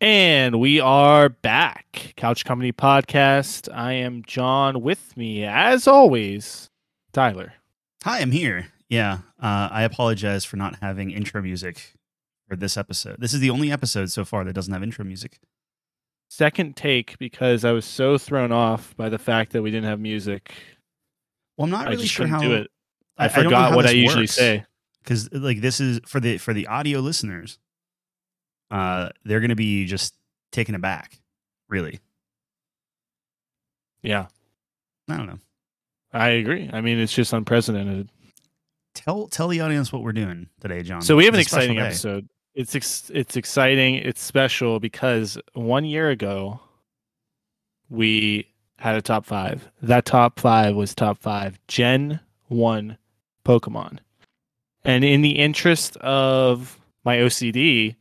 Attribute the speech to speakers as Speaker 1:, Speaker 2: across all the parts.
Speaker 1: And we are back. Couch Comedy Podcast. I am John with me, as always, Tyler.
Speaker 2: Hi, I'm here. Yeah, uh, I apologize for not having intro music for this episode. This is the only episode so far that doesn't have intro music.
Speaker 1: Second take because I was so thrown off by the fact that we didn't have music.
Speaker 2: Well, I'm not
Speaker 1: I
Speaker 2: really
Speaker 1: just
Speaker 2: sure
Speaker 1: couldn't
Speaker 2: how
Speaker 1: do it. I,
Speaker 2: I- I don't know
Speaker 1: forgot
Speaker 2: how
Speaker 1: what I
Speaker 2: this
Speaker 1: usually
Speaker 2: works.
Speaker 1: say.
Speaker 2: because like this is for the for the audio listeners. Uh, they're gonna be just taken aback. Really,
Speaker 1: Yeah,
Speaker 2: I don't know.
Speaker 1: I agree. I mean, it's just unprecedented.
Speaker 2: Tell tell the audience what we're doing today, John.
Speaker 1: So we have an
Speaker 2: It's a special
Speaker 1: exciting
Speaker 2: day.
Speaker 1: episode. It's ex- it's exciting. It's special because one year ago, we had a top five. That top five was top five Gen One Pokemon, and in the interest of my OCD,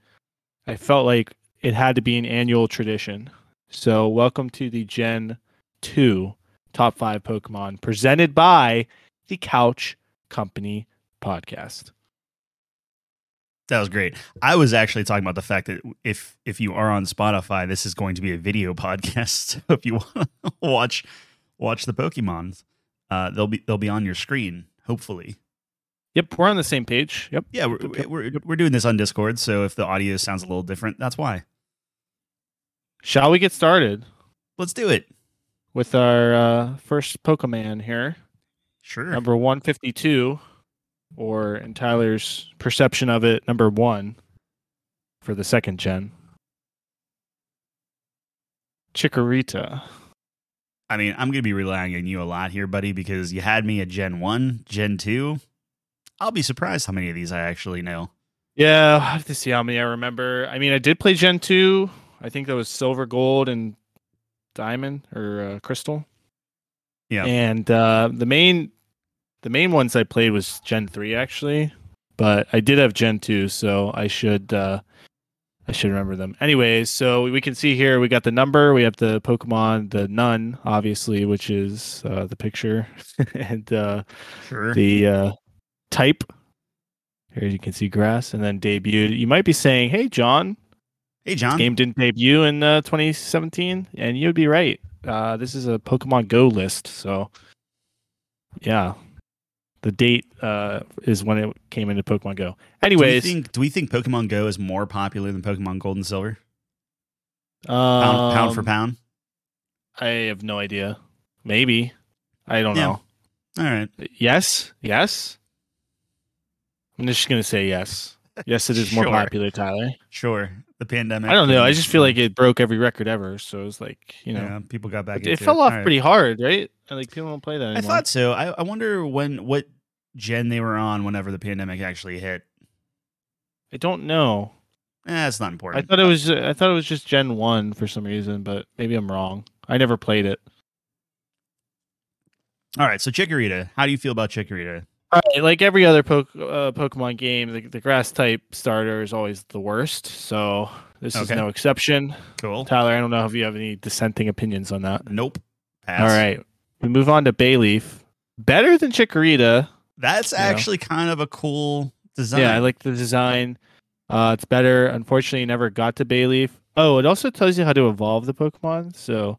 Speaker 1: I felt like it had to be an annual tradition. So welcome to the Gen Two Top Five Pokemon presented by the Couch Company Podcast.
Speaker 2: That was great. I was actually talking about the fact that if if you are on Spotify, this is going to be a video podcast. So if you want to watch watch the Pokemon, uh, they'll be they'll be on your screen. Hopefully,
Speaker 1: Yep, we're on the same page. Yep.
Speaker 2: yeah. We're
Speaker 1: Yep, yep,
Speaker 2: we're, we're doing this on Discord, so if the audio sounds a little different, that's why.
Speaker 1: Shall we get started
Speaker 2: Let's do it.
Speaker 1: with our uh, first Pokemon here?
Speaker 2: Sure.
Speaker 1: Number 152, or in Tyler's perception of it, number one for the second gen. Chikorita.
Speaker 2: I mean, I'm gonna be relying on you a lot here, buddy, because you had me at Gen One, Gen Two. I'll be surprised how many of these I actually know.
Speaker 1: Yeah, I have to see how many I remember. I mean, I did play Gen 2. I think that was Silver, Gold, and Diamond or uh, Crystal.
Speaker 2: Yeah.
Speaker 1: And uh, the main, the main ones I played was Gen 3 actually, but I did have Gen 2, so I should, uh, I should remember them. Anyways, so we can see here we got the number, we have the Pokemon, the Nun, obviously, which is uh, the picture, and uh,
Speaker 2: Sure.
Speaker 1: the uh, type. Here you can see grass, and then debuted. You might be saying, "Hey, John,
Speaker 2: hey, John.
Speaker 1: game didn't debut in uh, 2017," and you'd be right. Uh, this is a Pokemon Go list, so yeah, the date uh, is when it came into Pokemon Go. Anyways,
Speaker 2: do we think do we think Pokemon Go is more popular than Pokemon Gold and Silver? Pound, pound for
Speaker 1: um,
Speaker 2: pound.
Speaker 1: I have no idea. Maybe I don't
Speaker 2: Yeah. All right.
Speaker 1: know. Yes, yes. I'm just gonna say yes. Yes, it is more
Speaker 2: Sure.
Speaker 1: popular, Tyler.
Speaker 2: Sure. The pandemic.
Speaker 1: I don't know. I
Speaker 2: and-
Speaker 1: just feel like it broke every record ever. So it's like you know,
Speaker 2: yeah, people got back.
Speaker 1: it,
Speaker 2: into
Speaker 1: fell
Speaker 2: All
Speaker 1: off
Speaker 2: right.
Speaker 1: pretty hard, right? And, Like people don't play that.
Speaker 2: I
Speaker 1: Anymore.
Speaker 2: thought so. I, I wonder when what gen they were on whenever the pandemic actually hit.
Speaker 1: I don't know.
Speaker 2: Eh, it's not
Speaker 1: I
Speaker 2: important.
Speaker 1: thought it was. I thought it was just Gen One for some reason, but maybe I'm wrong. I never played it.
Speaker 2: All right. So Chikorita, how do you feel about Chikorita?
Speaker 1: All right, like every other po- uh, Pokemon game, the, the grass type starter is always the worst. So this is
Speaker 2: Okay.
Speaker 1: no exception.
Speaker 2: Cool.
Speaker 1: Tyler, I don't know if you have any dissenting opinions on that.
Speaker 2: Nope. Pass.
Speaker 1: All right, we move on to Bayleaf. Better than Chikorita.
Speaker 2: That's
Speaker 1: You know.
Speaker 2: actually kind of a cool design.
Speaker 1: Yeah, I like the design. Uh, it's better. Unfortunately, you never got to Bayleaf. Oh, it also tells you how to evolve the Pokemon. So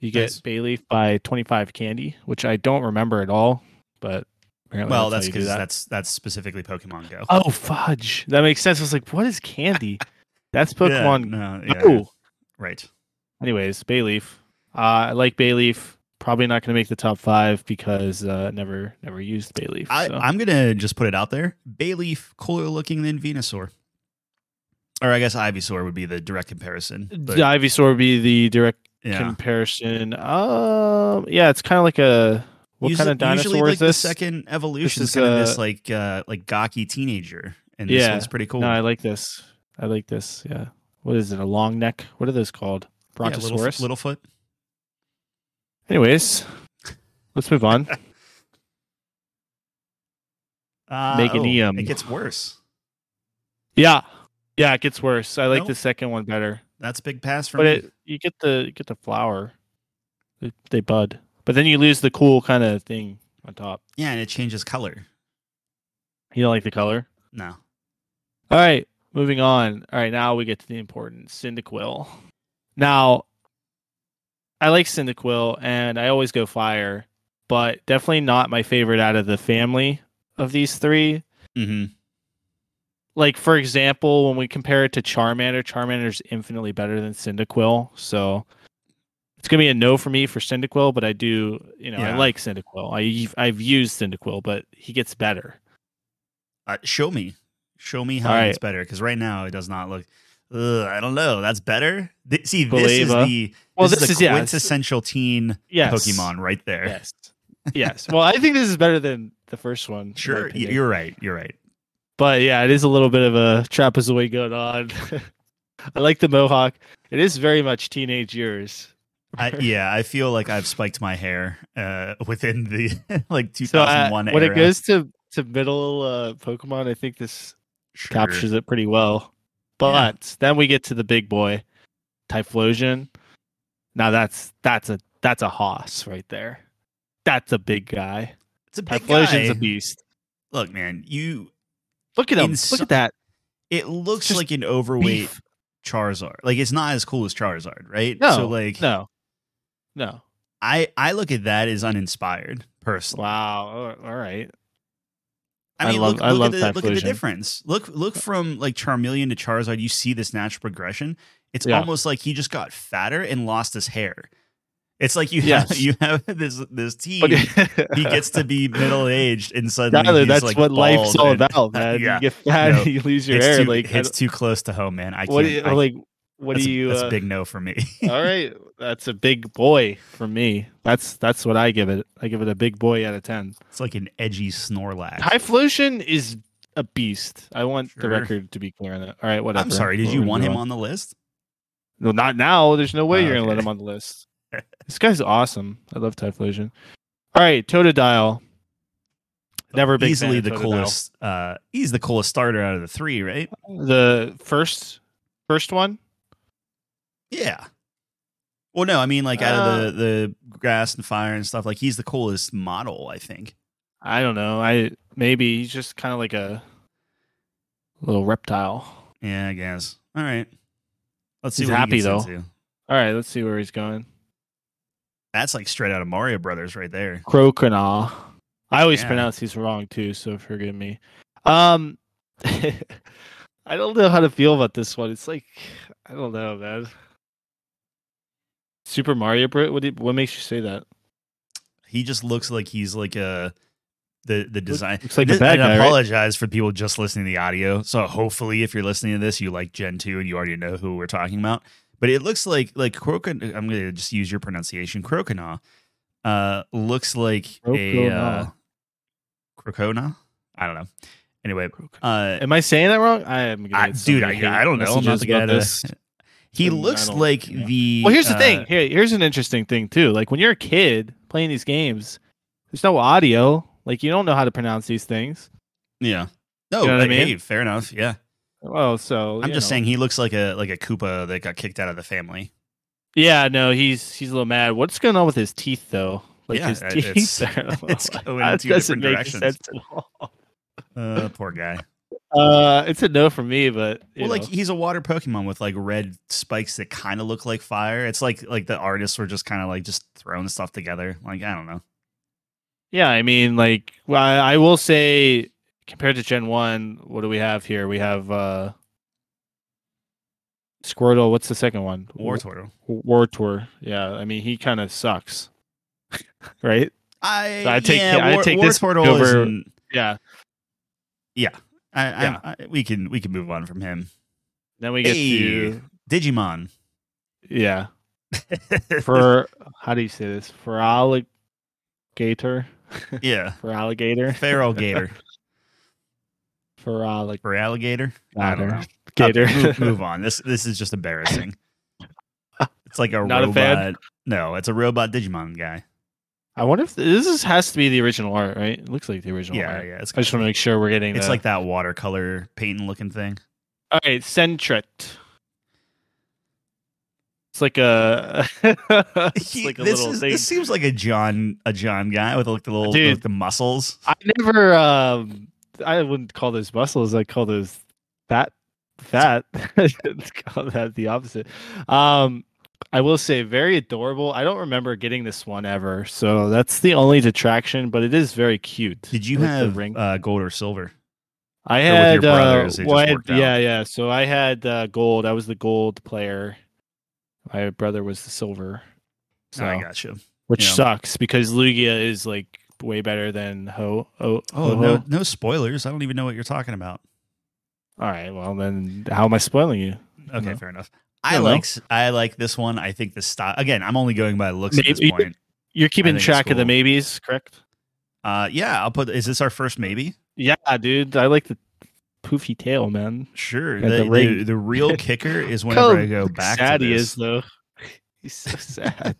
Speaker 1: you get
Speaker 2: Nice.
Speaker 1: Bayleaf by 25 candy, which I don't remember at all, but apparently
Speaker 2: well,
Speaker 1: that's
Speaker 2: that's
Speaker 1: how you
Speaker 2: because
Speaker 1: do that.
Speaker 2: that's that's specifically Pokemon Go.
Speaker 1: Oh, fudge. That makes sense. I was like, what is candy? that's Pokemon.
Speaker 2: Yeah, no,
Speaker 1: Go.
Speaker 2: yeah, Right.
Speaker 1: Anyways, Bayleaf. Uh, I like Bayleaf. Probably not going to make the top five because uh, never never used Bayleaf.
Speaker 2: I,
Speaker 1: so.
Speaker 2: I'm gonna just put it out there. Bayleaf cooler looking than Venusaur. Or I guess Ivysaur would be the direct comparison. but
Speaker 1: Ivysaur would be the direct
Speaker 2: yeah.
Speaker 1: comparison. Um, yeah, it's kind of like a what
Speaker 2: Usu-
Speaker 1: kind of dinosaur
Speaker 2: usually, like,
Speaker 1: is this?
Speaker 2: The second evolution
Speaker 1: This
Speaker 2: is
Speaker 1: is,
Speaker 2: kind of
Speaker 1: uh,
Speaker 2: this like uh, like gawky teenager, and this
Speaker 1: Yeah.
Speaker 2: one's pretty cool.
Speaker 1: No, I like this. I like this. Yeah. What is it? A long neck? What are those called?
Speaker 2: Yeah, little,
Speaker 1: Brontosaurus.
Speaker 2: Littlefoot.
Speaker 1: Anyways, let's move on.
Speaker 2: Uh,
Speaker 1: Meganium.
Speaker 2: Oh, it gets worse.
Speaker 1: yeah, yeah, it gets worse. I like
Speaker 2: No.
Speaker 1: the second one better,
Speaker 2: That's a big pass for
Speaker 1: but
Speaker 2: me.
Speaker 1: it you get the you get the flower, they, they bud, but then you lose the cool kind of thing on top.
Speaker 2: yeah, and it changes color.
Speaker 1: You don't like the color.
Speaker 2: No.
Speaker 1: All right, Moving on. All right, now we get to the important Cyndaquil. Now, I like Cyndaquil and I always go fire, but definitely not my favorite out of the family of these three.
Speaker 2: Mm-hmm.
Speaker 1: Like, for example, when we compare it to Charmander, Charmander's infinitely better than Cyndaquil. So it's going to be a no for me for Cyndaquil, but I do, you know, I
Speaker 2: Yeah.
Speaker 1: like Cyndaquil. I, I've used Cyndaquil, but he gets better.
Speaker 2: Uh, show me, show me how
Speaker 1: All right.
Speaker 2: it's better because right now it does not look. Ugh, I don't know. That's better. Th- see, this is
Speaker 1: Believe, uh,
Speaker 2: the
Speaker 1: Well,
Speaker 2: this, is, the
Speaker 1: yeah,
Speaker 2: quintessential teen
Speaker 1: yes.
Speaker 2: Pokemon right there.
Speaker 1: Yes. Yes. Well, I think this is better than the first one. in my
Speaker 2: Sure, y-
Speaker 1: opinion.
Speaker 2: you're right. You're right.
Speaker 1: But yeah, it is a little bit of a trapezoid going on. I like the mohawk. It is very much teenage years.
Speaker 2: I, yeah, I feel like I've spiked my hair uh, within the like
Speaker 1: So uh,
Speaker 2: 2001
Speaker 1: when
Speaker 2: era.
Speaker 1: it goes to to middle uh, Pokemon, I think this
Speaker 2: Sure.
Speaker 1: captures it pretty well. But then we get to the big boy, Typhlosion. Now that's that's a that's a hoss right there. That's a big guy.
Speaker 2: it's a big
Speaker 1: Typhlosion's
Speaker 2: guy.
Speaker 1: a beast.
Speaker 2: Look, man, you
Speaker 1: Look at him.
Speaker 2: In
Speaker 1: Look
Speaker 2: so-
Speaker 1: at that.
Speaker 2: it looks
Speaker 1: just
Speaker 2: like an overweight
Speaker 1: Beef.
Speaker 2: Charizard. Like it's not as cool as Charizard, right?
Speaker 1: No,
Speaker 2: so like
Speaker 1: No. No.
Speaker 2: I I look at that as uninspired personally.
Speaker 1: Wow. All right. I
Speaker 2: I mean,
Speaker 1: love-
Speaker 2: look,
Speaker 1: I
Speaker 2: look
Speaker 1: love
Speaker 2: at the,
Speaker 1: that
Speaker 2: look at the
Speaker 1: version.
Speaker 2: difference. Look look from like Charmeleon to Charizard. You see this natural progression. It's
Speaker 1: Yeah.
Speaker 2: almost like he just got fatter and lost his hair. It's like you have
Speaker 1: Yes.
Speaker 2: you have this this team.
Speaker 1: But
Speaker 2: he gets to be middle aged and suddenly
Speaker 1: Tyler,
Speaker 2: he's
Speaker 1: that's
Speaker 2: like
Speaker 1: what life's
Speaker 2: bald
Speaker 1: all
Speaker 2: and-
Speaker 1: about, man.
Speaker 2: Yeah.
Speaker 1: You get fat,
Speaker 2: No.
Speaker 1: you lose your
Speaker 2: it's
Speaker 1: hair.
Speaker 2: too,
Speaker 1: like, I
Speaker 2: it's too close to home, man. I
Speaker 1: don't-
Speaker 2: can't.
Speaker 1: what do you,
Speaker 2: I-
Speaker 1: like? What
Speaker 2: that's,
Speaker 1: do you?
Speaker 2: That's
Speaker 1: uh,
Speaker 2: a big no for me.
Speaker 1: all right, that's a big boy for me. That's that's what I give it. I give it a big boy out of ten.
Speaker 2: it's like an edgy Snorlax.
Speaker 1: Typhlosion is a beast. I want the
Speaker 2: Sure.
Speaker 1: record to be clear on that. All right, whatever.
Speaker 2: I'm sorry. Did
Speaker 1: We're
Speaker 2: you
Speaker 1: gonna
Speaker 2: want
Speaker 1: move
Speaker 2: him on the list?
Speaker 1: No, not now. There's no way
Speaker 2: Oh,
Speaker 1: you're gonna let
Speaker 2: okay.
Speaker 1: him on the list. this guy's awesome. I love Typhlosion. All right, Totodile. Never a big fan
Speaker 2: easily
Speaker 1: of
Speaker 2: the
Speaker 1: Totodile.
Speaker 2: coolest. Uh, he's the coolest starter out of the three, right?
Speaker 1: The first, first one.
Speaker 2: Yeah. Well, no, I mean like out of the the grass and fire and stuff. Like he's the coolest model, I think.
Speaker 1: I don't know. I maybe he's just kind of like a little reptile.
Speaker 2: Yeah, I guess. All right. Let's see.
Speaker 1: He's
Speaker 2: what he
Speaker 1: happy,
Speaker 2: gets
Speaker 1: though.
Speaker 2: into.
Speaker 1: All right, let's see where he's going.
Speaker 2: That's like straight out of Mario Brothers, right there.
Speaker 1: Croconaw. I always
Speaker 2: Yeah.
Speaker 1: pronounce these wrong too, so forgive me. Um, I don't know how to feel about this one. It's like I don't know, man. Super Mario Bros. What, do you- what makes you say that?
Speaker 2: He just looks like he's like a the the design.
Speaker 1: Looks like a
Speaker 2: This-
Speaker 1: bad
Speaker 2: and I
Speaker 1: guy. right?
Speaker 2: apologize for people just listening to the audio. So hopefully, if you're listening to this, you like Gen two and you already know who we're talking about. But it looks like like Crocon. I'm going to just use your pronunciation. Croconaw uh, looks like a uh,
Speaker 1: Croconaw.
Speaker 2: Crocona. I don't know. Anyway,
Speaker 1: Croconaw.
Speaker 2: uh,
Speaker 1: Am I saying that wrong? I am. gonna
Speaker 2: I,
Speaker 1: get so
Speaker 2: dude,
Speaker 1: many hate
Speaker 2: I, I don't know. I'm not
Speaker 1: messages
Speaker 2: the
Speaker 1: about
Speaker 2: guy to-
Speaker 1: this.
Speaker 2: He
Speaker 1: I don't-
Speaker 2: looks like
Speaker 1: yeah.
Speaker 2: the.
Speaker 1: Well, here's the
Speaker 2: uh,
Speaker 1: thing. Here, here's an interesting thing too. Like when you're a kid playing these games, there's no audio. Like you don't know how to pronounce these things.
Speaker 2: Yeah. No,
Speaker 1: You know what I
Speaker 2: like,
Speaker 1: mean?
Speaker 2: hey, fair enough. Yeah,
Speaker 1: Well, so
Speaker 2: I'm
Speaker 1: you
Speaker 2: just
Speaker 1: know.
Speaker 2: saying he looks like a like a Koopa that got kicked out of the family.
Speaker 1: Yeah, no, he's he's a little mad. What's going on with his teeth though? Like
Speaker 2: Yeah,
Speaker 1: his
Speaker 2: it- it's-
Speaker 1: teeth. are-
Speaker 2: it's going
Speaker 1: that
Speaker 2: two
Speaker 1: doesn't
Speaker 2: different
Speaker 1: make
Speaker 2: directions.
Speaker 1: sense at all.
Speaker 2: Uh, poor guy.
Speaker 1: Uh, it's a no for me, but you
Speaker 2: Well, like
Speaker 1: know.
Speaker 2: he's a water Pokemon with like red spikes that kind of look like fire. It's like like the artists were just kind of like just throwing stuff together. Like I don't know.
Speaker 1: yeah, I mean, like well, I, I will say compared to Gen One, what do we have here? We have uh Squirtle. What's the second one?
Speaker 2: War Turtle.
Speaker 1: War Tour. Yeah, I mean he kind of sucks, right?
Speaker 2: I
Speaker 1: So I take-
Speaker 2: yeah,
Speaker 1: I
Speaker 2: War,
Speaker 1: take
Speaker 2: War
Speaker 1: this
Speaker 2: Turtle
Speaker 1: over-
Speaker 2: isn't-
Speaker 1: Yeah.
Speaker 2: Yeah. I, I,
Speaker 1: Yeah.
Speaker 2: I- we can we can move on from him.
Speaker 1: Then we get
Speaker 2: Hey.
Speaker 1: to
Speaker 2: Digimon.
Speaker 1: yeah for how do you say this for alligator
Speaker 2: yeah.
Speaker 1: for alligator
Speaker 2: Feral Gator.
Speaker 1: for alligator.
Speaker 2: For alligator. I don't know.
Speaker 1: Gator.
Speaker 2: Uh, move, move on. This this is just embarrassing. It's like a
Speaker 1: Not a
Speaker 2: robot.
Speaker 1: fan?
Speaker 2: No, it's a robot Digimon guy.
Speaker 1: I wonder if this is, has to be the original art, right? It looks like the original
Speaker 2: Yeah,
Speaker 1: art.
Speaker 2: yeah. It's
Speaker 1: I just want to make sure we're getting.
Speaker 2: it's
Speaker 1: the-
Speaker 2: like that watercolor painting looking thing.
Speaker 1: all right, Centret. It's like a. it's
Speaker 2: He-
Speaker 1: like a
Speaker 2: this
Speaker 1: little
Speaker 2: is
Speaker 1: thing.
Speaker 2: this seems like a John a John guy with like the little
Speaker 1: Dude.
Speaker 2: with the muscles.
Speaker 1: I never. Um, I wouldn't call those muscles. I call those fat that. Let's call that the opposite. Um, I will say, very adorable. I don't remember getting this one ever, so that's the only detraction. But it is very cute.
Speaker 2: Did you
Speaker 1: I like the
Speaker 2: have
Speaker 1: ring?
Speaker 2: uh, gold or silver?
Speaker 1: I
Speaker 2: with your
Speaker 1: had uh,
Speaker 2: brothers, it just
Speaker 1: well, I had-
Speaker 2: worked out.
Speaker 1: yeah, yeah. So I had uh, gold. I was the gold player. My brother was the silver. So
Speaker 2: I gotcha.
Speaker 1: which
Speaker 2: yeah.
Speaker 1: sucks because Lugia is like way better than Ho. Oh,
Speaker 2: Oh no, no spoilers. I don't even know what you're talking about.
Speaker 1: All right. Well, then how am I spoiling you?
Speaker 2: Okay,
Speaker 1: No.
Speaker 2: fair enough. Mm-hmm. I
Speaker 1: No, no.
Speaker 2: like s- I like this one. I think the style again. I'm only going by the looks at this
Speaker 1: Maybe-
Speaker 2: point.
Speaker 1: You're keeping
Speaker 2: think it's
Speaker 1: track of the
Speaker 2: cool.
Speaker 1: maybes, correct?
Speaker 2: Uh, yeah, I'll put. Is this our first maybe?
Speaker 1: Yeah, dude. I like the poofy tail, man.
Speaker 2: Sure.
Speaker 1: Yeah,
Speaker 2: The,
Speaker 1: the
Speaker 2: the,
Speaker 1: ring.
Speaker 2: the, real kicker is whenever I go
Speaker 1: Look
Speaker 2: back
Speaker 1: Sad
Speaker 2: to
Speaker 1: he
Speaker 2: this.
Speaker 1: is though. He's so sad.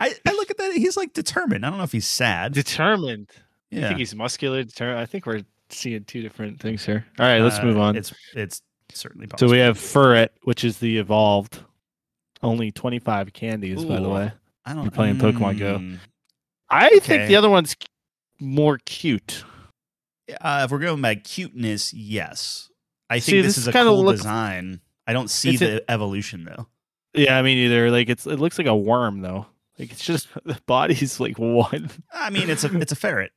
Speaker 2: I, I look at that. He's like determined. I don't know if he's sad.
Speaker 1: determined. I
Speaker 2: Yeah.
Speaker 1: think he's muscular. Determined. I think we're seeing two different things here. All right, let's
Speaker 2: Uh,
Speaker 1: move on.
Speaker 2: It's it's certainly
Speaker 1: So
Speaker 2: possible.
Speaker 1: we have Furret, which is the evolved. Only 25 candies, by the
Speaker 2: Ooh.
Speaker 1: way.
Speaker 2: I don't
Speaker 1: You're playing Pokemon Go.
Speaker 2: Mm.
Speaker 1: I think
Speaker 2: Okay.
Speaker 1: the other one's c- more cute.
Speaker 2: Uh, if we're going by cuteness, yes. I think
Speaker 1: See,
Speaker 2: this,
Speaker 1: this
Speaker 2: is a
Speaker 1: kinda
Speaker 2: cool
Speaker 1: look-
Speaker 2: design. I don't see
Speaker 1: It's a-
Speaker 2: the evolution though.
Speaker 1: Yeah, I mean either. Like it's it looks like a worm though. Like it's just the body's like one.
Speaker 2: I mean, it's a it's a ferret.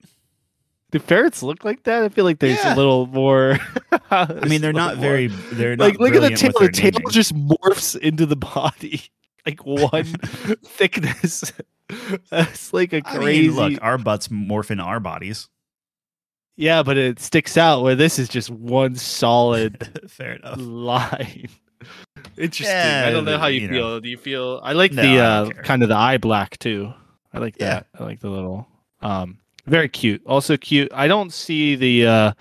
Speaker 1: Do ferrets look like that? I feel like there's a
Speaker 2: Yeah.
Speaker 1: little more.
Speaker 2: I mean, they're not very. They're not
Speaker 1: like look at the
Speaker 2: brilliant
Speaker 1: tail.
Speaker 2: with
Speaker 1: The
Speaker 2: their
Speaker 1: tail
Speaker 2: naming.
Speaker 1: just morphs into the body, like one thickness. That's like a
Speaker 2: I
Speaker 1: crazy.
Speaker 2: mean, look, our butts morph into our bodies.
Speaker 1: Yeah, but it sticks out where this is just one solid
Speaker 2: Fair enough.
Speaker 1: line. Interesting. I
Speaker 2: Yeah,
Speaker 1: don't know how you,
Speaker 2: you know.
Speaker 1: feel. Do you feel? I like
Speaker 2: No, I
Speaker 1: the
Speaker 2: don't
Speaker 1: uh,
Speaker 2: care.
Speaker 1: kind of the eye black too. I like
Speaker 2: Yeah.
Speaker 1: that. I like the little. Um, very cute. Also cute. I don't see the. uh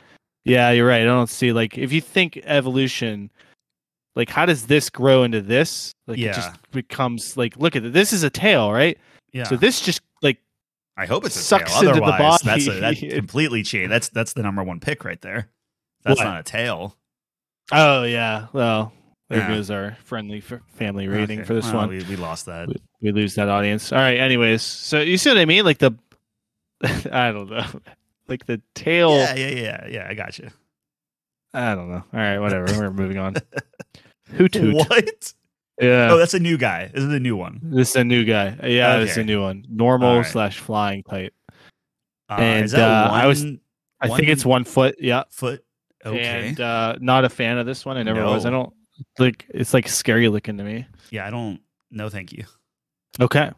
Speaker 1: Yeah, you're right. I don't see like if you think evolution, like how does this grow into this? Like it
Speaker 2: Yeah.
Speaker 1: just becomes like look at it. This is a tail, right?
Speaker 2: Yeah.
Speaker 1: So this just like
Speaker 2: I hope it's a
Speaker 1: sucks
Speaker 2: tail.
Speaker 1: into the
Speaker 2: Otherwise, that's a, that
Speaker 1: body.
Speaker 2: completely changed. That's that's the number one pick right there. That's
Speaker 1: What?
Speaker 2: not a tail.
Speaker 1: oh yeah. Well, there
Speaker 2: Yeah.
Speaker 1: goes our friendly f- family rating
Speaker 2: Okay,
Speaker 1: for this
Speaker 2: well,
Speaker 1: one.
Speaker 2: We, we lost that.
Speaker 1: we, we lose that audience. All right. Anyways, so you see what I mean? Like the, I don't know, like the tail.
Speaker 2: Yeah, yeah, yeah, yeah. I got you.
Speaker 1: I don't know. All right, whatever. We're moving on. Hoot hoot.
Speaker 2: What?
Speaker 1: Yeah.
Speaker 2: Oh, that's a new guy. This is a new one.
Speaker 1: this is a new guy. Yeah, this is a
Speaker 2: Okay.
Speaker 1: new one. Normal
Speaker 2: All right.
Speaker 1: slash flying type.
Speaker 2: Uh,
Speaker 1: And,
Speaker 2: is that
Speaker 1: uh,
Speaker 2: one
Speaker 1: I was- I think it's one foot. Yeah.
Speaker 2: foot? Okay.
Speaker 1: And uh, not a fan of this one. I never was. I
Speaker 2: No.
Speaker 1: don't like. It's like scary looking to me.
Speaker 2: yeah, I don't. No, thank you.
Speaker 1: Okay.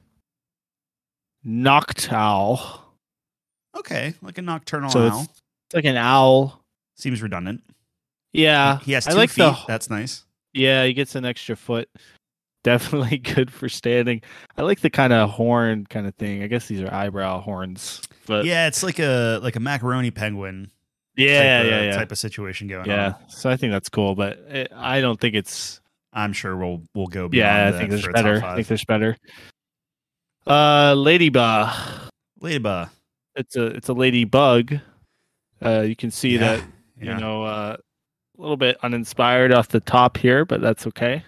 Speaker 1: Noctowl.
Speaker 2: Okay, like a nocturnal
Speaker 1: So it's,
Speaker 2: owl.
Speaker 1: it's like an owl.
Speaker 2: Seems redundant.
Speaker 1: Yeah.
Speaker 2: he has two
Speaker 1: Ah, I like
Speaker 2: feet.
Speaker 1: the-
Speaker 2: that's nice.
Speaker 1: Yeah, he gets an extra foot. Definitely good for standing. I like the kind of horn kind of thing. I guess these are eyebrow horns, but yeah,
Speaker 2: Yeah, it's like a like a macaroni
Speaker 1: Uh,
Speaker 2: penguin.
Speaker 1: yeah,
Speaker 2: type
Speaker 1: yeah,
Speaker 2: of,
Speaker 1: yeah.
Speaker 2: type of situation going
Speaker 1: yeah.
Speaker 2: on.
Speaker 1: So I think that's cool, but it, I don't think it's.
Speaker 2: I'm sure we'll we'll go.
Speaker 1: Yeah,
Speaker 2: beyond
Speaker 1: I
Speaker 2: that
Speaker 1: think there's
Speaker 2: for a top
Speaker 1: better. I
Speaker 2: five.
Speaker 1: think there's better. Uh, ladybug.
Speaker 2: Ladybug.
Speaker 1: It's a it's a ladybug. Uh, you can see that
Speaker 2: yeah.
Speaker 1: you know uh, a little bit uninspired off the top here, but that's okay.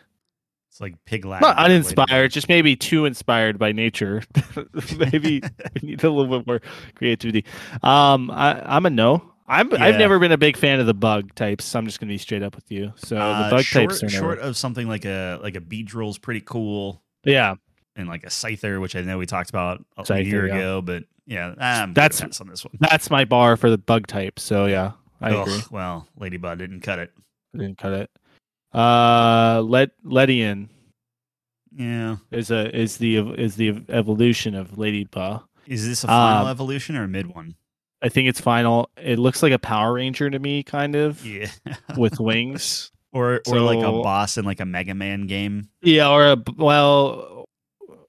Speaker 2: It's like pig Latin.
Speaker 1: Not
Speaker 2: for
Speaker 1: uninspired,
Speaker 2: ladybug.
Speaker 1: just maybe too inspired by nature. maybe we need a little bit more creativity. Um, I, I'm a no. I'm
Speaker 2: Yeah.
Speaker 1: I've never been a big fan of the bug types. So I'm just gonna be straight up with you. So
Speaker 2: Uh,
Speaker 1: the bug
Speaker 2: short,
Speaker 1: types are never-
Speaker 2: short of something like a like a beedrill's pretty cool,
Speaker 1: yeah.
Speaker 2: and like a scyther, which I know we talked about a
Speaker 1: Scyther,
Speaker 2: year
Speaker 1: yeah.
Speaker 2: ago, but yeah, I'm
Speaker 1: That's-
Speaker 2: that's pass on this one.
Speaker 1: That's my bar for the bug type. So yeah, I
Speaker 2: Ugh,
Speaker 1: agree.
Speaker 2: Well, Ladybug didn't cut it.
Speaker 1: I didn't cut it. Uh, Let Ledian
Speaker 2: Yeah,
Speaker 1: is a is the is the evolution of Ladybug.
Speaker 2: is this a final
Speaker 1: Um,
Speaker 2: evolution or a mid one?
Speaker 1: I think it's final. It looks like a Power Ranger to me, kind of
Speaker 2: Yeah,
Speaker 1: with wings.
Speaker 2: or or like a
Speaker 1: so-
Speaker 2: boss in like a Mega Man game.
Speaker 1: Yeah, or a b- well,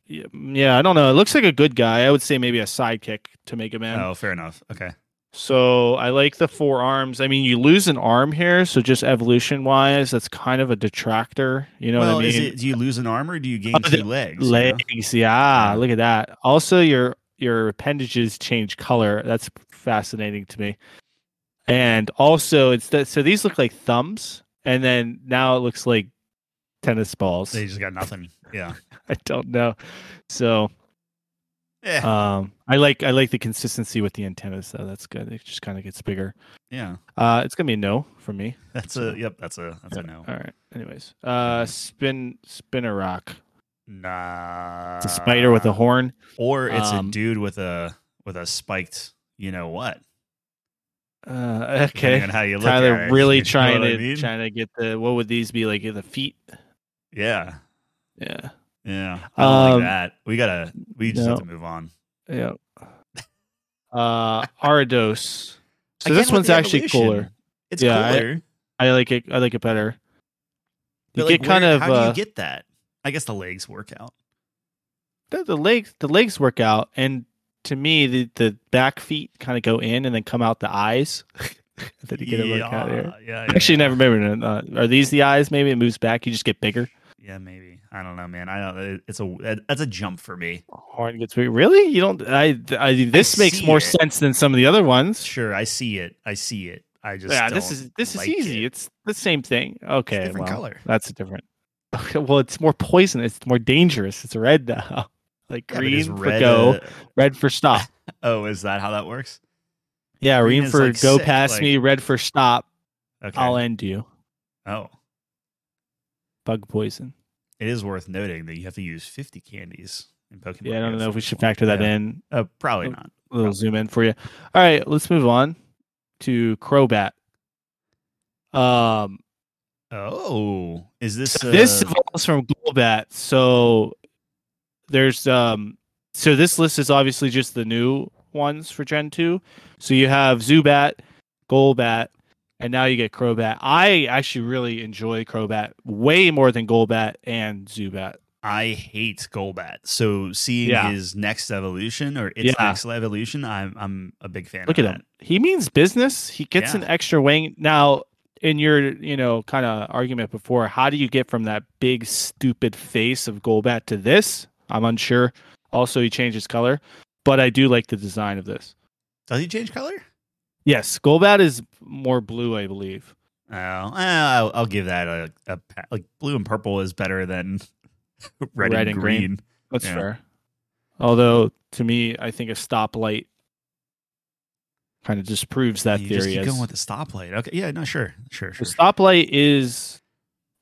Speaker 1: y- yeah, I don't know. It looks like a good guy. I would say maybe a sidekick to Mega Man.
Speaker 2: Oh, fair enough. Okay,
Speaker 1: So I like the four arms. I mean, you lose an arm here, so just evolution wise, that's kind of a detractor. You know
Speaker 2: well,
Speaker 1: what I mean?
Speaker 2: is it do you lose an arm or do you gain
Speaker 1: Other
Speaker 2: two legs? you know?
Speaker 1: Legs, yeah,
Speaker 2: Yeah.
Speaker 1: Look at that. Also, your your appendages change color. That's fascinating to me. And also, it's that. So these look like thumbs, and then now it looks like tennis balls.
Speaker 2: They just got nothing. Yeah.
Speaker 1: I don't know. So
Speaker 2: Eh,
Speaker 1: Um, I like I like the consistency with the antennas though. That's good. It just kind of gets bigger.
Speaker 2: yeah,
Speaker 1: Uh, it's gonna be a no for me.
Speaker 2: that's a yep. That's a that's a no.
Speaker 1: All right. Anyways, uh, spin spinner rock.
Speaker 2: Nah,
Speaker 1: It's a spider with a horn.
Speaker 2: or it's
Speaker 1: Um,
Speaker 2: a dude with a with a spiked. You know what?
Speaker 1: Uh,
Speaker 2: Depending
Speaker 1: okay.
Speaker 2: on how you look at
Speaker 1: Tyler
Speaker 2: it,
Speaker 1: really
Speaker 2: you know
Speaker 1: trying
Speaker 2: what I
Speaker 1: to
Speaker 2: mean?
Speaker 1: trying to get the what would these be like the feet?
Speaker 2: Yeah,
Speaker 1: Yeah.
Speaker 2: yeah. I don't
Speaker 1: Um,
Speaker 2: like that. We gotta. We just have
Speaker 1: no.
Speaker 2: to move on.
Speaker 1: Yeah. Uh, Arados. So
Speaker 2: Again,
Speaker 1: this
Speaker 2: with
Speaker 1: one's
Speaker 2: the
Speaker 1: actually cooler.
Speaker 2: evolution, It's
Speaker 1: Yeah, I-
Speaker 2: cooler.
Speaker 1: I like it. I like it better. You
Speaker 2: but,
Speaker 1: get
Speaker 2: like,
Speaker 1: kind
Speaker 2: where-
Speaker 1: of
Speaker 2: How do
Speaker 1: uh,
Speaker 2: you get that? I guess the legs work out.
Speaker 1: the, the legs. The legs work out, and to me, the the back feet kind of go in and then come out the eyes. that you get a look out here.
Speaker 2: Yeah, yeah,
Speaker 1: Actually,
Speaker 2: yeah.
Speaker 1: never remember. Uh, are these the eyes? Maybe it moves back. You just get bigger.
Speaker 2: Yeah, maybe. I don't know, man. I don't. it- It's a that- that's a jump for me.
Speaker 1: Horn gets bigger. Really? You don't? I. I this
Speaker 2: I
Speaker 1: makes
Speaker 2: see
Speaker 1: more
Speaker 2: it.
Speaker 1: sense than some of the other ones.
Speaker 2: Sure, I see it. I see it. I just
Speaker 1: yeah, this
Speaker 2: don't
Speaker 1: is this
Speaker 2: like
Speaker 1: is easy.
Speaker 2: it.
Speaker 1: It's the same thing. Okay,
Speaker 2: different
Speaker 1: well,
Speaker 2: color.
Speaker 1: That's a different. Okay, well, it's more poisonous. It's more dangerous. It's red now. Like
Speaker 2: Yeah, but is
Speaker 1: green for
Speaker 2: red uh,
Speaker 1: go,
Speaker 2: a-
Speaker 1: red for stop.
Speaker 2: oh, is that how that works?
Speaker 1: Yeah,
Speaker 2: Green
Speaker 1: green
Speaker 2: is,
Speaker 1: for
Speaker 2: like,
Speaker 1: go
Speaker 2: sick,
Speaker 1: past
Speaker 2: like-
Speaker 1: me, red for stop.
Speaker 2: Okay.
Speaker 1: I'll end you.
Speaker 2: oh,
Speaker 1: Bug poison.
Speaker 2: it is worth noting that you have to use fifty candies in Pokemon.
Speaker 1: Yeah, I don't
Speaker 2: Go
Speaker 1: know
Speaker 2: for
Speaker 1: if we
Speaker 2: this
Speaker 1: should
Speaker 2: one.
Speaker 1: factor that
Speaker 2: Yeah.
Speaker 1: in. Oh.
Speaker 2: Uh, probably not.
Speaker 1: A little zoom in for you. All right, let's move on to Crobat. Um,
Speaker 2: Oh, is this
Speaker 1: So this
Speaker 2: uh,
Speaker 1: evolves from Golbat. So there's um so this list is obviously just the new ones for Gen 2. So you have Zubat, Golbat, and now you get Crobat. I actually really enjoy Crobat way more than Golbat and Zubat.
Speaker 2: I hate Golbat. So seeing
Speaker 1: Yeah.
Speaker 2: his next evolution or its
Speaker 1: Yeah.
Speaker 2: next evolution, I'm I'm a big fan.
Speaker 1: Look
Speaker 2: of
Speaker 1: at him. He means business. He gets
Speaker 2: Yeah.
Speaker 1: an extra wing. Now, in your, you know, kind of argument before, how do you get from that big stupid face of Golbat to this? I'm unsure. Also, he changes color, but I do like the design of this.
Speaker 2: that. Does he change color?
Speaker 1: Yes, Golbat is more blue, I believe.
Speaker 2: Oh, eh, I'll, I'll give that a, a pa- like blue and purple is better than red, and, green.
Speaker 1: That's
Speaker 2: Yeah.
Speaker 1: fair. Although, to me, I think a stoplight kind of disproves that
Speaker 2: you
Speaker 1: theory.
Speaker 2: just keep
Speaker 1: as-
Speaker 2: going with the stoplight. Okay, yeah, no, sure, sure,
Speaker 1: The
Speaker 2: sure. sure.
Speaker 1: stoplight is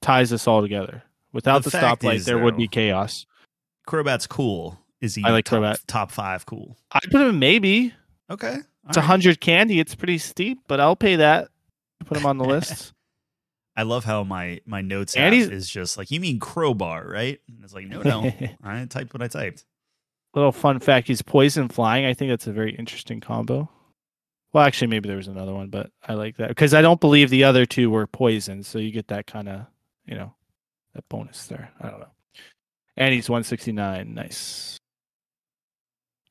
Speaker 1: ties us all together. Without
Speaker 2: The
Speaker 1: the,
Speaker 2: fact
Speaker 1: stoplight,
Speaker 2: is,
Speaker 1: there would be
Speaker 2: though-
Speaker 1: chaos.
Speaker 2: Crobat's cool. Is he?
Speaker 1: I like
Speaker 2: top,
Speaker 1: Crobat.
Speaker 2: Top five cool.
Speaker 1: I put him in maybe.
Speaker 2: Okay, all
Speaker 1: It's a
Speaker 2: right.
Speaker 1: hundred candy. It's pretty steep, but I'll pay that. to Put him on the list.
Speaker 2: I love how my my notes
Speaker 1: And
Speaker 2: app
Speaker 1: he's-
Speaker 2: is just like you mean crowbar, right? And it's like no, no, I typed what I typed.
Speaker 1: Little fun fact: he's poison flying. I think that's a very interesting combo. Well, actually, maybe there was another one, but I like that because I don't believe the other two were poison. So you get that kind of, you know, that bonus there. I don't know. And he's 169. Nice.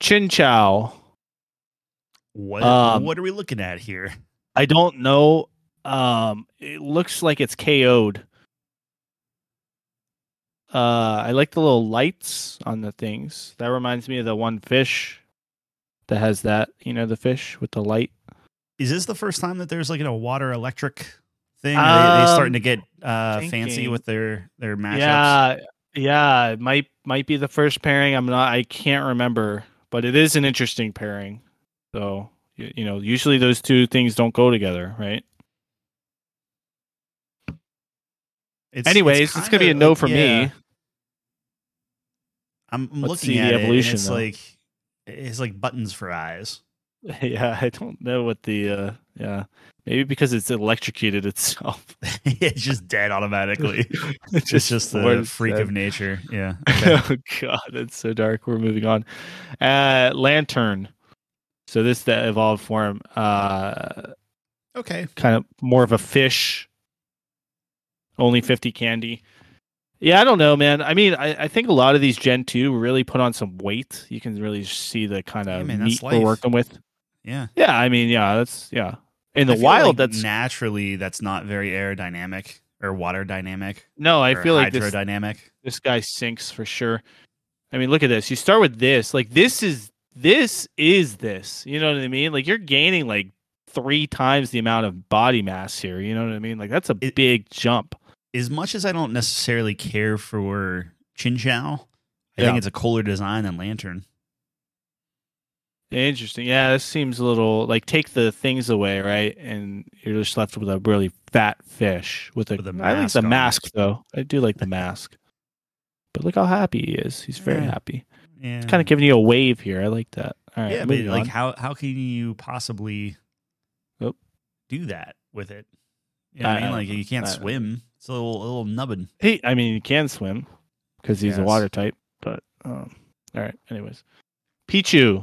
Speaker 1: Chin Chow.
Speaker 2: What
Speaker 1: Um,
Speaker 2: what are we looking at here?
Speaker 1: I don't know. Um, it looks like it's KO'd. Uh, I like the little lights on the things. That reminds me of the one fish that has that. You know, the fish with the light.
Speaker 2: Is this the first time that there's like a water electric thing? Are they, they starting
Speaker 1: Um,
Speaker 2: to get uh, fancy
Speaker 1: thinking.
Speaker 2: with their their matchups.
Speaker 1: Yeah, yeah. It might might be the first pairing. I'm not. I can't remember, but it is an interesting pairing. So you, you know, usually those two things don't go together, right?
Speaker 2: It's,
Speaker 1: Anyways, it's, gonna be a
Speaker 2: kinda
Speaker 1: no
Speaker 2: like-
Speaker 1: for
Speaker 2: yeah.
Speaker 1: me.
Speaker 2: I'm, I'm
Speaker 1: Let's
Speaker 2: looking
Speaker 1: see the
Speaker 2: at the
Speaker 1: evolution,
Speaker 2: evolution. it's
Speaker 1: though.
Speaker 2: like it's like buttons for eyes.
Speaker 1: Yeah, I don't know what the uh yeah. Maybe because it's electrocuted itself.
Speaker 2: it's just dead automatically.
Speaker 1: it's
Speaker 2: it's just the
Speaker 1: born
Speaker 2: freak
Speaker 1: dead.
Speaker 2: of nature. Yeah. okay.
Speaker 1: oh god, it's so dark. We're moving on. Uh lantern. So this the evolved form. Uh
Speaker 2: okay.
Speaker 1: kind of more of a fish. Only fifty candy. Yeah, I don't know, man. I mean, I, I think a lot of these Gen 2 really put on some weight. You can really see the kind of
Speaker 2: Yeah, man,
Speaker 1: meat
Speaker 2: that's
Speaker 1: we're
Speaker 2: life.
Speaker 1: working with.
Speaker 2: Yeah.
Speaker 1: Yeah, I mean, yeah, that's yeah. In the
Speaker 2: I feel
Speaker 1: wild,
Speaker 2: like
Speaker 1: that's
Speaker 2: naturally that's not very aerodynamic or water dynamic.
Speaker 1: no. I
Speaker 2: or
Speaker 1: feel like this
Speaker 2: hydrodynamic.
Speaker 1: this guy sinks for sure. I mean, look at this. You start with this. Like this is this is this. You know what I mean? Like you're gaining like three times the amount of body mass here. You know what I mean? Like that's a
Speaker 2: It-
Speaker 1: big jump.
Speaker 2: as much as I don't necessarily care for Chin Chow, I
Speaker 1: Yeah.
Speaker 2: think it's a cooler design than Lantern.
Speaker 1: Interesting. Yeah, this seems a little like take the things away, right? And you're just left with a really fat fish with a.
Speaker 2: With a
Speaker 1: I like
Speaker 2: mask
Speaker 1: the
Speaker 2: on.
Speaker 1: mask though. I do like the mask. But look how happy he is. He's very
Speaker 2: Yeah.
Speaker 1: happy.
Speaker 2: Yeah.
Speaker 1: It's kind of giving you a wave here. I like that. All right.
Speaker 2: yeah, but
Speaker 1: moving
Speaker 2: like
Speaker 1: on.
Speaker 2: how how can you possibly
Speaker 1: Oh.
Speaker 2: do that with it? You know what
Speaker 1: I-
Speaker 2: I mean,
Speaker 1: I
Speaker 2: like
Speaker 1: don't know.
Speaker 2: you can't
Speaker 1: I don't know.
Speaker 2: swim. It's a little a little nubbin.
Speaker 1: He, I mean, he can swim because he's a
Speaker 2: Yes.
Speaker 1: water type. But um, all right. Anyways, Pichu.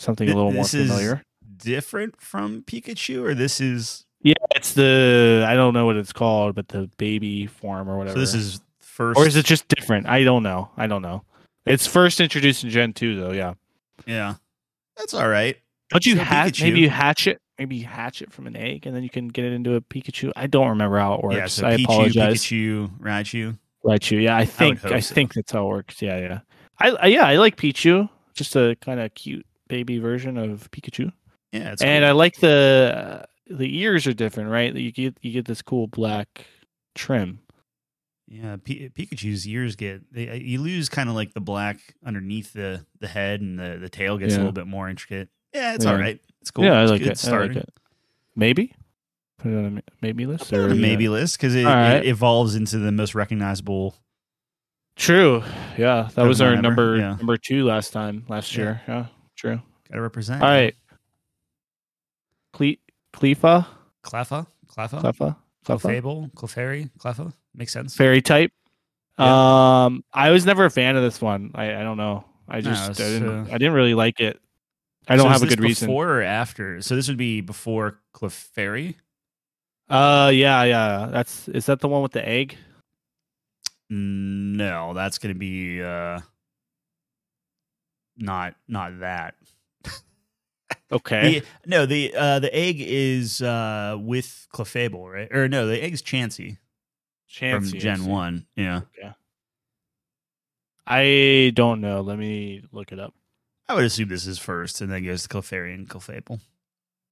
Speaker 1: Something a
Speaker 2: Th-
Speaker 1: little more
Speaker 2: this is-
Speaker 1: familiar.
Speaker 2: Different from Pikachu, or this is
Speaker 1: Yeah, it's the I don't know what it's called, but the baby form or whatever.
Speaker 2: so. This is first,
Speaker 1: or is it just different? I don't know. I don't know. It's first introduced in Gen two though. Yeah.
Speaker 2: Yeah, that's all right.
Speaker 1: Don't you
Speaker 2: Still
Speaker 1: hatch?
Speaker 2: Pikachu.
Speaker 1: Maybe you hatch it. Maybe you hatch it from an egg, and then you can get it into a Pikachu. I don't remember how it works.
Speaker 2: Yeah, so
Speaker 1: I
Speaker 2: Pichu,
Speaker 1: apologize.
Speaker 2: Pikachu, Raichu.
Speaker 1: Raichu. Yeah, I think
Speaker 2: hope
Speaker 1: I,
Speaker 2: so.
Speaker 1: think that's how it works. Yeah, yeah. I, I yeah, I like Pichu. Just a kind of cute baby version of Pikachu.
Speaker 2: Yeah, it's
Speaker 1: and
Speaker 2: cool.
Speaker 1: I like the uh, the ears are different, right? You get you get this cool black trim.
Speaker 2: yeah, P- Pikachu's ears get they, uh, you lose kind of like the black underneath the the head, and the the tail gets
Speaker 1: Yeah.
Speaker 2: a little bit more intricate. Yeah, it's
Speaker 1: Yeah.
Speaker 2: all right. It's cool.
Speaker 1: Yeah, I
Speaker 2: It's
Speaker 1: like
Speaker 2: good
Speaker 1: it. I
Speaker 2: starting.
Speaker 1: like it. Maybe put it on a ma- maybe list
Speaker 2: Put it
Speaker 1: or
Speaker 2: on the maybe list because it,
Speaker 1: All right.
Speaker 2: it evolves into the most recognizable.
Speaker 1: True. Yeah, that was our
Speaker 2: Pokemon ever,
Speaker 1: number
Speaker 2: yeah.
Speaker 1: number two last time last
Speaker 2: Yeah.
Speaker 1: year. Yeah, true.
Speaker 2: Gotta represent.
Speaker 1: All right. Cle Clefa
Speaker 2: Clafa, Clafa,
Speaker 1: Clefa Clefa
Speaker 2: Clefable, Clefairy, Clafa. Makes sense.
Speaker 1: fairy type. Um, I was never a fan of this one. I, I don't know. I just I
Speaker 2: it's,
Speaker 1: didn't
Speaker 2: uh,
Speaker 1: I didn't really like it. I don't
Speaker 2: So is
Speaker 1: have a
Speaker 2: this
Speaker 1: good reason.
Speaker 2: Before or after? So this would be before Clefairy.
Speaker 1: Uh, yeah, yeah. That's is that the one with the egg?
Speaker 2: No, that's gonna be uh, not not that.
Speaker 1: Okay.
Speaker 2: The, no, the uh, the egg is uh, with Clefable, right? Or no, the egg's Chansey
Speaker 1: Chansey,
Speaker 2: from
Speaker 1: I
Speaker 2: Gen
Speaker 1: see.
Speaker 2: One. Yeah,
Speaker 1: I don't know. Let me look it up.
Speaker 2: I would assume this is first, and then goes to Clefairy and Clefable.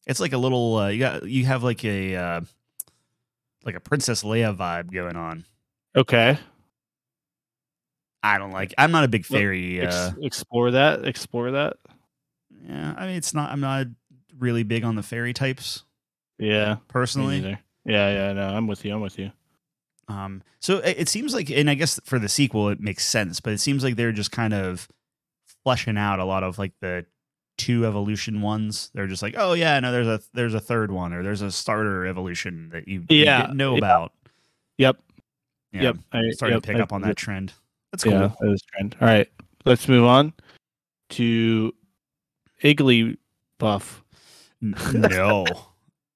Speaker 2: It's like a little uh, you got you have like a uh, like a Princess Leia vibe going on.
Speaker 1: Okay.
Speaker 2: I don't like. I'm not a big
Speaker 1: Well,
Speaker 2: fairy.
Speaker 1: Ex-
Speaker 2: Uh,
Speaker 1: explore that. Explore that.
Speaker 2: yeah, I mean, it's not. I'm not really big on the fairy types
Speaker 1: Yeah. me
Speaker 2: personally.
Speaker 1: neither. Yeah, yeah, no, I'm with you. I'm with you.
Speaker 2: Um, so it, it seems like, and I guess for the sequel, it makes sense. But it seems like they're just kind of fleshing out a lot of like the two evolution ones. They're just like, oh yeah, no, there's a there's a third one, or there's a starter evolution that you, you
Speaker 1: Yeah,
Speaker 2: didn't know
Speaker 1: yeah.
Speaker 2: about.
Speaker 1: Yep.
Speaker 2: Yeah,
Speaker 1: Yep. I
Speaker 2: starting
Speaker 1: yep,
Speaker 2: to pick
Speaker 1: I-
Speaker 2: up on that trend. That's cool.
Speaker 1: Yeah, that is a trend. All right, let's move on to Iggly Buff.
Speaker 2: N- no,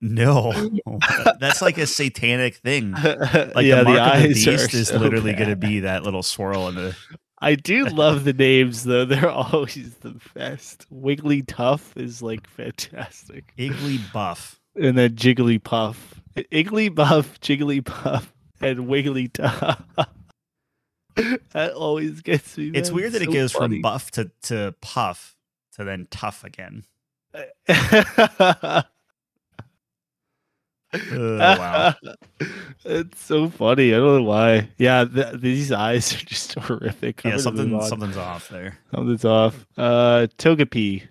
Speaker 2: no, that's like a satanic thing. Like
Speaker 1: yeah,
Speaker 2: the, mark of the
Speaker 1: are
Speaker 2: beast is
Speaker 1: so
Speaker 2: literally
Speaker 1: bad.
Speaker 2: going to be that little swirl in the.
Speaker 1: I do love the names though; they're always the best. Wiggly Tough is like fantastic,
Speaker 2: Iggly buff.
Speaker 1: and then Jiggly Puff, Iggly Buff, Jiggly Puff, and Wiggly Tough. that always gets me.
Speaker 2: It's
Speaker 1: man.
Speaker 2: weird that it
Speaker 1: so
Speaker 2: goes
Speaker 1: funny.
Speaker 2: from buff to, to puff to then tough again. Oh, wow.
Speaker 1: It's so funny. I don't know why. Yeah, th- these eyes are just horrific. I'm
Speaker 2: Yeah,
Speaker 1: gonna
Speaker 2: something
Speaker 1: move on.
Speaker 2: something's off there.
Speaker 1: something's off. Uh, Togepi.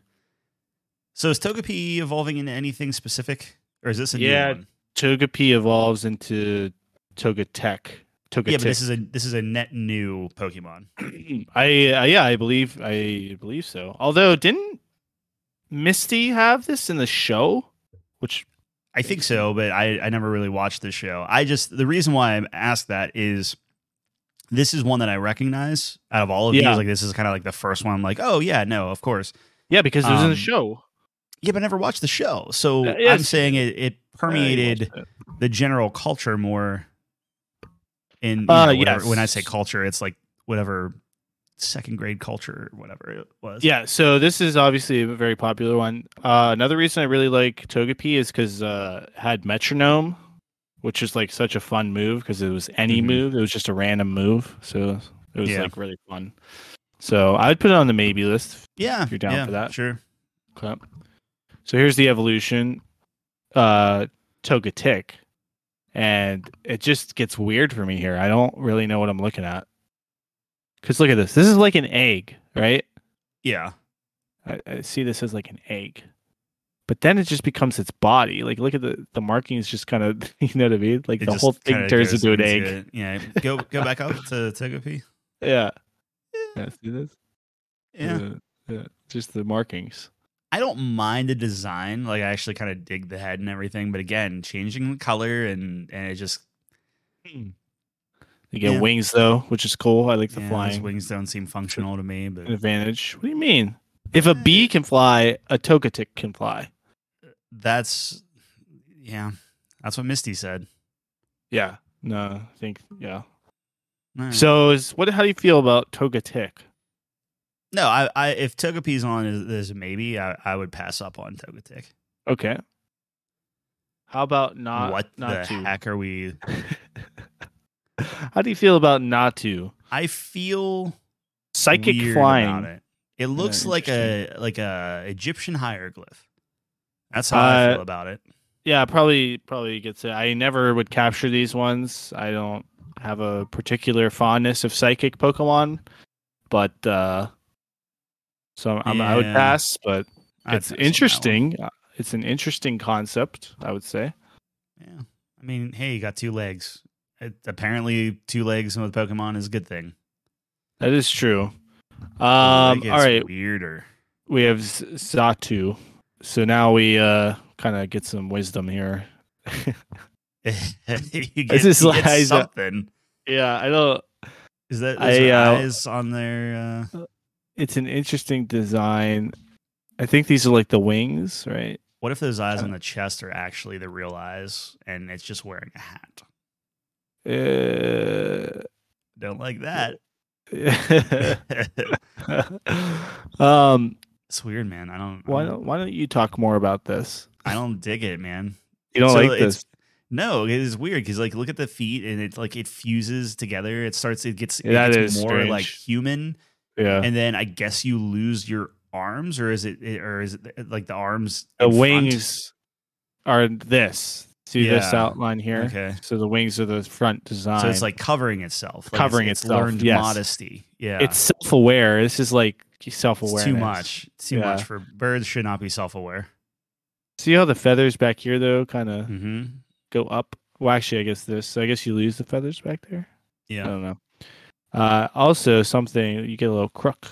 Speaker 2: So is Togepi evolving into anything specific? Or is this a
Speaker 1: Yeah,
Speaker 2: new one?
Speaker 1: Togepi evolves into Togetech. Togetic.
Speaker 2: Yeah, but this is a this is a net new Pokemon.
Speaker 1: I uh, yeah, I believe I believe so. Although didn't Misty have this in the show? Which
Speaker 2: I think so, but I, I never really watched this show. I just the reason why I'm asked that is this is one that I recognize out of all of
Speaker 1: Yeah.
Speaker 2: these. Like this is kind of like the first one. I'm like, oh yeah, no, of course.
Speaker 1: yeah, because it was in the
Speaker 2: Um,
Speaker 1: show.
Speaker 2: Yeah, but I never watched the show. So
Speaker 1: Uh, yes.
Speaker 2: I'm saying it, it permeated
Speaker 1: Uh,
Speaker 2: the general culture more in you
Speaker 1: Uh,
Speaker 2: know, whatever-
Speaker 1: yes.
Speaker 2: when I say culture, it's like whatever second grade culture or whatever it was.
Speaker 1: Yeah, so this is obviously a very popular one. Uh, another reason I really like Togepi is because uh, it had metronome, which is like such a fun move because it was any
Speaker 2: Mhm.
Speaker 1: move. It was just a random move, so it was
Speaker 2: Yeah.
Speaker 1: like really fun. So I'd put it on the maybe list.
Speaker 2: Yeah.
Speaker 1: If you're down
Speaker 2: yeah,
Speaker 1: for that.
Speaker 2: Sure.
Speaker 1: Okay. So here's the evolution, uh, Togetic, and it just gets weird for me here. I don't really know what I'm looking at. Cause look at this. This is like an egg, right?
Speaker 2: Yeah.
Speaker 1: I, I see this as like an egg, but then it just becomes its body. Like look at the the markings, just kind of you know what I mean. Like
Speaker 2: It
Speaker 1: the
Speaker 2: just
Speaker 1: whole thing
Speaker 2: kinda
Speaker 1: turns
Speaker 2: goes
Speaker 1: into an egg.
Speaker 2: it. Yeah. Go go back up to Tegopi.
Speaker 1: Yeah. yeah. See this?
Speaker 2: Yeah.
Speaker 1: yeah. Just the markings.
Speaker 2: I don't mind the design. Like I actually kind of dig the head and everything, but again, changing the color and and it just
Speaker 1: They get
Speaker 2: Yeah.
Speaker 1: wings though, which is cool. I like the
Speaker 2: yeah, those
Speaker 1: flying
Speaker 2: wings don't seem functional to me, but
Speaker 1: advantage. What do you mean? If a bee can fly, a tokatik can fly.
Speaker 2: that's yeah. That's what Misty said.
Speaker 1: Yeah. No, I think yeah.
Speaker 2: All right.
Speaker 1: So is what? How do you feel about tokatik?
Speaker 2: no, I, I if Togepi's on is, is a maybe, I, I would pass up on Togetic.
Speaker 1: Okay. How about not
Speaker 2: what the
Speaker 1: not to?
Speaker 2: heck are we?
Speaker 1: How do you feel about Natu?
Speaker 2: I feel
Speaker 1: Psychic
Speaker 2: weird about
Speaker 1: flying.
Speaker 2: it. It looks like a like a Egyptian hieroglyph. That's how I
Speaker 1: Uh,
Speaker 2: feel about it.
Speaker 1: Yeah, probably probably gets it. I never would capture these ones. I don't have a particular fondness of psychic Pokemon, but uh so I'm, I would
Speaker 2: Yeah.
Speaker 1: pass. But
Speaker 2: I'd
Speaker 1: it's
Speaker 2: pass on that one.
Speaker 1: interesting. Uh, It's an interesting concept, I would say.
Speaker 2: Yeah. I mean, hey, you got two legs. It, apparently, two legs with Pokemon is a good thing.
Speaker 1: That is true.
Speaker 2: I
Speaker 1: Um,
Speaker 2: think
Speaker 1: all
Speaker 2: it's
Speaker 1: right,
Speaker 2: Weirder.
Speaker 1: we have Z- Zatu. So now we uh, kind of get some wisdom here.
Speaker 2: you get,
Speaker 1: This is
Speaker 2: you
Speaker 1: like-
Speaker 2: get
Speaker 1: I-
Speaker 2: something.
Speaker 1: Yeah, I don't.
Speaker 2: Is that
Speaker 1: I,
Speaker 2: is there
Speaker 1: uh,
Speaker 2: eyes on their? Uh,
Speaker 1: It's an interesting design. I think these are like the wings, right?
Speaker 2: what if those eyes on the chest are actually the real eyes, and it's just wearing a hat?
Speaker 1: Uh,
Speaker 2: Don't like that.
Speaker 1: um,
Speaker 2: it's weird, man. I don't.
Speaker 1: why
Speaker 2: I don't,
Speaker 1: don't Why don't you talk more about this?
Speaker 2: I don't dig it, man.
Speaker 1: You don't
Speaker 2: So
Speaker 1: like
Speaker 2: it's-
Speaker 1: this?
Speaker 2: No, it is weird because like look at the feet and it like it fuses together. It starts. It gets. It
Speaker 1: Yeah, that
Speaker 2: gets
Speaker 1: is
Speaker 2: more
Speaker 1: strange.
Speaker 2: like human.
Speaker 1: Yeah,
Speaker 2: and then I guess you lose your arms, or is it, eh, or is it like the arms?
Speaker 1: the
Speaker 2: in front?
Speaker 1: wings are this. See this
Speaker 2: Yeah.
Speaker 1: outline here.
Speaker 2: Okay,
Speaker 1: So the wings are the front design.
Speaker 2: so it's like covering itself, like
Speaker 1: Covering
Speaker 2: it's, it's
Speaker 1: itself,
Speaker 2: Learned
Speaker 1: yes.
Speaker 2: modesty. Yeah,
Speaker 1: it's self-aware. This is like
Speaker 2: It's
Speaker 1: self-awareness.
Speaker 2: too much. Too
Speaker 1: Yeah.
Speaker 2: much for birds. Should not be self-aware.
Speaker 1: See how the feathers back here though kind of
Speaker 2: Mm-hmm.
Speaker 1: go up. Well, actually, I guess this. So I guess you lose the feathers back there. I
Speaker 2: Yeah,
Speaker 1: don't know. Uh, also, something you get a little crook.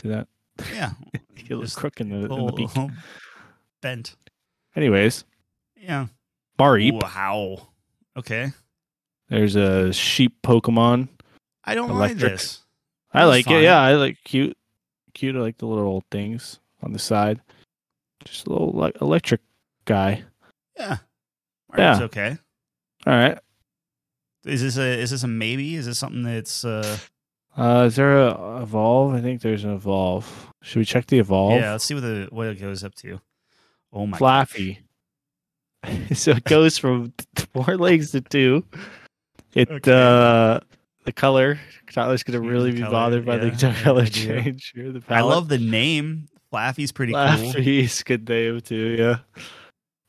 Speaker 1: See that?
Speaker 2: yeah.
Speaker 1: You Oh. get a
Speaker 2: Just
Speaker 1: little crook in the, in the
Speaker 2: Little-
Speaker 1: beak.
Speaker 2: little bent.
Speaker 1: Anyways,
Speaker 2: Yeah.
Speaker 1: Mareep.
Speaker 2: Wow. Okay.
Speaker 1: There's a sheep Pokemon.
Speaker 2: I don't like
Speaker 1: Electric.
Speaker 2: this.
Speaker 1: I
Speaker 2: That's
Speaker 1: like
Speaker 2: fine.
Speaker 1: it. Yeah, I like cute. Cute. I like the little old things on the side. Just a little like electric guy.
Speaker 2: Yeah.
Speaker 1: Yeah.
Speaker 2: It's okay.
Speaker 1: All right.
Speaker 2: Is this a is this a maybe? Is this something that's uh
Speaker 1: Uh, is there a evolve? I think there's an evolve. Should we check the evolve?
Speaker 2: yeah, let's see what the what it goes up to. Oh my gosh.
Speaker 1: Flappy. so it goes from four legs to two. It
Speaker 2: Okay.
Speaker 1: uh the color. Tyler's gonna
Speaker 2: Change
Speaker 1: really
Speaker 2: the
Speaker 1: be
Speaker 2: color,
Speaker 1: bothered by
Speaker 2: yeah,
Speaker 1: the
Speaker 2: I-
Speaker 1: color
Speaker 2: I do.
Speaker 1: change. Here, the
Speaker 2: I
Speaker 1: palette.
Speaker 2: love the name. Flaffy's pretty cool.
Speaker 1: Laffy's good name too. Yeah.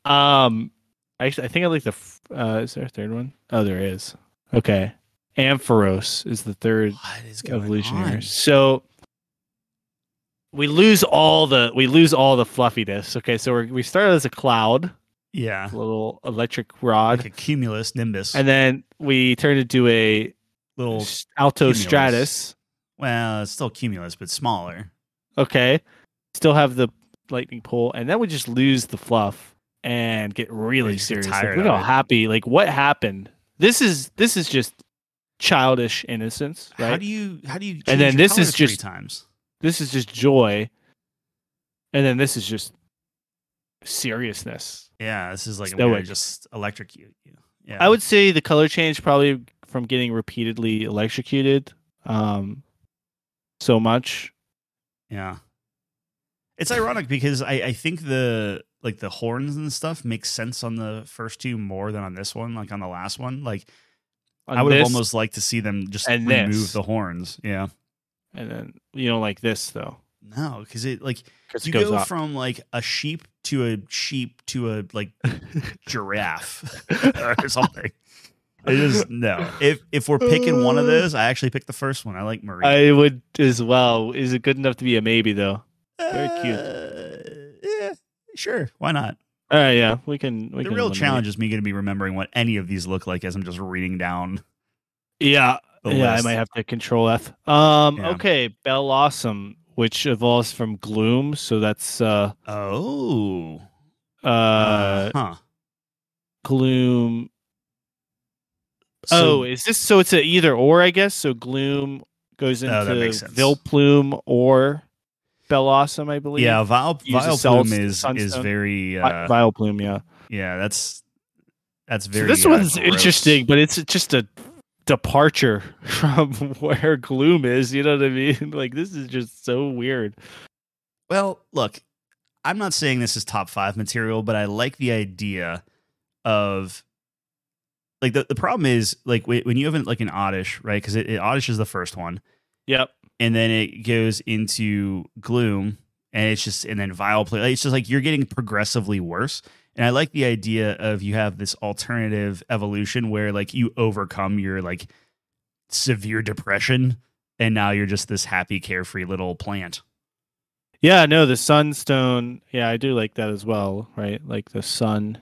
Speaker 1: Um, actually, I think I like the. f- Uh, is there a third one? Oh, there is. Okay, Ampharos is the third
Speaker 2: What is going
Speaker 1: evolutionary.
Speaker 2: on?
Speaker 1: So we lose all the we lose all the fluffiness. Okay, so we're, we started as a cloud,
Speaker 2: Yeah.
Speaker 1: a little electric rod,
Speaker 2: Like a cumulus nimbus.
Speaker 1: and then we turned into a
Speaker 2: little
Speaker 1: s- alto
Speaker 2: cumulus.
Speaker 1: stratus.
Speaker 2: well, it's still cumulus, but smaller.
Speaker 1: okay still have the lightning pole and then we just lose the fluff and get really
Speaker 2: just get
Speaker 1: serious
Speaker 2: tired
Speaker 1: like, look
Speaker 2: of
Speaker 1: how
Speaker 2: it.
Speaker 1: happy like what happened this is this is just childish innocence right
Speaker 2: How do you how do you
Speaker 1: And
Speaker 2: change
Speaker 1: then
Speaker 2: your
Speaker 1: this is
Speaker 2: color three
Speaker 1: just-
Speaker 2: times?
Speaker 1: this is just joy and then this is just seriousness
Speaker 2: Yeah, this is like
Speaker 1: Stoic.
Speaker 2: we're just electrocute you. Yeah.
Speaker 1: i would say the color change probably from getting repeatedly electrocuted um so much
Speaker 2: Yeah. It's ironic because I, I think the like the horns and stuff makes sense on the first two more than on this one, like on the last one. Like
Speaker 1: on
Speaker 2: I would have
Speaker 1: this,
Speaker 2: almost liked to see them just
Speaker 1: and
Speaker 2: remove
Speaker 1: this.
Speaker 2: the horns. Yeah.
Speaker 1: and then you know like this though
Speaker 2: No, because it like
Speaker 1: 'cause it
Speaker 2: you
Speaker 1: goes
Speaker 2: go
Speaker 1: up.
Speaker 2: from like a sheep to a sheep to a like giraffe or something. It is no. If if we're picking one of those, I actually picked the first one. I like Marie.
Speaker 1: I would as well. Is it good enough to be a maybe though? Very cute.
Speaker 2: Uh, yeah, sure. Why not?
Speaker 1: All right, yeah, we can. We can
Speaker 2: the real
Speaker 1: eliminate-
Speaker 2: challenge is me going to be remembering what any of these look like as I'm just reading down
Speaker 1: Yeah,
Speaker 2: the
Speaker 1: yeah, I
Speaker 2: list.
Speaker 1: might have to control F. Um,
Speaker 2: Yeah.
Speaker 1: okay, Bell Awesome, which evolves from Gloom, so that's uh,
Speaker 2: Oh.
Speaker 1: uh,
Speaker 2: huh.
Speaker 1: Gloom.
Speaker 2: So-
Speaker 1: oh, is this so? It's a either or, I guess. So Gloom goes into
Speaker 2: Oh, that makes sense.
Speaker 1: Vilplume or Bell Awesome, I believe.
Speaker 2: yeah, Vile
Speaker 1: Use a
Speaker 2: Vileplume
Speaker 1: cell s-
Speaker 2: is is
Speaker 1: sunstone.
Speaker 2: very
Speaker 1: Vi-
Speaker 2: uh,
Speaker 1: Vileplume, yeah.
Speaker 2: yeah. That's that's
Speaker 1: So
Speaker 2: very.
Speaker 1: this
Speaker 2: uh,
Speaker 1: one's
Speaker 2: gross.
Speaker 1: interesting, but it's just a departure from where gloom is. You know what I mean? Like this is just so weird.
Speaker 2: Well, look, I'm not saying this is top five material, but I like the idea of like the, the problem is like whe- when you have an, like an oddish right because it, it oddish is the first one
Speaker 1: Yep.
Speaker 2: and then it goes into gloom and it's just and then vile play like, it's just like you're getting progressively worse and i like the idea of you have this alternative evolution where like you overcome your like severe depression and now you're just this happy carefree little plant
Speaker 1: Yeah. No, the sunstone. Yeah, I do like that as well. Right, like the sun.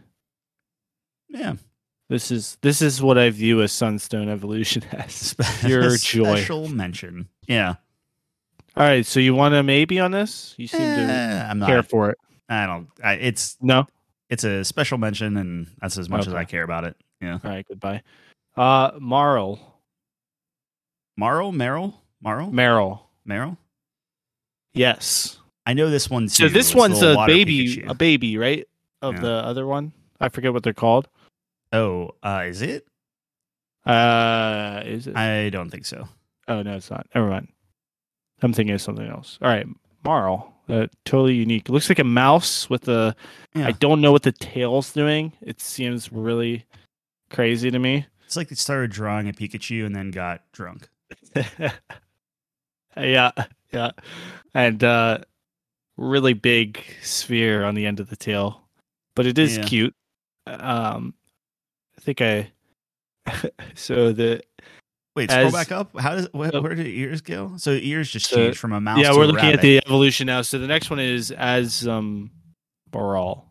Speaker 2: yeah
Speaker 1: This is this is what I view as sunstone evolution as.
Speaker 2: Spe-
Speaker 1: Pure joy.
Speaker 2: special mention yeah
Speaker 1: All right. So you want to maybe on this? You seem to
Speaker 2: Eh, i'm not
Speaker 1: care for it.
Speaker 2: i don't I, it's
Speaker 1: No.
Speaker 2: it's a special mention and that's as much as
Speaker 1: Okay.
Speaker 2: i care about it yeah
Speaker 1: All right. Goodbye. Uh, Marl.
Speaker 2: marl merrill marl
Speaker 1: Merrill.
Speaker 2: merrill
Speaker 1: Yes.
Speaker 2: I know this one
Speaker 1: So
Speaker 2: too.
Speaker 1: this
Speaker 2: It's
Speaker 1: one's
Speaker 2: little
Speaker 1: a
Speaker 2: water
Speaker 1: baby,
Speaker 2: Pikachu.
Speaker 1: a baby, right? Of
Speaker 2: Yeah.
Speaker 1: the other one, I forget what they're called.
Speaker 2: oh, uh, is it?
Speaker 1: Uh, is it?
Speaker 2: I don't think so.
Speaker 1: oh no, it's not. Never mind. I'm thinking of something else. All right, Marl, uh, totally unique. Looks like a mouse with a.
Speaker 2: Yeah.
Speaker 1: I don't know what the tail's doing. It seems really crazy to me.
Speaker 2: It's like they started drawing a Pikachu and then got drunk.
Speaker 1: yeah, yeah, and uh, really big sphere on the end of the tail, but it is
Speaker 2: Yeah.
Speaker 1: cute. Um, I think I. so the
Speaker 2: Wait, scroll
Speaker 1: As-
Speaker 2: back up. How does wh-
Speaker 1: Oh.
Speaker 2: where do ears go? So ears just
Speaker 1: So-
Speaker 2: change from a mouse.
Speaker 1: yeah,
Speaker 2: to
Speaker 1: we're
Speaker 2: a
Speaker 1: looking at the
Speaker 2: rabbit.
Speaker 1: evolution now. So the next one is Asum Baral,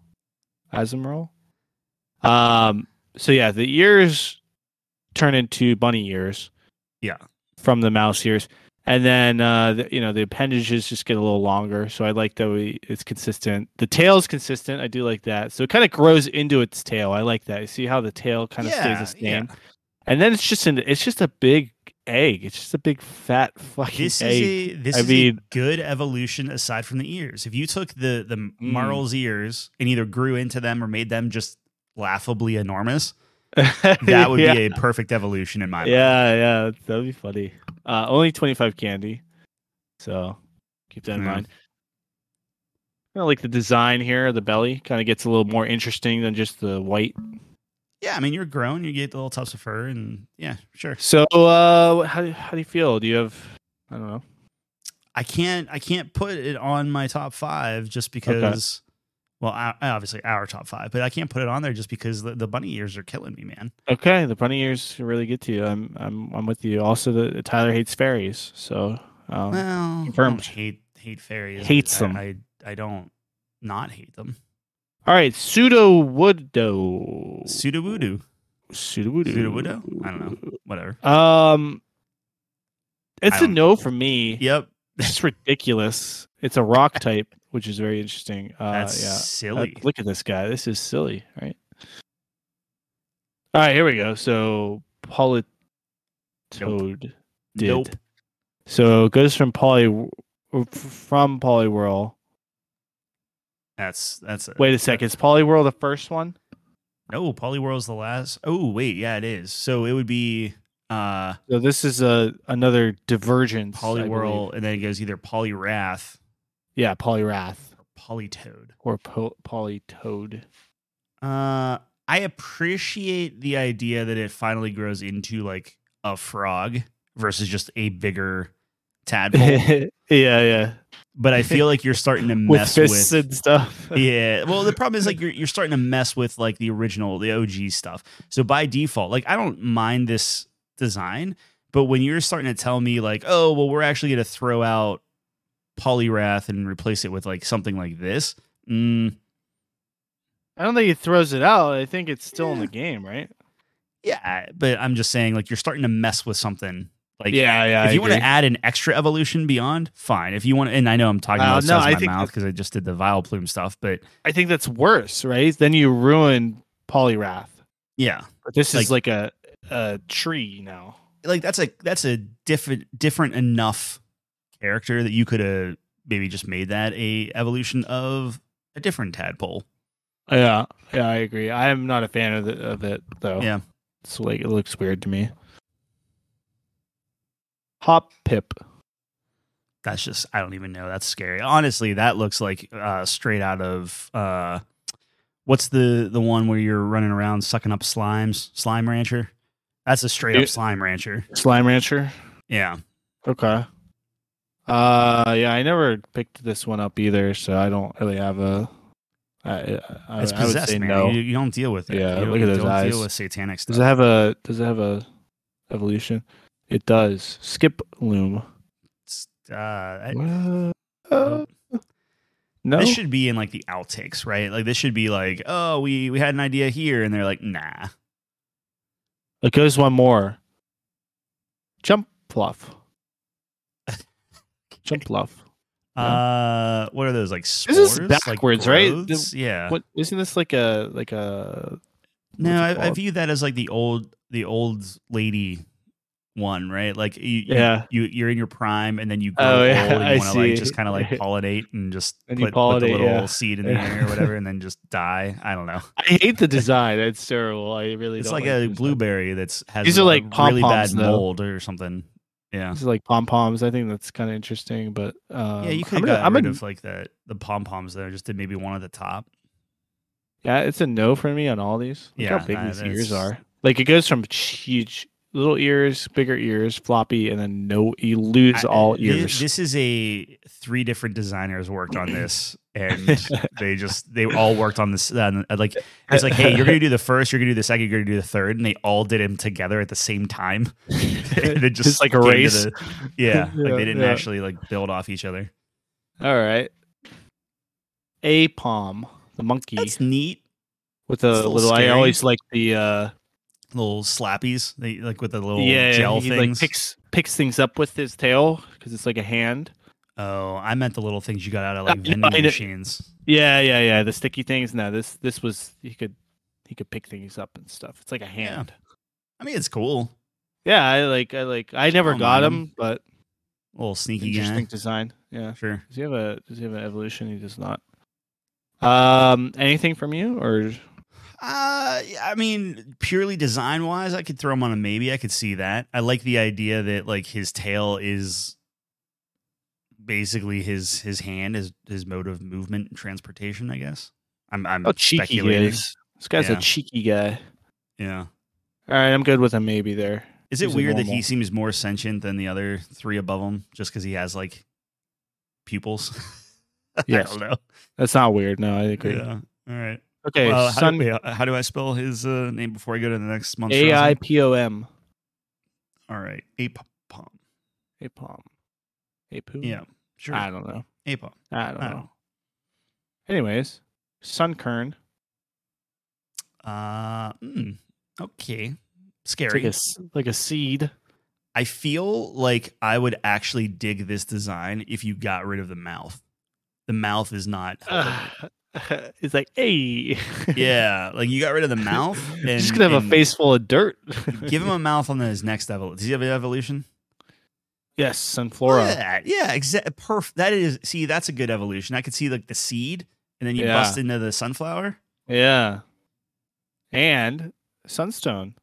Speaker 1: Azumarill. Um. So yeah, the ears turn into bunny ears.
Speaker 2: Yeah.
Speaker 1: From the mouse ears, and then uh, the, you know the appendages just get a little longer. So I like that we it's consistent. The tail's consistent. I do like that. So it kind of grows into its tail. I like that. You see how the tail kind of
Speaker 2: Yeah,
Speaker 1: stays the same,
Speaker 2: yeah.
Speaker 1: and then it's just an it's just a big egg. It's just a big fat fucking
Speaker 2: This
Speaker 1: egg.
Speaker 2: is a this
Speaker 1: I
Speaker 2: is
Speaker 1: mean-
Speaker 2: a good evolution aside from the ears. If you took the the
Speaker 1: Mm.
Speaker 2: Marl's ears and either grew into them or made them just laughably enormous, that would
Speaker 1: yeah.
Speaker 2: be a perfect evolution in my mind.
Speaker 1: yeah, yeah, that'd be funny. Uh, only twenty five candy, so keep that in
Speaker 2: Yeah.
Speaker 1: mind. I like the design here. The belly kind of gets a little more interesting than just the white.
Speaker 2: Yeah, I mean you're grown, you get the little tufts of fur, and yeah, sure.
Speaker 1: So, uh, how do- how do you feel? Do you have I don't know.
Speaker 2: I can't I can't put it on my top five just because. Well, I, I obviously our top five, but I can't put it on there just because the, the bunny ears are killing me, man.
Speaker 1: Okay, the bunny ears really get to you. I'm I'm I'm with you. Also, the Tyler hates fairies, so um,
Speaker 2: well, I
Speaker 1: confirmed.
Speaker 2: don't hate hate fairies.
Speaker 1: Hates
Speaker 2: I,
Speaker 1: them.
Speaker 2: I I don't not hate them.
Speaker 1: all right. Pseudo woodo.
Speaker 2: Sudowoodo,
Speaker 1: Pseudo woodo.
Speaker 2: Sudowoodo? I don't whatever.
Speaker 1: know. Um,
Speaker 2: I
Speaker 1: it's a
Speaker 2: don't-
Speaker 1: no for me.
Speaker 2: Yep,
Speaker 1: It's ridiculous. It's a rock type, which is very interesting. Uh,
Speaker 2: that's
Speaker 1: yeah.
Speaker 2: silly.
Speaker 1: Uh, Look at this guy. This is silly, right? All right, here we go. So polytoad did.
Speaker 2: nope.
Speaker 1: So it goes from poly from polywhirl.
Speaker 2: That's that's a,
Speaker 1: Wait a second. Is polywhirl the first one?
Speaker 2: No, Polyworld's the last. Oh wait, yeah, it is. So it would be uh
Speaker 1: So this is a another divergence. I believe.
Speaker 2: Polyworld, and then it goes either Polywrath
Speaker 1: Yeah, polyrath
Speaker 2: or Polytoad.
Speaker 1: or po- polytoad.
Speaker 2: Uh, I appreciate the idea that it finally grows into like a frog versus just a bigger tadpole.
Speaker 1: yeah, yeah.
Speaker 2: but I feel like you're starting to
Speaker 1: With
Speaker 2: mess
Speaker 1: fists
Speaker 2: with.
Speaker 1: and stuff.
Speaker 2: yeah. Well, the problem is like you're you're starting to mess with like the original, the OG stuff. So by default, like I don't mind this design, but when you're starting to tell me like, oh, well, we're actually going to throw out Polyrath and replace it with like something like this, mm,
Speaker 1: I don't think he throws it out. I think it's still in the game, right?
Speaker 2: yeah. But I'm just saying, like you're starting to mess with something. Like
Speaker 1: yeah, yeah.
Speaker 2: if you want to add an extra evolution beyond, fine. If you want, and I know I'm talking
Speaker 1: Uh,
Speaker 2: about
Speaker 1: no,
Speaker 2: stuff
Speaker 1: I
Speaker 2: in my
Speaker 1: think
Speaker 2: mouth because I just did the vile plume stuff, but
Speaker 1: I think that's worse, right? Then you ruin Polyrath.
Speaker 2: yeah,
Speaker 1: But this is like a a tree now.
Speaker 2: like that's a that's a different different enough character that you could have maybe just made that a evolution of a different tadpole.
Speaker 1: Yeah, yeah, I agree. I am not a fan of, the, of it though.
Speaker 2: Yeah.
Speaker 1: it's like it looks weird to me. Hop Pip.
Speaker 2: That's just I don't even know. That's scary. Honestly, that looks like uh, straight out of uh, what's the the one where you're running around sucking up slimes, slime rancher. That's a straight
Speaker 1: Yeah.
Speaker 2: up slime rancher.
Speaker 1: Slime Rancher.
Speaker 2: Yeah,
Speaker 1: Okay. Uh, yeah, I never picked this one up either, so I don't really have a. I I,
Speaker 2: it's
Speaker 1: I would
Speaker 2: possessed,
Speaker 1: say
Speaker 2: man.
Speaker 1: no.
Speaker 2: You, you don't deal with it.
Speaker 1: Yeah,
Speaker 2: you
Speaker 1: look at those
Speaker 2: don't
Speaker 1: eyes.
Speaker 2: Deal with satanic stuff.
Speaker 1: Does it have a does it have a evolution? It does. Skip loom.
Speaker 2: It's, uh, I-
Speaker 1: Uh,
Speaker 2: Nope.
Speaker 1: no.
Speaker 2: This should be in like the outtakes, right? Like this should be like, oh, we we had an idea here, and they're like, nah.
Speaker 1: It goes one more. Jump fluff. Jump fluff.
Speaker 2: Uh, what are those like? Spores?
Speaker 1: This is
Speaker 2: Like,
Speaker 1: backwards, right?
Speaker 2: growths?
Speaker 1: This-
Speaker 2: yeah.
Speaker 1: What isn't this like a like a
Speaker 2: no,
Speaker 1: what's it
Speaker 2: I, I
Speaker 1: called?
Speaker 2: view that as like the old the old lady one, right? Like you, you-
Speaker 1: Yeah.
Speaker 2: you you're in your prime, and then you go
Speaker 1: Oh, yeah,
Speaker 2: old, and
Speaker 1: I
Speaker 2: you want to like
Speaker 1: see.
Speaker 2: just kind of like pollinate and just
Speaker 1: And you
Speaker 2: put, put the
Speaker 1: pollinate,
Speaker 2: little
Speaker 1: yeah.
Speaker 2: seed in the
Speaker 1: Yeah.
Speaker 2: air or whatever, and then just die. I don't know.
Speaker 1: I hate the design. It's terrible. I really
Speaker 2: It's
Speaker 1: don't
Speaker 2: like
Speaker 1: like
Speaker 2: a
Speaker 1: this.
Speaker 2: blueberry that's has
Speaker 1: These are
Speaker 2: a
Speaker 1: like
Speaker 2: really bad
Speaker 1: pom-poms, though.
Speaker 2: mold or something. Yeah.
Speaker 1: This is like pom poms. I think that's kind of interesting, but um,
Speaker 2: yeah, you
Speaker 1: I'm
Speaker 2: could have
Speaker 1: gonna-
Speaker 2: got
Speaker 1: I'm
Speaker 2: rid
Speaker 1: a-
Speaker 2: of like the the pom poms there. Just did maybe one at the top.
Speaker 1: Yeah, it's a no for me on all these. Look
Speaker 2: Yeah,
Speaker 1: how big
Speaker 2: nah,
Speaker 1: these ears
Speaker 2: that's-
Speaker 1: are. Like it goes from huge little ears, bigger ears, floppy, and then no you lose
Speaker 2: I- uh,
Speaker 1: all
Speaker 2: thi-
Speaker 1: ears.
Speaker 2: This is a three different designers worked on this, and they just they all worked on this. Uh, like it's like, hey, you're gonna do the first, you're gonna do the second, you're gonna do the third, and they all did them together at the same time. And it just
Speaker 1: It's like a
Speaker 2: came to
Speaker 1: race.
Speaker 2: the- yeah, like
Speaker 1: Yeah,
Speaker 2: they didn't
Speaker 1: yeah.
Speaker 2: actually like build off each other.
Speaker 1: all right. A palm, the monkey
Speaker 2: That's neat.
Speaker 1: with a
Speaker 2: it's a little
Speaker 1: little, I
Speaker 2: scary.
Speaker 1: always like the uh
Speaker 2: Little slappies, they like with the little
Speaker 1: yeah,
Speaker 2: gel
Speaker 1: he
Speaker 2: things.
Speaker 1: like picks picks things up with his tail because it's like a hand.
Speaker 2: oh, I meant the little things you got out of
Speaker 1: I
Speaker 2: like
Speaker 1: know,
Speaker 2: vending
Speaker 1: I know.
Speaker 2: machines.
Speaker 1: Yeah, yeah, yeah. The sticky things. No, this this was he could he could pick things up and stuff. It's like a hand.
Speaker 2: I mean, it's cool.
Speaker 1: Yeah, I like I like I never
Speaker 2: don't
Speaker 1: got
Speaker 2: mind
Speaker 1: him, but
Speaker 2: little sneaky
Speaker 1: interesting
Speaker 2: guy.
Speaker 1: design. Yeah.
Speaker 2: Sure.
Speaker 1: Does he have a does he have an evolution? He does not. Um anything from you or
Speaker 2: Uh, I mean, purely design wise, I could throw him on a maybe. I could see that. I like the idea that like his tail is basically his his hand, his his mode of movement and transportation. I guess. I'm I'm
Speaker 1: oh cheeky he
Speaker 2: speculating.
Speaker 1: is. This guy's
Speaker 2: Yeah.
Speaker 1: a cheeky guy.
Speaker 2: Yeah.
Speaker 1: All right, I'm good with a maybe there.
Speaker 2: Is it
Speaker 1: He's a
Speaker 2: weird that he
Speaker 1: normal.
Speaker 2: seems more sentient than the other three above him, just because he has like pupils?
Speaker 1: Yes.
Speaker 2: I don't know.
Speaker 1: That's not weird. No, I agree.
Speaker 2: Yeah. All right.
Speaker 1: Okay,
Speaker 2: Well, how, do,
Speaker 1: Sun
Speaker 2: wait, uh, how do I spell his uh, name before I go to the next month?
Speaker 1: A I P O M.
Speaker 2: All right. Ape palm.
Speaker 1: Apom. Apu.
Speaker 2: Yeah. Sure.
Speaker 1: I don't know.
Speaker 2: Ape palm.
Speaker 1: I don't
Speaker 2: I
Speaker 1: know. Anyways, Sunkern.
Speaker 2: Uh, mm, okay.
Speaker 1: It's like a
Speaker 2: Scary.
Speaker 1: s- like a seed.
Speaker 2: I feel like I would actually dig this design if you got rid of the mouth. The mouth is not.
Speaker 1: Uh.
Speaker 2: helping.
Speaker 1: it's like hey.
Speaker 2: yeah, like you got rid of the mouth. And,
Speaker 1: Just gonna have a
Speaker 2: and
Speaker 1: face full of dirt.
Speaker 2: Give him a mouth on his next evolution. Does he have an evolution?
Speaker 1: yes, Sunflora.
Speaker 2: Yeah, yeah, exactly. Perf. That is. See, that's a good evolution. I could see like the seed, and then you
Speaker 1: Yeah.
Speaker 2: bust into the sunflower.
Speaker 1: Yeah. And Sunstone.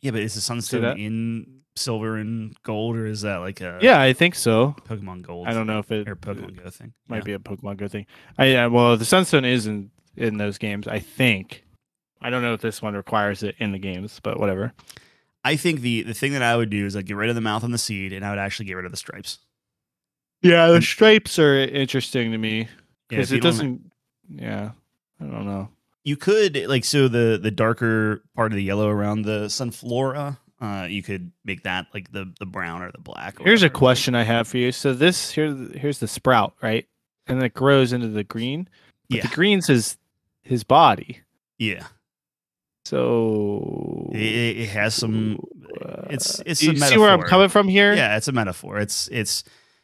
Speaker 2: Yeah, but is the
Speaker 1: that?
Speaker 2: sunstone in silver and gold, or is that like a
Speaker 1: yeah, I think so.
Speaker 2: Pokemon Gold?
Speaker 1: I don't know if it
Speaker 2: Uh, Or Pokemon Go thing.
Speaker 1: might be a Pokemon Go thing. I yeah, well, the Sunstone is in in those games, I think. I don't know if this one requires it in the games, but whatever.
Speaker 2: I think the the thing that I would do is like get rid of the mouth on the seed, and I would actually get rid of the stripes.
Speaker 1: Yeah, the stripes are interesting to me
Speaker 2: Yeah, if
Speaker 1: because
Speaker 2: you
Speaker 1: it
Speaker 2: don't-
Speaker 1: doesn't. Yeah, I don't know.
Speaker 2: You could like so the the darker part of the yellow around the sunflora. uh, you could make that like the the brown or the black. Or
Speaker 1: Here's a
Speaker 2: whatever.
Speaker 1: question I have for you. So this here here's the sprout, right? And it grows into the green. But
Speaker 2: Yeah,
Speaker 1: the green's his his body.
Speaker 2: yeah.
Speaker 1: So
Speaker 2: It, it it has some.
Speaker 1: uh,
Speaker 2: It's it's.
Speaker 1: do
Speaker 2: a
Speaker 1: you see where I'm
Speaker 2: metaphor.
Speaker 1: coming from here?
Speaker 2: Yeah, it's a metaphor. It's it's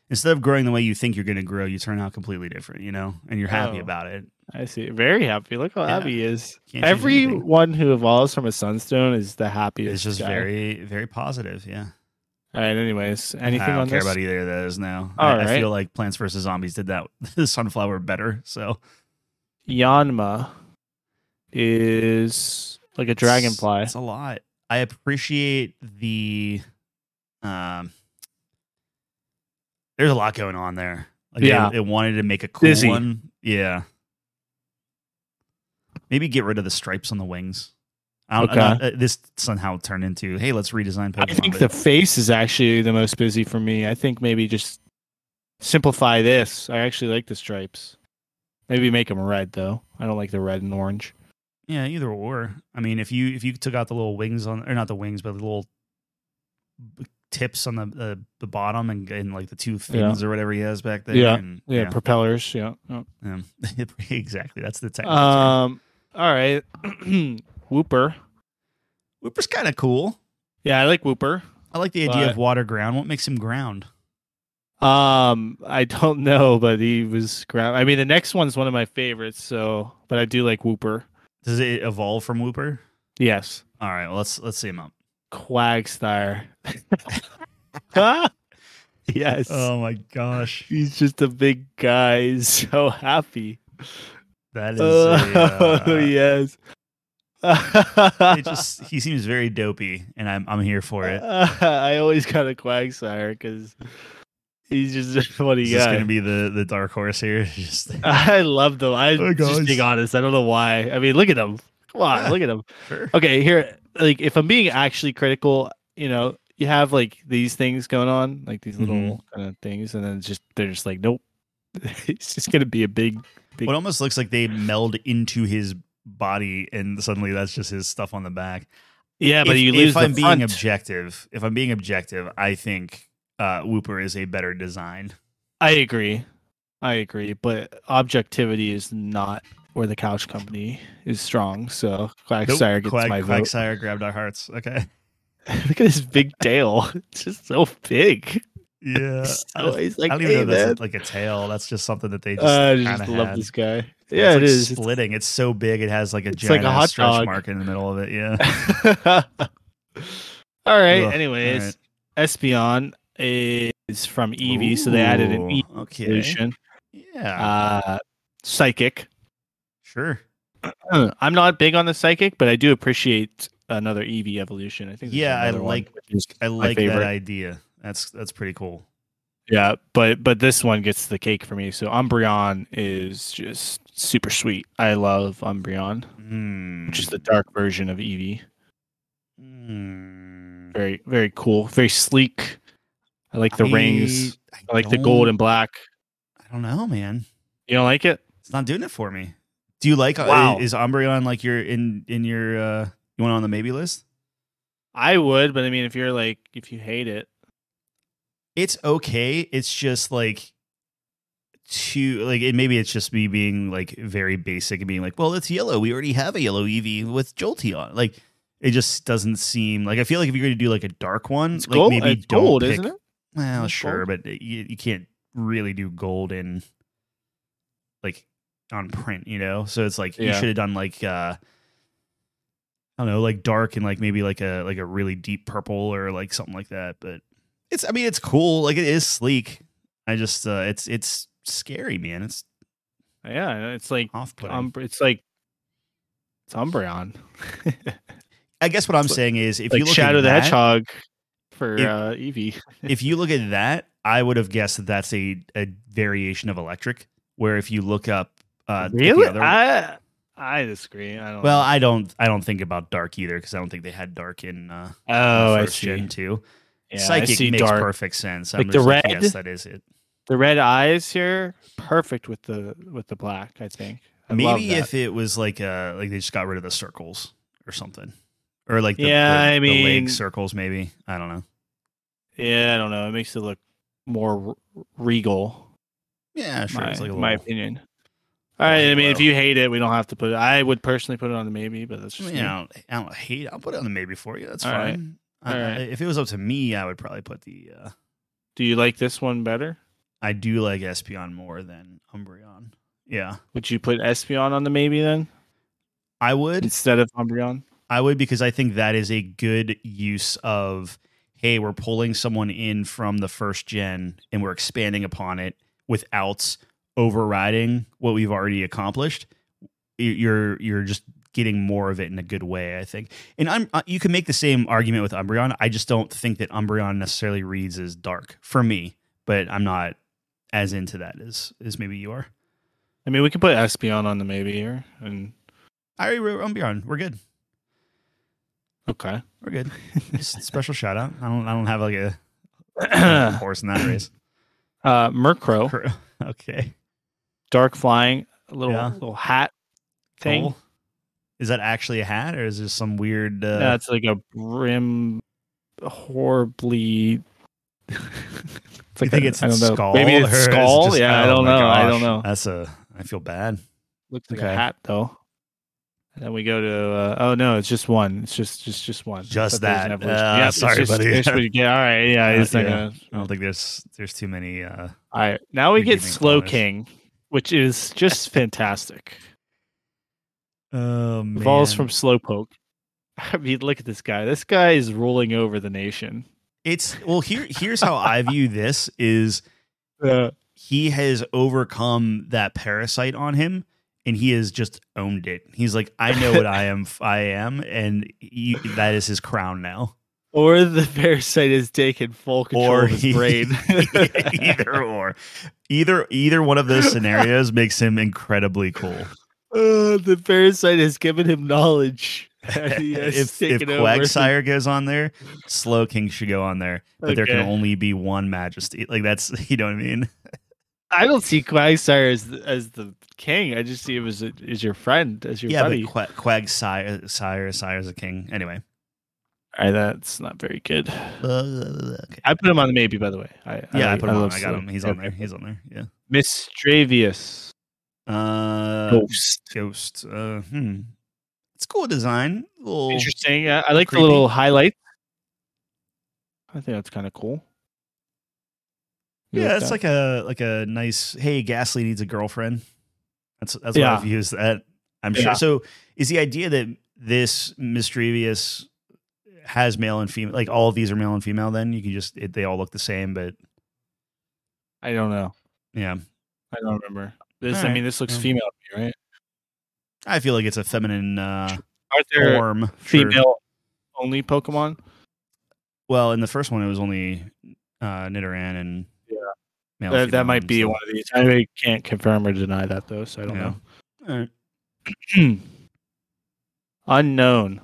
Speaker 2: instead of growing the way you think you're going to grow, you turn out completely different. You know, and you're happy
Speaker 1: Oh.
Speaker 2: about it.
Speaker 1: I see. Very happy. Look how
Speaker 2: Yeah.
Speaker 1: happy he is.
Speaker 2: Can't change anything.
Speaker 1: Everyone who evolves from a sunstone is the happiest.
Speaker 2: It's just
Speaker 1: guy.
Speaker 2: very, very positive. Yeah.
Speaker 1: All right. Anyways, anything
Speaker 2: I don't
Speaker 1: on
Speaker 2: care
Speaker 1: this?
Speaker 2: about either of those now.
Speaker 1: All
Speaker 2: I, I
Speaker 1: right.
Speaker 2: feel like Plants vs. Zombies did that the sunflower better. So e-
Speaker 1: Yanma is like a dragonfly.
Speaker 2: It's a lot. I appreciate the um there's a lot going on there. Like
Speaker 1: Yeah.
Speaker 2: it, wanted to make a cool
Speaker 1: Busy.
Speaker 2: one. Yeah. Maybe get rid of the stripes on the wings. I don't, I don't- uh, this somehow turned into, hey, let's redesign Pokemon.
Speaker 1: I think
Speaker 2: but-
Speaker 1: the face is actually the most busy for me. I think maybe just simplify this. I actually like the stripes. Maybe make them red though. I don't like the red and orange.
Speaker 2: Yeah, either or. I mean, if you if you took out the little wings on, or not the wings, but the little b- tips on the the, the bottom and, and like the two fins or whatever he has back there.
Speaker 1: Yeah.
Speaker 2: and,
Speaker 1: Yeah, propellers. Yeah. Oh.
Speaker 2: yeah. Um, exactly. That's the technical term.
Speaker 1: Um. All right. Whooper.
Speaker 2: Whipper's kind of cool.
Speaker 1: Yeah, I like Whooper.
Speaker 2: I like the idea
Speaker 1: but-
Speaker 2: of water ground. What makes him ground?
Speaker 1: Um, I don't know, but he was ground. I mean, the next one's one of my favorites. So, but I do like Whooper.
Speaker 2: Does it evolve from Whooper?
Speaker 1: Yes,
Speaker 2: All right, well, let's let's see him up.
Speaker 1: Quagsire. yes,
Speaker 2: Oh my gosh,
Speaker 1: he's just a big guy. He's so happy.
Speaker 2: that is.
Speaker 1: Oh
Speaker 2: uh,
Speaker 1: yes.
Speaker 2: It just he seems very dopey, and I'm I'm here for
Speaker 1: Uh,
Speaker 2: it.
Speaker 1: I always got a Quagsire because he's just a funny
Speaker 2: Is this
Speaker 1: guy.
Speaker 2: going to be the the dark horse here? Just
Speaker 1: I love them. I'm
Speaker 2: Hey,
Speaker 1: just
Speaker 2: guys.
Speaker 1: being honest. I don't know why. I mean, look at them. Come on,
Speaker 2: Yeah.
Speaker 1: look at them.
Speaker 2: Sure.
Speaker 1: Okay, here, like, if I'm being actually critical, you know, you have like these things going on, like these little
Speaker 2: Mm-hmm.
Speaker 1: kind of things, and then it's just they're just like, nope, it's just gonna be a big. big
Speaker 2: What almost looks like they meld into his body, and suddenly that's just his stuff on the back.
Speaker 1: yeah, but
Speaker 2: if,
Speaker 1: you lose
Speaker 2: if
Speaker 1: the
Speaker 2: I'm being
Speaker 1: front.
Speaker 2: objective, if I'm being objective, I think uh, Whooper is a better design.
Speaker 1: I agree, I agree, but objectivity is not where the couch company is strong. So Quagsire gets
Speaker 2: Quag-
Speaker 1: my vote.
Speaker 2: Quagsire grabbed our hearts. Okay.
Speaker 1: look at his big tail; it's just so big.
Speaker 2: Yeah.
Speaker 1: So he's like,
Speaker 2: Uh, I don't
Speaker 1: "Hey,
Speaker 2: even know
Speaker 1: man."
Speaker 2: that's like a tail. That's just something that they Uh,
Speaker 1: Uh,
Speaker 2: just
Speaker 1: I
Speaker 2: kind
Speaker 1: just
Speaker 2: of
Speaker 1: love
Speaker 2: had.
Speaker 1: this guy. Yeah, it
Speaker 2: it's like
Speaker 1: is.
Speaker 2: splitting. It's so big. It has like a
Speaker 1: It's
Speaker 2: giant
Speaker 1: like a hot
Speaker 2: stretch
Speaker 1: dog.
Speaker 2: mark in the middle of it. Yeah.
Speaker 1: All right.
Speaker 2: Ugh,
Speaker 1: anyways,
Speaker 2: all right.
Speaker 1: Espeon is from Eevee, so they added an E
Speaker 2: Ooh, okay.
Speaker 1: solution.
Speaker 2: Yeah.
Speaker 1: Uh, psychic. Hmm,
Speaker 2: sure.
Speaker 1: I'm not big on the psychic, but I do appreciate another Eevee evolution. I think. there's
Speaker 2: Yeah, I
Speaker 1: another one,
Speaker 2: like-
Speaker 1: which is-
Speaker 2: I like that
Speaker 1: favorite.
Speaker 2: idea. That's that's pretty cool.
Speaker 1: yeah, but but this one gets the cake for me. So Umbreon is just super sweet. I love Umbreon,
Speaker 2: Mm.
Speaker 1: which is the dark version of E Eevee.
Speaker 2: Mm.
Speaker 1: very very cool very sleek i like the rings i like the
Speaker 2: Hmm. don't-
Speaker 1: gold and black
Speaker 2: I don't know, man.
Speaker 1: you don't like it
Speaker 2: It's not doing it for me. Do you like? uh,
Speaker 1: Wow.
Speaker 2: Is Umbreon like your in in your uh you want on the maybe list?
Speaker 1: i would but i mean if you're like if you hate it
Speaker 2: It's okay. It's just like too like it, maybe it's just me being like very basic and being like, well, it's yellow. We already have a yellow EV with Jolteon. Like it just doesn't seem like I feel like if you're going to do like a dark one,
Speaker 1: it's
Speaker 2: like
Speaker 1: gold
Speaker 2: maybe
Speaker 1: it's
Speaker 2: don't
Speaker 1: gold
Speaker 2: pick,
Speaker 1: isn't it
Speaker 2: Well,
Speaker 1: It's
Speaker 2: sure, but you, you can't really do gold in like on print, you know. So it's like you
Speaker 1: Yeah.
Speaker 2: should have done like uh I don't know, like dark and like maybe like a like a really deep purple or like something like that. But it's I mean it's cool, like it is sleek. I just uh it's it's scary, man. It's
Speaker 1: yeah it's like
Speaker 2: off putting.
Speaker 1: um, it's like it's umbreon
Speaker 2: I guess what I'm
Speaker 1: it's like-
Speaker 2: saying is if you
Speaker 1: like
Speaker 2: look
Speaker 1: shadow
Speaker 2: at
Speaker 1: the
Speaker 2: that,
Speaker 1: hedgehog for
Speaker 2: If-
Speaker 1: uh eevee
Speaker 2: if you look at that, I would have guessed that that's a, a variation of electric. Where if you look up uh at the
Speaker 1: really
Speaker 2: other-
Speaker 1: i i disagree i don't
Speaker 2: Well, I don't. I don't think about dark either because I don't think they had dark in uh,
Speaker 1: oh i
Speaker 2: first
Speaker 1: see
Speaker 2: gen too.
Speaker 1: yeah,
Speaker 2: Psychic
Speaker 1: I see
Speaker 2: makes
Speaker 1: dark
Speaker 2: perfect sense.
Speaker 1: Like
Speaker 2: I'm
Speaker 1: the
Speaker 2: just
Speaker 1: red?
Speaker 2: yes, that is it.
Speaker 1: the red eyes here perfect with the with the black i think I love
Speaker 2: Maybe
Speaker 1: that.
Speaker 2: if it was like uh like they just got rid of the circles or something, or like the,
Speaker 1: Yeah,
Speaker 2: the-
Speaker 1: I
Speaker 2: the
Speaker 1: mean-
Speaker 2: leg circles maybe. I don't know.
Speaker 1: Yeah, I don't know. It makes it look more r- regal.
Speaker 2: Yeah, sure.
Speaker 1: my,
Speaker 2: it's like a
Speaker 1: my
Speaker 2: little,
Speaker 1: opinion. All right. I mean, if
Speaker 2: glow.
Speaker 1: you hate it, we don't have to put it. I would personally put it on a maybe, but that's
Speaker 2: I
Speaker 1: just
Speaker 2: mean,
Speaker 1: me.
Speaker 2: I don't, I don't hate. I'll put it on the maybe for you. That's
Speaker 1: All right.
Speaker 2: fine. I-
Speaker 1: All
Speaker 2: I-
Speaker 1: right.
Speaker 2: If it was up to me, I would probably put the. Uh,
Speaker 1: Do you like this one better?
Speaker 2: I do like Espeon more than Umbreon. Yeah,
Speaker 1: Would you put Espeon on the maybe then
Speaker 2: I would.
Speaker 1: instead of Umbreon?
Speaker 2: I would because I think that is a good use of hey, we're pulling someone in from the first gen and we're expanding upon it without overriding what we've already accomplished. Y- You're you're just getting more of it in a good way, I think. And I'm uh, you can make the same argument with Umbreon. I just don't think that Umbreon necessarily reads as dark for me, but I'm not as into that as as maybe you are.
Speaker 1: I mean, we can put Espeon on the maybe here, and
Speaker 2: I already wrote Umbreon. We're good.
Speaker 1: okay.
Speaker 2: We're good. Just special shout out. I don't I don't have like a
Speaker 1: uh,
Speaker 2: horse in that race.
Speaker 1: Murkrow,
Speaker 2: Cor- Okay.
Speaker 1: dark flying, a little
Speaker 2: Yeah.
Speaker 1: little hat thing.
Speaker 2: Cool. Is that actually a hat or is there some weird uh,
Speaker 1: Yeah, it's like a brim, horribly. it's
Speaker 2: you think it's
Speaker 1: I don't know.
Speaker 2: skull?
Speaker 1: Maybe
Speaker 2: or
Speaker 1: it's
Speaker 2: is it
Speaker 1: skull.
Speaker 2: just-
Speaker 1: yeah, I
Speaker 2: oh
Speaker 1: don't know.
Speaker 2: my
Speaker 1: I
Speaker 2: gosh.
Speaker 1: don't know.
Speaker 2: That's a I feel bad.
Speaker 1: Looks like
Speaker 2: Okay.
Speaker 1: a hat though. And then we go to uh, oh no, it's just one. It's just just just one.
Speaker 2: Just
Speaker 1: But there's an
Speaker 2: that.
Speaker 1: evolution.
Speaker 2: Uh,
Speaker 1: it's
Speaker 2: sorry, buddy.
Speaker 1: it's pretty- yeah, all right. Yeah,
Speaker 2: Uh,
Speaker 1: it's not
Speaker 2: yeah.
Speaker 1: gonna-
Speaker 2: I don't think there's there's too many uh
Speaker 1: All right, now we
Speaker 2: You're
Speaker 1: get
Speaker 2: giving
Speaker 1: Slow
Speaker 2: promise.
Speaker 1: King, which is just fantastic.
Speaker 2: Oh man.
Speaker 1: Evolves from Slowpoke. I mean, look at this guy. This guy is ruling over the nation.
Speaker 2: It's well here here's how I view this is
Speaker 1: Uh,
Speaker 2: he has overcome that parasite on him and he has just owned it. He's like I know what I am I am and he, that is his crown now.
Speaker 1: or the parasite has taken full control
Speaker 2: Or
Speaker 1: of his
Speaker 2: he-
Speaker 1: brain.
Speaker 2: either or either either one of those scenarios makes him incredibly cool
Speaker 1: Uh, the parasite has given him knowledge. and he has
Speaker 2: if, if
Speaker 1: taken over.
Speaker 2: quagsire goes on there slow king should go on there but there can
Speaker 1: Okay.
Speaker 2: only be one majesty like that's you know what i mean
Speaker 1: I don't see Quagsire as the, as the king. I just see him as, a, as your friend, as your
Speaker 2: yeah
Speaker 1: buddy.
Speaker 2: but Qua- quagsire sire sire's a king anyway
Speaker 1: All right, that's not very good.
Speaker 2: Okay.
Speaker 1: I put him on the maybe, by the way. I,
Speaker 2: yeah i, put him on
Speaker 1: love
Speaker 2: i got
Speaker 1: Slow.
Speaker 2: him he's on
Speaker 1: Okay.
Speaker 2: there he's on there yeah
Speaker 1: Miss Stravius.
Speaker 2: uh
Speaker 1: Ghost.
Speaker 2: ghost uh hmm it's cool design little
Speaker 1: Interesting. I, I like
Speaker 2: creepy.
Speaker 1: the little highlight. I think that's kind of cool. You
Speaker 2: Yeah,
Speaker 1: like that?
Speaker 2: it's like a like a nice. Hey, Gasly needs a girlfriend. That's that's
Speaker 1: Yeah.
Speaker 2: what I've used that. I'm sure.
Speaker 1: Yeah.
Speaker 2: So is the idea that this mischievous has male and female? Like all of these are male and female. Then you can just it, they all look the same. But
Speaker 1: I don't know.
Speaker 2: yeah,
Speaker 1: I don't remember. This.
Speaker 2: All
Speaker 1: I
Speaker 2: right.
Speaker 1: mean, this looks
Speaker 2: Yeah.
Speaker 1: female to me, right? Um,
Speaker 2: I feel like it's a feminine uh,
Speaker 1: Aren't there
Speaker 2: form. for-
Speaker 1: female only Pokemon?
Speaker 2: Well, in the first one, it was only uh, Nidoran and
Speaker 1: Yeah.
Speaker 2: male and
Speaker 1: That, that
Speaker 2: female
Speaker 1: might
Speaker 2: ones,
Speaker 1: be
Speaker 2: so-
Speaker 1: one of these. I can't confirm or deny that though, so I don't
Speaker 2: Yeah.
Speaker 1: know. Hmm.
Speaker 2: All right.
Speaker 1: Unknown.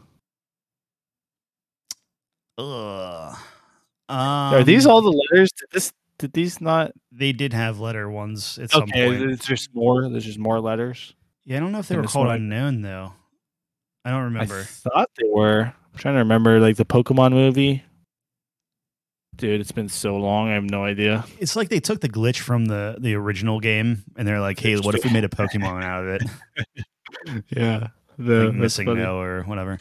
Speaker 2: Ugh.
Speaker 1: Are these
Speaker 2: Um,
Speaker 1: all the letters? Did this? Did these not?
Speaker 2: They did have letter ones at some
Speaker 1: Okay,
Speaker 2: point.
Speaker 1: it's just more. There's just more letters.
Speaker 2: Yeah, I don't know if they
Speaker 1: And
Speaker 2: were
Speaker 1: this
Speaker 2: called
Speaker 1: one I-
Speaker 2: unknown though. I don't
Speaker 1: I
Speaker 2: remember.
Speaker 1: thought they were. I'm trying to remember, like the Pokemon movie. Dude, it's been so long. I have no idea.
Speaker 2: It's like they took the glitch from the the original game and they're like, "Hey, what if we made a Pokemon out of it?
Speaker 1: Yeah, the
Speaker 2: like missing no or whatever."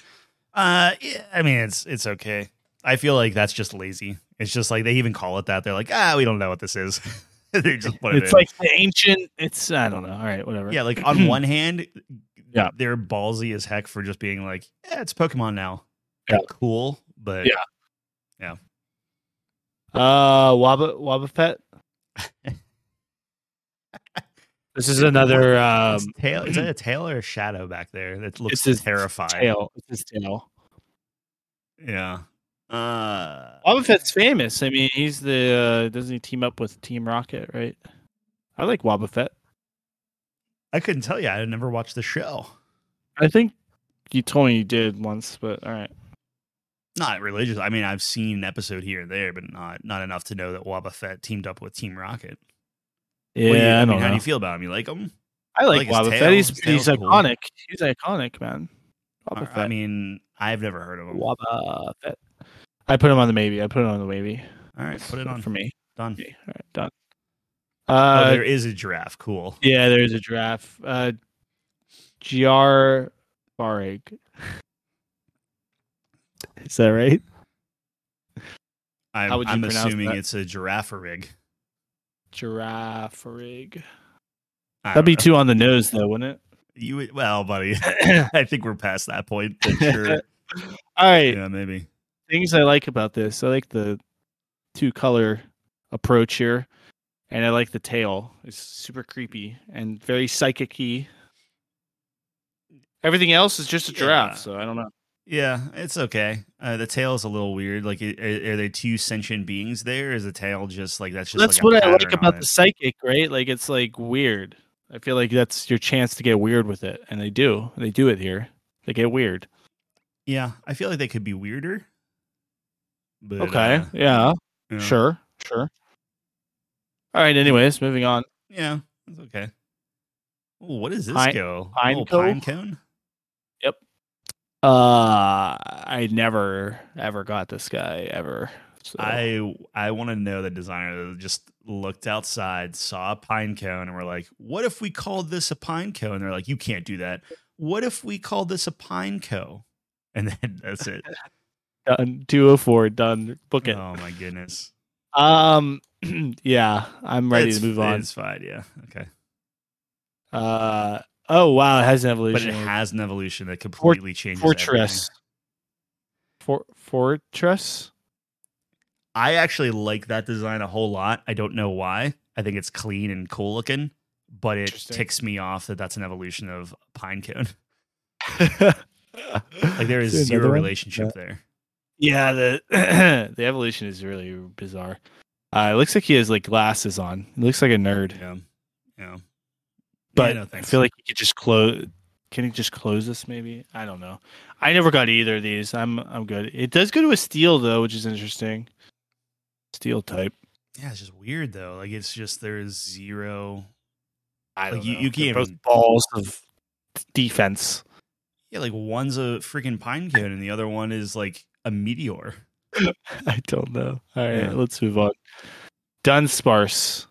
Speaker 2: Uh, yeah, I mean, it's it's okay. I feel like that's just lazy. It's just like they even call it that. They're like, "Ah, we don't know what this is." they just put it
Speaker 1: It's
Speaker 2: in.
Speaker 1: like the ancient. It's I don't know. All right, whatever.
Speaker 2: yeah, like on one hand,
Speaker 1: Yeah.
Speaker 2: they're ballsy as heck for just being like, "Yeah, it's Pokemon now."
Speaker 1: Yeah.
Speaker 2: Cool, but
Speaker 1: Yeah. Uh, Wabba Wabafet. this is another um
Speaker 2: it's tail is that a tail or a shadow back there that looks
Speaker 1: It's his
Speaker 2: terrifying?
Speaker 1: tail. It's his tail.
Speaker 2: Yeah. Uh,
Speaker 1: Boba Fett's famous. I mean, he's the uh, doesn't he team up with Team Rocket, right? I like Wobba Fett.
Speaker 2: I couldn't tell you. I had never watched the show.
Speaker 1: I think you told me you did once, but all right.
Speaker 2: Not religious. I mean, I've seen an episode here and there, but not not enough to know that Wabba Fett teamed up with Team Rocket.
Speaker 1: Yeah,
Speaker 2: What do you-
Speaker 1: I,
Speaker 2: I mean,
Speaker 1: don't
Speaker 2: how do
Speaker 1: know.
Speaker 2: you feel about him? You like him?
Speaker 1: I like,
Speaker 2: like his
Speaker 1: Wobba
Speaker 2: tail.
Speaker 1: Fett. He's
Speaker 2: His
Speaker 1: he's
Speaker 2: tail's cool.
Speaker 1: iconic. He's iconic, man. Wobba
Speaker 2: I
Speaker 1: Fett.
Speaker 2: mean, I've never heard of them.
Speaker 1: Wobbuffet. I put him on the maybe. I put it on the wavy.
Speaker 2: All right, put it on.
Speaker 1: for me.
Speaker 2: Done.
Speaker 1: Okay, All right, done.
Speaker 2: oh,
Speaker 1: Uh,
Speaker 2: there is a giraffe. Cool.
Speaker 1: yeah, there's a giraffe. Uh, Gr Barig. Is that right?
Speaker 2: I'm,
Speaker 1: how would you
Speaker 2: I'm
Speaker 1: pronounce
Speaker 2: assuming
Speaker 1: that?
Speaker 2: it's a giraffe rig.
Speaker 1: Giraffe rig. That'd be too on the nose, though, wouldn't
Speaker 2: You would- well, buddy.
Speaker 1: it?
Speaker 2: I think we're past that point. But sure.
Speaker 1: All right.
Speaker 2: yeah, maybe.
Speaker 1: things I like about this. I like the two color approach here, and I like the tail. It's super creepy and very psychic-y. Everything else is just a giraffe,
Speaker 2: Yeah.
Speaker 1: so I don't know.
Speaker 2: Yeah, it's okay. Uh, the tail's a little weird. Like, i- are, are they two sentient beings there? Is the tail just like that's just
Speaker 1: that's
Speaker 2: like
Speaker 1: what
Speaker 2: a
Speaker 1: I like
Speaker 2: pattern on
Speaker 1: about
Speaker 2: it?
Speaker 1: the psychic, right? Like it's like weird. I feel like that's your chance to get weird with it, and they do. They do it here. They get weird.
Speaker 2: Yeah, I feel like they could be weirder. But,
Speaker 1: okay.
Speaker 2: uh,
Speaker 1: yeah,
Speaker 2: yeah.
Speaker 1: Sure. Sure. All right. Anyways, moving on.
Speaker 2: Yeah, that's okay. Ooh, what is this
Speaker 1: Pine-
Speaker 2: go?
Speaker 1: pine
Speaker 2: oh,
Speaker 1: cone?
Speaker 2: pine cone?
Speaker 1: Uh, I never ever got this guy ever. So.
Speaker 2: I I want to know the designer that just looked outside, saw a pine cone, and we're like, "What if we called this a pine cone?" They're like, "You can't do that." What if we called this a pine co? And then that's it.
Speaker 1: done 204 done book it.
Speaker 2: Oh my goodness.
Speaker 1: Um, yeah, I'm ready
Speaker 2: It's-
Speaker 1: to move on.
Speaker 2: It's fine. Yeah. Okay.
Speaker 1: Uh, oh wow, it has an
Speaker 2: But it
Speaker 1: evolution.
Speaker 2: has an evolution that completely changes. everything.
Speaker 1: fortress. For fortress.
Speaker 2: I actually like that design a whole lot. I don't know why. I think it's clean and cool looking, but it
Speaker 1: Interesting.
Speaker 2: ticks me off that that's an evolution of pine cone.
Speaker 1: like
Speaker 2: Like there is zero relationship there.
Speaker 1: Yeah, the the evolution is really bizarre. Uh, it looks like he has like glasses on. He looks like a nerd.
Speaker 2: Yeah. Yeah. Yeah,
Speaker 1: but
Speaker 2: no,
Speaker 1: I
Speaker 2: thanks.
Speaker 1: feel like you could just close. Can you just close this? Maybe I don't know. I never got either of these. I'm I'm good. It does go to a steel though, which is interesting. Steel type.
Speaker 2: yeah, it's just weird though. Like it's just there is zero.
Speaker 1: I
Speaker 2: Like,
Speaker 1: don't
Speaker 2: you-
Speaker 1: know.
Speaker 2: you
Speaker 1: They're
Speaker 2: can't
Speaker 1: both
Speaker 2: even-
Speaker 1: balls of defense.
Speaker 2: Yeah, like one's a freaking pine cone and the other one is like a meteor.
Speaker 1: I don't know. All right,
Speaker 2: Yeah.
Speaker 1: let's move on. Dunsparce.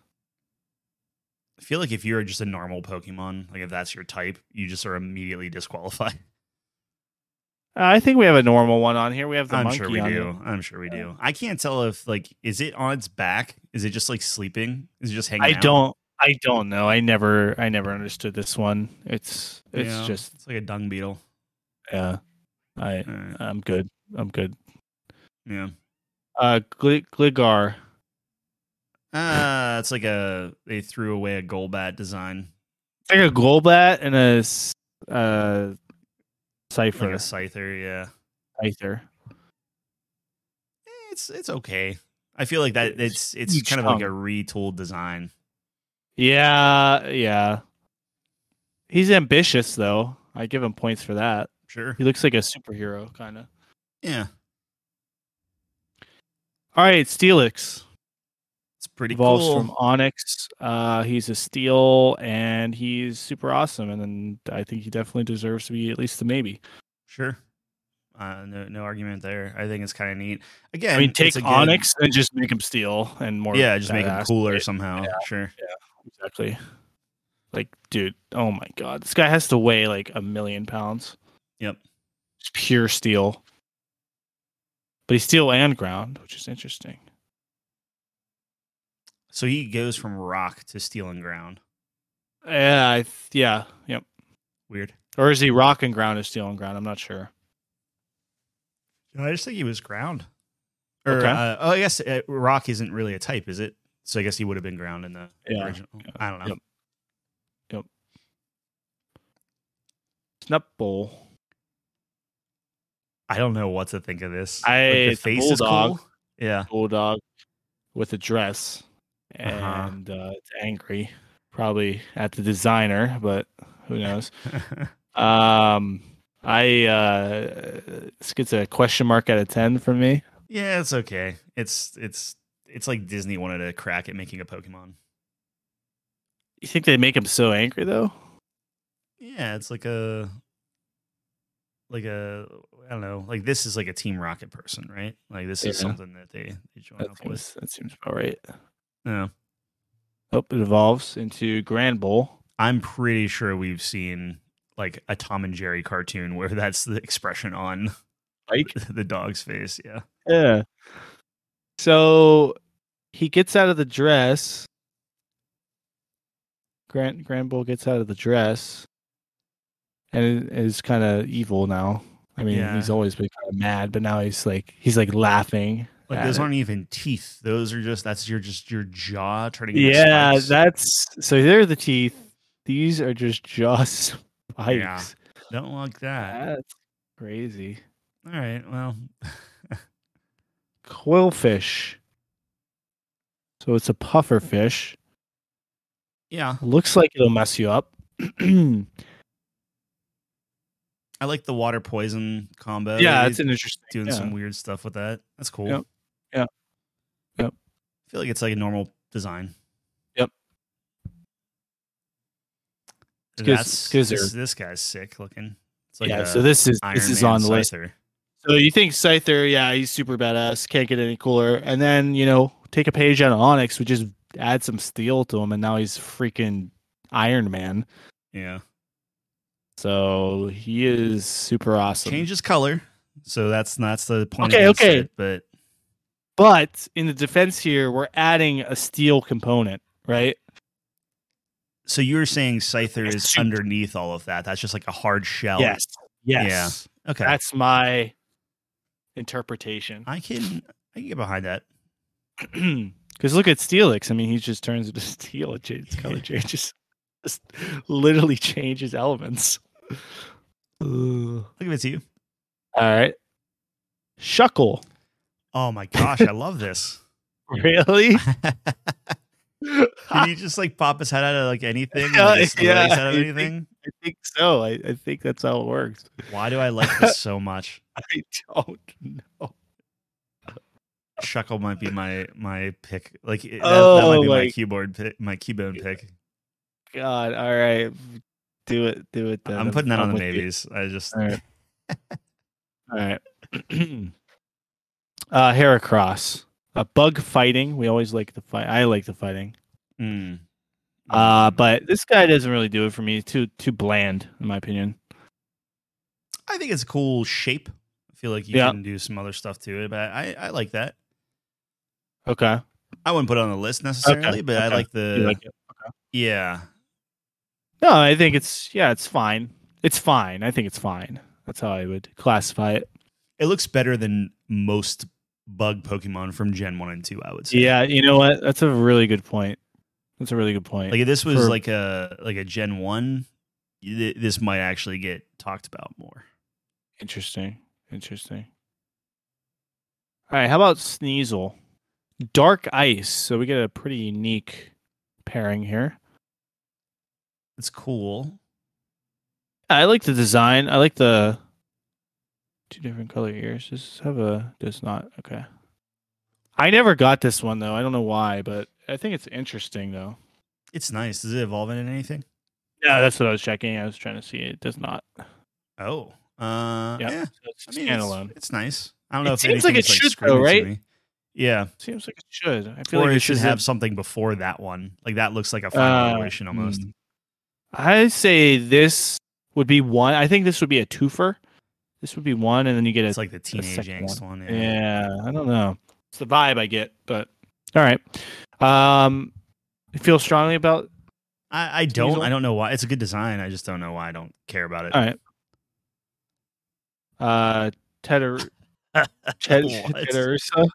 Speaker 2: I feel like if you're just a normal Pokemon, like if that's your type, you just are immediately disqualified.
Speaker 1: Uh, I think we have a normal one on here. We have the
Speaker 2: I'm
Speaker 1: monkey.
Speaker 2: sure we
Speaker 1: on
Speaker 2: do. I'm sure we do. I can't tell if like is it on its back? Is it just like sleeping? Is it just
Speaker 1: it.
Speaker 2: hanging?
Speaker 1: I
Speaker 2: out?
Speaker 1: don't. I don't know. I never. I never understood this one. It's. It's
Speaker 2: Yeah,
Speaker 1: just.
Speaker 2: it's like a dung beetle.
Speaker 1: Yeah. I.
Speaker 2: All right.
Speaker 1: I'm good. I'm good.
Speaker 2: Yeah,
Speaker 1: Uh, Gl- Gligar.
Speaker 2: uh, it's like a they threw away a Golbat design,
Speaker 1: It's like a
Speaker 2: Mm-hmm.
Speaker 1: Golbat and a s- uh,
Speaker 2: like a
Speaker 1: Cipher.
Speaker 2: Scyther. Yeah,
Speaker 1: Scyther.
Speaker 2: Eh, it's it's okay. I feel like that it's it's
Speaker 1: Huge
Speaker 2: kind of like a
Speaker 1: chunk.
Speaker 2: retooled design.
Speaker 1: Yeah, yeah. He's ambitious, though. I give him points for that.
Speaker 2: Sure.
Speaker 1: He looks like a superhero, kind of.
Speaker 2: Yeah,
Speaker 1: All right, Steelix
Speaker 2: it's pretty
Speaker 1: evolves
Speaker 2: cool.
Speaker 1: from Onyx. Uh, he's a steel, and he's super awesome. And then I think he definitely deserves to be at least a maybe.
Speaker 2: Sure. Uh, no, no argument there. I think it's kind of neat. Again,
Speaker 1: I mean,
Speaker 2: it's
Speaker 1: take
Speaker 2: again-
Speaker 1: Onyx and just make him steel and more.
Speaker 2: Yeah, just make them
Speaker 1: badass.
Speaker 2: cooler somehow. Sure.
Speaker 1: Exactly. Like, dude, oh my god, this guy has to weigh like a million pounds.
Speaker 2: Yep.
Speaker 1: It's pure steel. But he's steel and ground, which is interesting.
Speaker 2: So he goes from rock to steel and ground.
Speaker 1: Yeah, I th- yeah, yep.
Speaker 2: Weird.
Speaker 1: Or is he rock and ground is steel and ground? I'm not sure.
Speaker 2: No, I just think he was ground. Or,
Speaker 1: Okay.
Speaker 2: uh, oh, I guess uh, rock isn't really a type, is it? So I guess he would have been ground in the
Speaker 1: Yeah.
Speaker 2: original. I don't know.
Speaker 1: Yep. Snubbull.
Speaker 2: I don't know what to think of this.
Speaker 1: I-
Speaker 2: the
Speaker 1: it's a bulldog.
Speaker 2: cool. Yeah.
Speaker 1: bulldog with a dress
Speaker 2: Uh-huh.
Speaker 1: and uh, it's angry probably at the designer but who knows um i uh this gets a question mark out of 10 from me
Speaker 2: yeah, it's okay. It's it's it's like Disney wanted a crack at making a Pokemon.
Speaker 1: you think they make him so angry though
Speaker 2: Yeah, it's like a like a I don't know, like this is like a Team Rocket person, right? Like this is
Speaker 1: Yeah.
Speaker 2: something that they they join
Speaker 1: That
Speaker 2: up with.
Speaker 1: seems, that seems about right.
Speaker 2: No,
Speaker 1: Oh, it evolves into Grand Bowl.
Speaker 2: I'm pretty sure we've seen like a Tom and Jerry cartoon where that's the expression on
Speaker 1: Like,
Speaker 2: the dog's face. Yeah,
Speaker 1: yeah. So he gets out of the dress. Grant Grand Bowl gets out of the dress, and is kind of evil now. I mean,
Speaker 2: Yeah.
Speaker 1: he's always been kind of mad, but now he's like he's like laughing.
Speaker 2: like
Speaker 1: at
Speaker 2: those
Speaker 1: it.
Speaker 2: aren't even teeth; those are just that's your just your jaw turning. into
Speaker 1: Yeah,
Speaker 2: spikes.
Speaker 1: that's so. There are the teeth. These are just jaw spikes.
Speaker 2: Yeah. don't like that.
Speaker 1: That's crazy.
Speaker 2: All right, well,
Speaker 1: Quillfish. So it's a puffer fish.
Speaker 2: yeah,
Speaker 1: Looks like it'll mess you up. yeah,
Speaker 2: I like the water poison combo.
Speaker 1: it's an interesting.
Speaker 2: doing
Speaker 1: yeah.
Speaker 2: some weird stuff with that. That's cool.
Speaker 1: Yep. Yep. Yep.
Speaker 2: I feel like it's like a normal design.
Speaker 1: Yep. It's 'cause-
Speaker 2: That's
Speaker 1: 'cause
Speaker 2: this,
Speaker 1: they're-
Speaker 2: this guy's sick looking. It's
Speaker 1: yeah,
Speaker 2: a
Speaker 1: so this is
Speaker 2: Iron
Speaker 1: this is
Speaker 2: Man
Speaker 1: on the list.
Speaker 2: Scyther.
Speaker 1: So you think Scyther, yeah, he's super badass, can't get any cooler. And then, you know, take a page out of Onyx, we just add some steel to him, and now he's freaking Iron Man.
Speaker 2: Yeah.
Speaker 1: So he is super awesome.
Speaker 2: Changes color. So that's that's the point.
Speaker 1: Okay,
Speaker 2: against
Speaker 1: okay.
Speaker 2: it, but
Speaker 1: But in the defense here, we're adding a steel component, right?
Speaker 2: so you were saying Scyther
Speaker 1: Like a
Speaker 2: is
Speaker 1: suit.
Speaker 2: underneath all of that. That's just like a hard shell.
Speaker 1: Yes.
Speaker 2: Okay.
Speaker 1: That's my interpretation.
Speaker 2: I can I can get behind that.
Speaker 1: Because look at Steelix. I mean, he just turns into steel. It changes color, changes, just literally changes elements. Ugh.
Speaker 2: I'll give it to you.
Speaker 1: All right. Shuckle.
Speaker 2: Oh my gosh, I love this.
Speaker 1: Really?
Speaker 2: Can you just like pop his head out of like anything?
Speaker 1: Yeah,
Speaker 2: Like, his
Speaker 1: yeah,
Speaker 2: legs out of
Speaker 1: I think-
Speaker 2: anything?
Speaker 1: I think so. I, I think that's how it works.
Speaker 2: Why do I like this so much?
Speaker 1: I don't know.
Speaker 2: Shuckle might be my my pick. Like it- that, that
Speaker 1: Oh,
Speaker 2: might be my
Speaker 1: like-
Speaker 2: keyboard pick, my keybone pick.
Speaker 1: God. All right. Do it. Do it. Then.
Speaker 2: I'm putting that on the
Speaker 1: with you.
Speaker 2: navies. I just
Speaker 1: All right. All right. uh, Heracross. A bug fighting. We always like the fight. I like the fighting.
Speaker 2: Mm.
Speaker 1: Uh, but this guy doesn't really do it for me. Too too bland, in my opinion.
Speaker 2: I think it's a cool shape. I feel like you
Speaker 1: Yeah.
Speaker 2: can do some other stuff to it, but I, I like that.
Speaker 1: Okay.
Speaker 2: I wouldn't put it on the list necessarily, but I
Speaker 1: okay.
Speaker 2: like the
Speaker 1: You like it?
Speaker 2: yeah.
Speaker 1: No, I think it's yeah, it's fine. It's fine. I think it's fine. That's how I would classify it.
Speaker 2: It looks better than most bug Pokemon from Gen One and Two. I would say.
Speaker 1: Yeah, you know what? That's a really good point. That's a really good point.
Speaker 2: Like if this was
Speaker 1: For-
Speaker 2: like a like a Gen One, th- this might actually get talked about more.
Speaker 1: Interesting. Interesting. All right. How about Sneasel? Dark Ice. So we get a pretty unique pairing here.
Speaker 2: It's cool.
Speaker 1: I like the design. I like the two different color ears. Does this have a. Does not. Okay. I never got this one, though. I don't know why, but I think it's interesting, though.
Speaker 2: It's nice. Does it evolve into anything?
Speaker 1: Yeah, that's what I was checking. I was trying to see. It does not.
Speaker 2: Oh, uh,
Speaker 1: Yeah.
Speaker 2: yeah.
Speaker 1: So it's
Speaker 2: I mean,
Speaker 1: standalone.
Speaker 2: It's, it's nice. I don't know
Speaker 1: It
Speaker 2: if
Speaker 1: seems like
Speaker 2: anything's,
Speaker 1: it should,
Speaker 2: screaming
Speaker 1: though,
Speaker 2: to
Speaker 1: right?
Speaker 2: me. Yeah,
Speaker 1: Seems like it should. I feel
Speaker 2: or
Speaker 1: like
Speaker 2: it
Speaker 1: this
Speaker 2: should
Speaker 1: is a-
Speaker 2: have something before that one. Like that looks like a
Speaker 1: Uh,
Speaker 2: final iteration almost.
Speaker 1: Hmm. I say this would be one. I think this would be a twofer. This would be one, and then you get a.
Speaker 2: It's like the teenage
Speaker 1: second
Speaker 2: angst one.
Speaker 1: yeah. I don't know. It's the vibe I get, but all right. Um, I feel strongly about.
Speaker 2: I, I don't.
Speaker 1: Sneasel?
Speaker 2: I don't know why. It's a good design. I just don't know why I don't care about it.
Speaker 1: All right. Uh, Tedder, Ted,
Speaker 2: What?
Speaker 1: Tedderusa.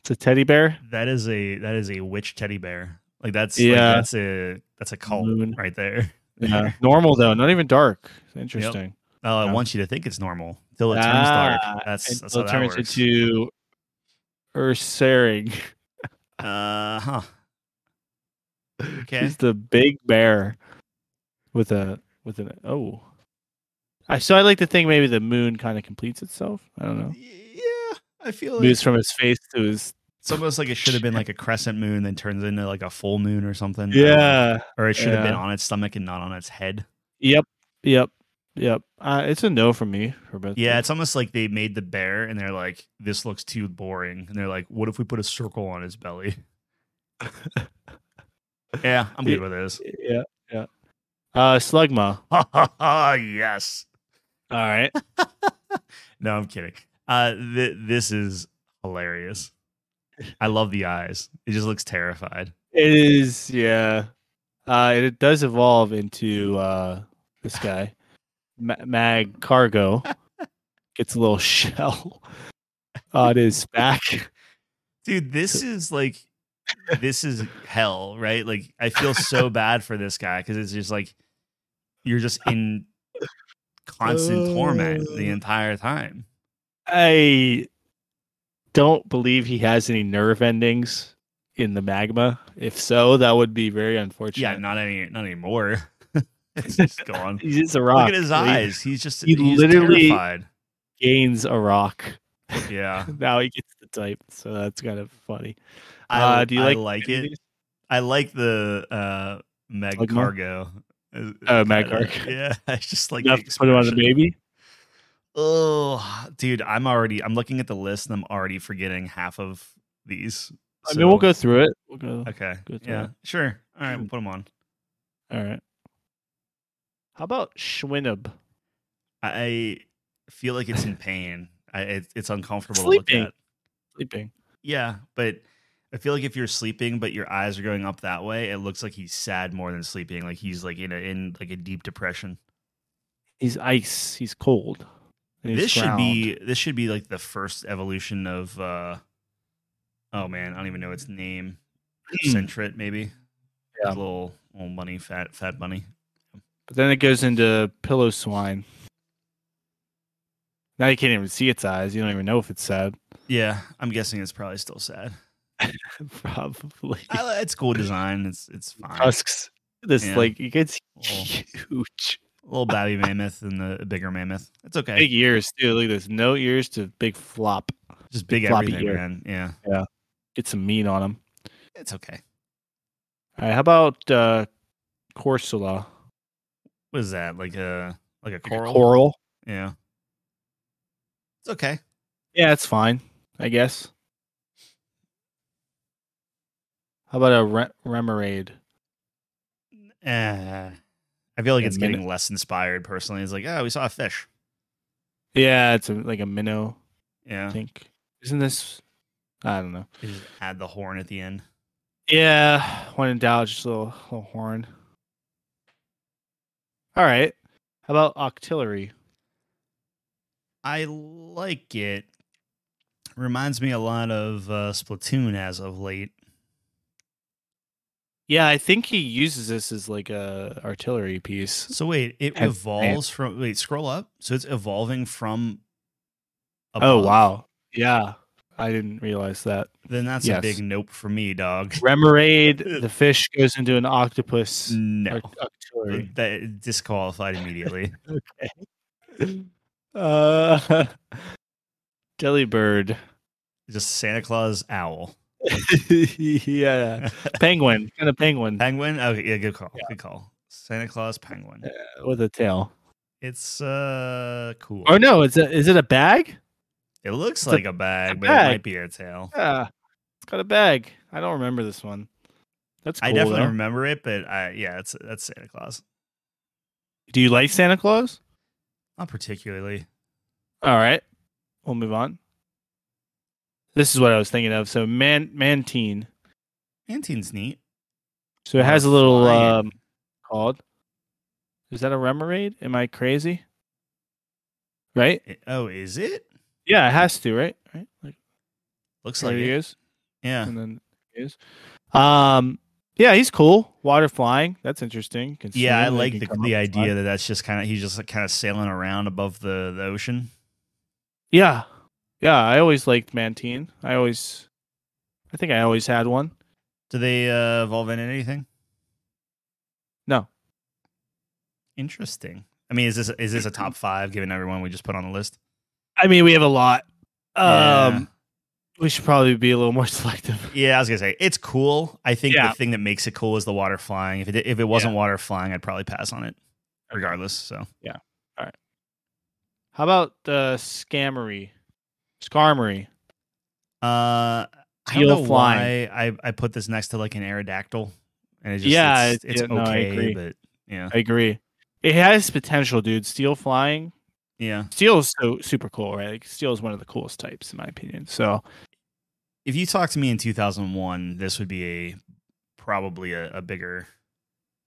Speaker 1: It's a teddy bear.
Speaker 2: That is a that is a witch teddy bear. Like that's like,
Speaker 1: Yeah. Mm-hmm.
Speaker 2: that's a that's a cult
Speaker 1: Moon.
Speaker 2: right there.
Speaker 1: Yeah. Normal though, not even dark. Interesting.
Speaker 2: Oh, I
Speaker 1: Yeah.
Speaker 2: want you to think it's normal till it turns dark.
Speaker 1: Ah,
Speaker 2: That's, that's
Speaker 1: Until
Speaker 2: how
Speaker 1: it
Speaker 2: that
Speaker 1: turns
Speaker 2: works.
Speaker 1: into Ursaring.
Speaker 2: uh huh. Okay.
Speaker 1: He's the big bear with a with an oh. I so I like to think maybe the moon kind of completes itself. I don't know.
Speaker 2: Yeah, I feel like
Speaker 1: Moves from his face to his
Speaker 2: it's almost like it should have been like a crescent moon, then turns into like a full moon or something. I don't know.
Speaker 1: yeah.
Speaker 2: or it should have been
Speaker 1: yeah.
Speaker 2: on its stomach and not on its head.
Speaker 1: Yep. Yep. Yep. Uh, it's a no from me for both.
Speaker 2: Yeah,
Speaker 1: those.
Speaker 2: it's almost like they made the bear and they're like, this looks too boring. And they're like, what if we put a circle on his belly? yeah, I'm good with this.
Speaker 1: yeah, yeah. Uh, Slugma.
Speaker 2: yes.
Speaker 1: All right.
Speaker 2: No, I'm kidding. Uh, th- this is hilarious. I love the eyes. It just looks terrified.
Speaker 1: It is, yeah. Uh, it, it does evolve into uh, this guy, Ma- Mag Cargo. Gets a little shell on his back.
Speaker 2: Dude, this is like, this is hell, right? Like, I feel so bad for this guy because it's just like, you're just in constant torment the
Speaker 1: Uh.
Speaker 2: entire time.
Speaker 1: I don't believe he has any nerve endings in the magma. If so, that would be very unfortunate.
Speaker 2: Yeah, not any, not anymore. it's just gone.
Speaker 1: He's just a rock.
Speaker 2: Look at his
Speaker 1: Like,
Speaker 2: eyes. He's just
Speaker 1: Ah, he
Speaker 2: he's
Speaker 1: literally-
Speaker 2: terrified.
Speaker 1: Gains a rock.
Speaker 2: Yeah,
Speaker 1: Now he gets the type, so that's kind of funny.
Speaker 2: I,
Speaker 1: uh, do you
Speaker 2: I
Speaker 1: like,
Speaker 2: like, it? I like the uh, Meg
Speaker 1: Slugma?
Speaker 2: Cargo. Uh,
Speaker 1: Oh, Meg
Speaker 2: kinda-
Speaker 1: Cargo.
Speaker 2: Yeah, it's just like
Speaker 1: You have to put him on the
Speaker 2: expression.
Speaker 1: baby.
Speaker 2: Oh, dude, I'm already. I'm looking at the list and I'm already forgetting half of these.
Speaker 1: I mean, we'll
Speaker 2: so-
Speaker 1: go through it. We'll go.
Speaker 2: Okay.
Speaker 1: go through
Speaker 2: yeah.
Speaker 1: it.
Speaker 2: Sure. All right. We'll put them on.
Speaker 1: All right. How about Schwinnub?
Speaker 2: I I feel like it's in pain. I, it, it's uncomfortable to
Speaker 1: Sleeping.
Speaker 2: look at.
Speaker 1: Sleeping.
Speaker 2: Yeah, but I feel like if you're sleeping but your eyes are going up that way, it looks like he's sad more than sleeping. Like he's like in a in like a deep depression.
Speaker 1: He's ice. He's cold. and he's
Speaker 2: this should
Speaker 1: ground.
Speaker 2: be this should be like the first evolution of uh oh man, I don't even know its name. Centret maybe.
Speaker 1: Hmm. Yeah.
Speaker 2: Little little bunny, fat fat bunny.
Speaker 1: But then it goes into pillow swine. Now you can't even see its eyes. You don't even know if it's sad.
Speaker 2: Yeah, I'm guessing it's probably still sad.
Speaker 1: Probably.
Speaker 2: I, it's cool design. It's it's fine. A
Speaker 1: Tusks. This
Speaker 2: Yeah.
Speaker 1: like it gets
Speaker 2: Little-
Speaker 1: huge.
Speaker 2: little babby mammoth and the bigger mammoth. It's okay.
Speaker 1: Big ears too. Look at this. No ears to big flop.
Speaker 2: Just big
Speaker 1: floppy
Speaker 2: everything,
Speaker 1: ear.
Speaker 2: man. Yeah,
Speaker 1: Get some meat on him.
Speaker 2: it's okay.
Speaker 1: All right. How about uh, Corsula?
Speaker 2: What is that? Like a like a coral?
Speaker 1: Coral.
Speaker 2: Yeah. It's okay.
Speaker 1: Yeah, it's fine, I guess. How about a re- Remoraid?
Speaker 2: Uh, I feel like
Speaker 1: Yeah,
Speaker 2: it's
Speaker 1: minute.
Speaker 2: getting less inspired personally. It's like, oh, we saw a fish.
Speaker 1: Yeah, it's a, like a minnow, I
Speaker 2: Yeah.
Speaker 1: think. Isn't this? I don't know.
Speaker 2: They just add the horn at the end.
Speaker 1: Yeah, when in doubt, just a little, little horn. All right. How about Octillery?
Speaker 2: I like it. Reminds me a lot of uh, Splatoon as of late.
Speaker 1: Yeah, I think he uses this as like a artillery piece.
Speaker 2: So wait, it
Speaker 1: Have-
Speaker 2: evolves from wait, scroll up. So it's evolving from
Speaker 1: Oh
Speaker 2: above.
Speaker 1: wow. Yeah. I didn't realize that.
Speaker 2: Then that's a
Speaker 1: Yes.
Speaker 2: big nope for me, dog.
Speaker 1: Remoraid, the fish goes into an octopus.
Speaker 2: No.
Speaker 1: Oct- Octillery.
Speaker 2: That disqualified immediately.
Speaker 1: Uh, Delibird.
Speaker 2: Just Santa Claus owl.
Speaker 1: yeah. Penguin. Kind of penguin
Speaker 2: Penguin. Okay, yeah, good call. Good call. Santa Claus penguin.
Speaker 1: with a tail.
Speaker 2: It's uh cool.
Speaker 1: Oh, no. It's a, is it a bag?
Speaker 2: It looks
Speaker 1: a-
Speaker 2: like a bag, but it
Speaker 1: bag.
Speaker 2: might be a tail.
Speaker 1: Yeah. It's got a bag. I don't remember this one. That's cool.
Speaker 2: I definitely
Speaker 1: though.
Speaker 2: remember it, but I yeah, it's that's Santa Claus.
Speaker 1: Do you like Santa Claus?
Speaker 2: Not particularly.
Speaker 1: All right. We'll move on. This is what I was thinking of. So, man, Mantine.
Speaker 2: Antine's neat.
Speaker 1: So, it
Speaker 2: Or
Speaker 1: has a little
Speaker 2: flying.
Speaker 1: um, called. Is that a Remoraid? Am I crazy? Right?
Speaker 2: I- oh, is it?
Speaker 1: Yeah, it has to, right? Right? Like,
Speaker 2: Looks
Speaker 1: there
Speaker 2: like
Speaker 1: he
Speaker 2: it.
Speaker 1: is.
Speaker 2: Yeah.
Speaker 1: and then he is. Um, yeah, he's cool. Water flying, that's interesting. Can
Speaker 2: Yeah, I
Speaker 1: swim, they
Speaker 2: like
Speaker 1: can
Speaker 2: the,
Speaker 1: come
Speaker 2: the
Speaker 1: up and fly.
Speaker 2: idea that that's just kind of he's just like kind of sailing around above the, the ocean.
Speaker 1: Yeah, yeah, I always liked Mantine. I always, I think I always had one.
Speaker 2: Do they uh, evolve into anything?
Speaker 1: No.
Speaker 2: Interesting. I mean, is this is this a top five given everyone we just put on the list?
Speaker 1: I mean, we have a lot. Um,
Speaker 2: Yeah.
Speaker 1: we should probably be a little more selective.
Speaker 2: Yeah, I was gonna say it's cool. I think
Speaker 1: Yeah.
Speaker 2: the thing that makes it cool is the water flying. If it if it wasn't water flying, I'd probably pass on it, regardless. So
Speaker 1: All right, How about uh, Scamery? Scarmery.
Speaker 2: Uh, I don't
Speaker 1: Teal
Speaker 2: know
Speaker 1: flying.
Speaker 2: why I, I put this next to like an Aerodactyl. And it's just,
Speaker 1: Yeah,
Speaker 2: it's,
Speaker 1: it-
Speaker 2: it's
Speaker 1: yeah, no, I
Speaker 2: okay,
Speaker 1: agree.
Speaker 2: but yeah.
Speaker 1: I agree. It has potential, dude. Steel flying.
Speaker 2: Yeah.
Speaker 1: Steel is so super cool, right? Like, steel is one of the coolest types, in my opinion. So
Speaker 2: If you talked to me in 2001, this would be a probably a, a bigger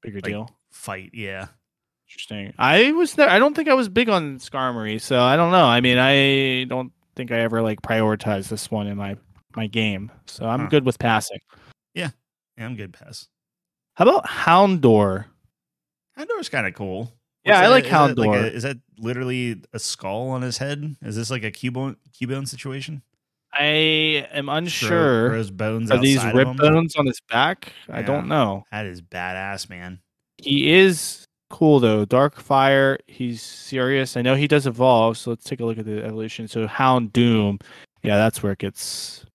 Speaker 1: bigger
Speaker 2: Like-
Speaker 1: deal.
Speaker 2: fight. Yeah.
Speaker 1: Interesting. I was never. I don't think I was big on Skarmory, so I don't know. I mean, I don't think I ever like prioritized this one in my my game. So I'm
Speaker 2: Huh.
Speaker 1: good with passing.
Speaker 2: yeah I'm good, pass.
Speaker 1: How about Houndor?
Speaker 2: Houndor's kind of cool.
Speaker 1: Yeah,
Speaker 2: What's
Speaker 1: I like
Speaker 2: is that like
Speaker 1: Houndor.
Speaker 2: a- is that literally a skull on his head? Is this like a Cubone Cubone situation?
Speaker 1: I am
Speaker 2: Throw-
Speaker 1: unsure.
Speaker 2: Throws bones
Speaker 1: Are these
Speaker 2: outside of
Speaker 1: rib
Speaker 2: him?
Speaker 1: bones on his back? I
Speaker 2: Yeah.
Speaker 1: don't know.
Speaker 2: That is badass, man.
Speaker 1: He is cool though. Dark fire. He's serious. I know he does evolve. So let's take a look at the evolution. So Hound Doom. Yeah, that's where it gets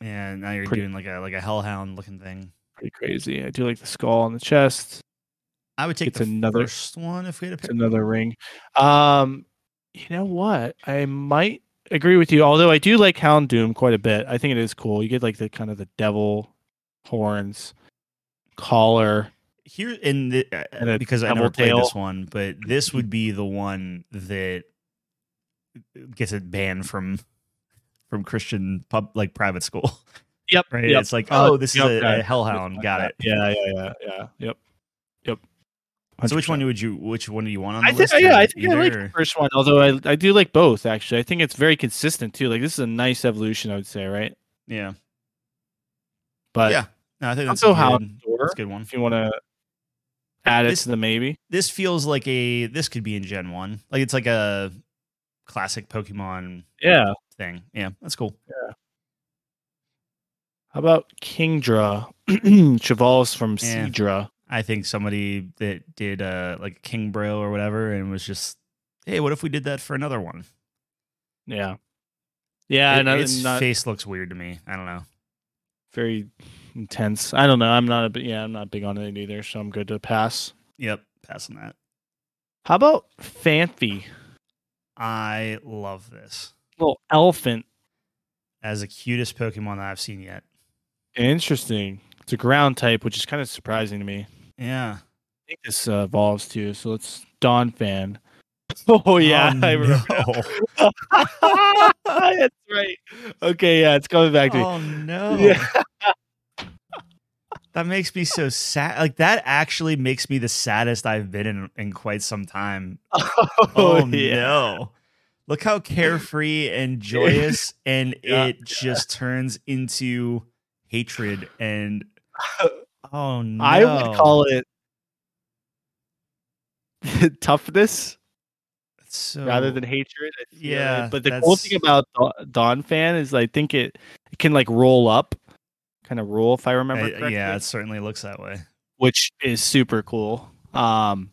Speaker 2: Yeah, now you're
Speaker 1: Pretty-
Speaker 2: doing like a like a hellhound looking thing.
Speaker 1: pretty crazy. I do like the skull on the chest.
Speaker 2: I would take
Speaker 1: It's
Speaker 2: the
Speaker 1: another-
Speaker 2: first one if we had a
Speaker 1: It's
Speaker 2: pick.
Speaker 1: another ring. Um, you know what? I might agree with you. Although I do like Hound Doom quite a bit. I think it is cool. You get like the kind of the devil horns, collar.
Speaker 2: Here in the uh,
Speaker 1: And a
Speaker 2: because I never
Speaker 1: double
Speaker 2: played
Speaker 1: tail.
Speaker 2: this one, but this would be the one that gets it banned from from Christian pub like private school.
Speaker 1: Yep.
Speaker 2: Right?
Speaker 1: yep.
Speaker 2: It's like,
Speaker 1: Uh,
Speaker 2: oh, this is
Speaker 1: yep,
Speaker 2: a,
Speaker 1: yeah.
Speaker 2: a hellhound.
Speaker 1: Like
Speaker 2: Got
Speaker 1: that.
Speaker 2: it.
Speaker 1: Yeah, yeah, yeah, yeah. Yep. Yep.
Speaker 2: So which
Speaker 1: 100%.
Speaker 2: one would you? Which one do you want on the
Speaker 1: I think
Speaker 2: list?
Speaker 1: yeah, I
Speaker 2: Either-
Speaker 1: think I like
Speaker 2: either
Speaker 1: the
Speaker 2: or-
Speaker 1: first one, although I I do like both actually. I think it's very consistent too. Like this is a nice evolution, I would say, right?
Speaker 2: Yeah,
Speaker 1: But
Speaker 2: yeah. No, I think that's
Speaker 1: also
Speaker 2: a
Speaker 1: how
Speaker 2: good, that's a good one.
Speaker 1: if you want to add it
Speaker 2: This-
Speaker 1: to the maybe.
Speaker 2: This feels like a. This could be in Gen One. Like it's like a classic Pokemon
Speaker 1: Yeah.
Speaker 2: thing. Yeah, that's cool.
Speaker 1: How about Kingdra? Cheval's from
Speaker 2: Yeah.
Speaker 1: Seedra.
Speaker 2: I think somebody that did uh like King Braille or whatever and was just, hey, what if we did that for another one?
Speaker 1: Yeah. Yeah,
Speaker 2: It-
Speaker 1: and I'm
Speaker 2: its
Speaker 1: not
Speaker 2: face looks weird to me. I don't know.
Speaker 1: very intense. I don't know. I'm not a bi- yeah, I'm not big on it either, so I'm good to pass.
Speaker 2: Yep, pass on that.
Speaker 1: How about Fanfi?
Speaker 2: I love this
Speaker 1: Little elephant.
Speaker 2: as the cutest Pokemon that I've seen yet.
Speaker 1: Interesting. It's a ground type, which is kind of surprising to me.
Speaker 2: Yeah.
Speaker 1: I think this uh, evolves too. So let's Dawn fan. Oh yeah,
Speaker 2: Oh,
Speaker 1: I remember.
Speaker 2: no.
Speaker 1: now. That's right. Okay, yeah, it's coming back to me.
Speaker 2: Oh no.
Speaker 1: Yeah.
Speaker 2: that makes me so sad. Like that actually makes me the saddest I've been in in quite some time. Oh, no. Look how carefree and joyous and
Speaker 1: Yeah.
Speaker 2: it just turns into hatred and oh no.
Speaker 1: I would call it toughness
Speaker 2: It's so,
Speaker 1: rather than hatred. I feel it.
Speaker 2: Oh. Yeah,
Speaker 1: but the cool thing about Dawn- Dawn fan is I think it, it can like roll up, kind of roll if I remember.
Speaker 2: Uh,
Speaker 1: correctly.
Speaker 2: yeah, it certainly looks that way.
Speaker 1: which is super cool. Um,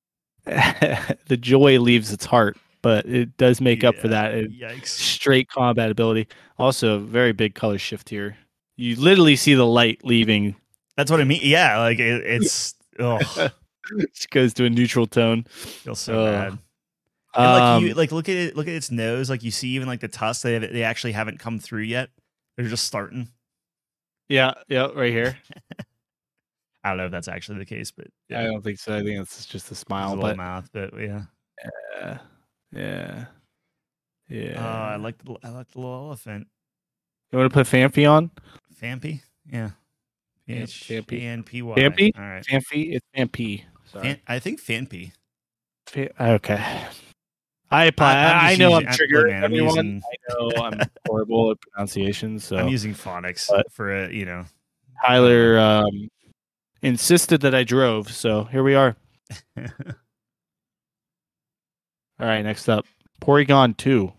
Speaker 1: the joy leaves its heart, but it does make up for that in
Speaker 2: Yikes.
Speaker 1: straight combat ability. Also, very big color shift here. You literally see the light leaving,
Speaker 2: That's what I mean. Yeah, like it, it's oh
Speaker 1: which goes to a neutral tone.
Speaker 2: feels so
Speaker 1: Ugh.
Speaker 2: bad. And like you
Speaker 1: Um,
Speaker 2: like look at it, look at its nose. Like you see even like the tusks. They they actually haven't come through yet. They're just starting.
Speaker 1: yeah, yeah, right here.
Speaker 2: I don't know if that's actually the case, but
Speaker 1: I don't think so. I think it's just a
Speaker 2: It's a
Speaker 1: smile,
Speaker 2: little
Speaker 1: but
Speaker 2: mouth. But yeah,
Speaker 1: yeah, yeah,
Speaker 2: Oh, I
Speaker 1: yeah.
Speaker 2: like the I like the little elephant.
Speaker 1: you want to put Fanfi on?
Speaker 2: Fampy, yeah.
Speaker 1: Yeah, Fampy.
Speaker 2: P-H-A-N-P-Y.
Speaker 1: Fampy?
Speaker 2: All right.
Speaker 1: Fanfi, it's Fanpi. Sorry.
Speaker 2: Fan, I think Fanpy.
Speaker 1: Fa- Okay. I apply.
Speaker 2: I'm
Speaker 1: I, I
Speaker 2: just
Speaker 1: know
Speaker 2: using-
Speaker 1: I'm
Speaker 2: I'm-
Speaker 1: triggering
Speaker 2: look, man, I'm
Speaker 1: everyone.
Speaker 2: using-
Speaker 1: I know I'm horrible at pronunciation. So
Speaker 2: I'm using phonics
Speaker 1: But-
Speaker 2: for a you know.
Speaker 1: Tyler um, insisted that I drove. So here we are. All right. Next up, Porygon Two.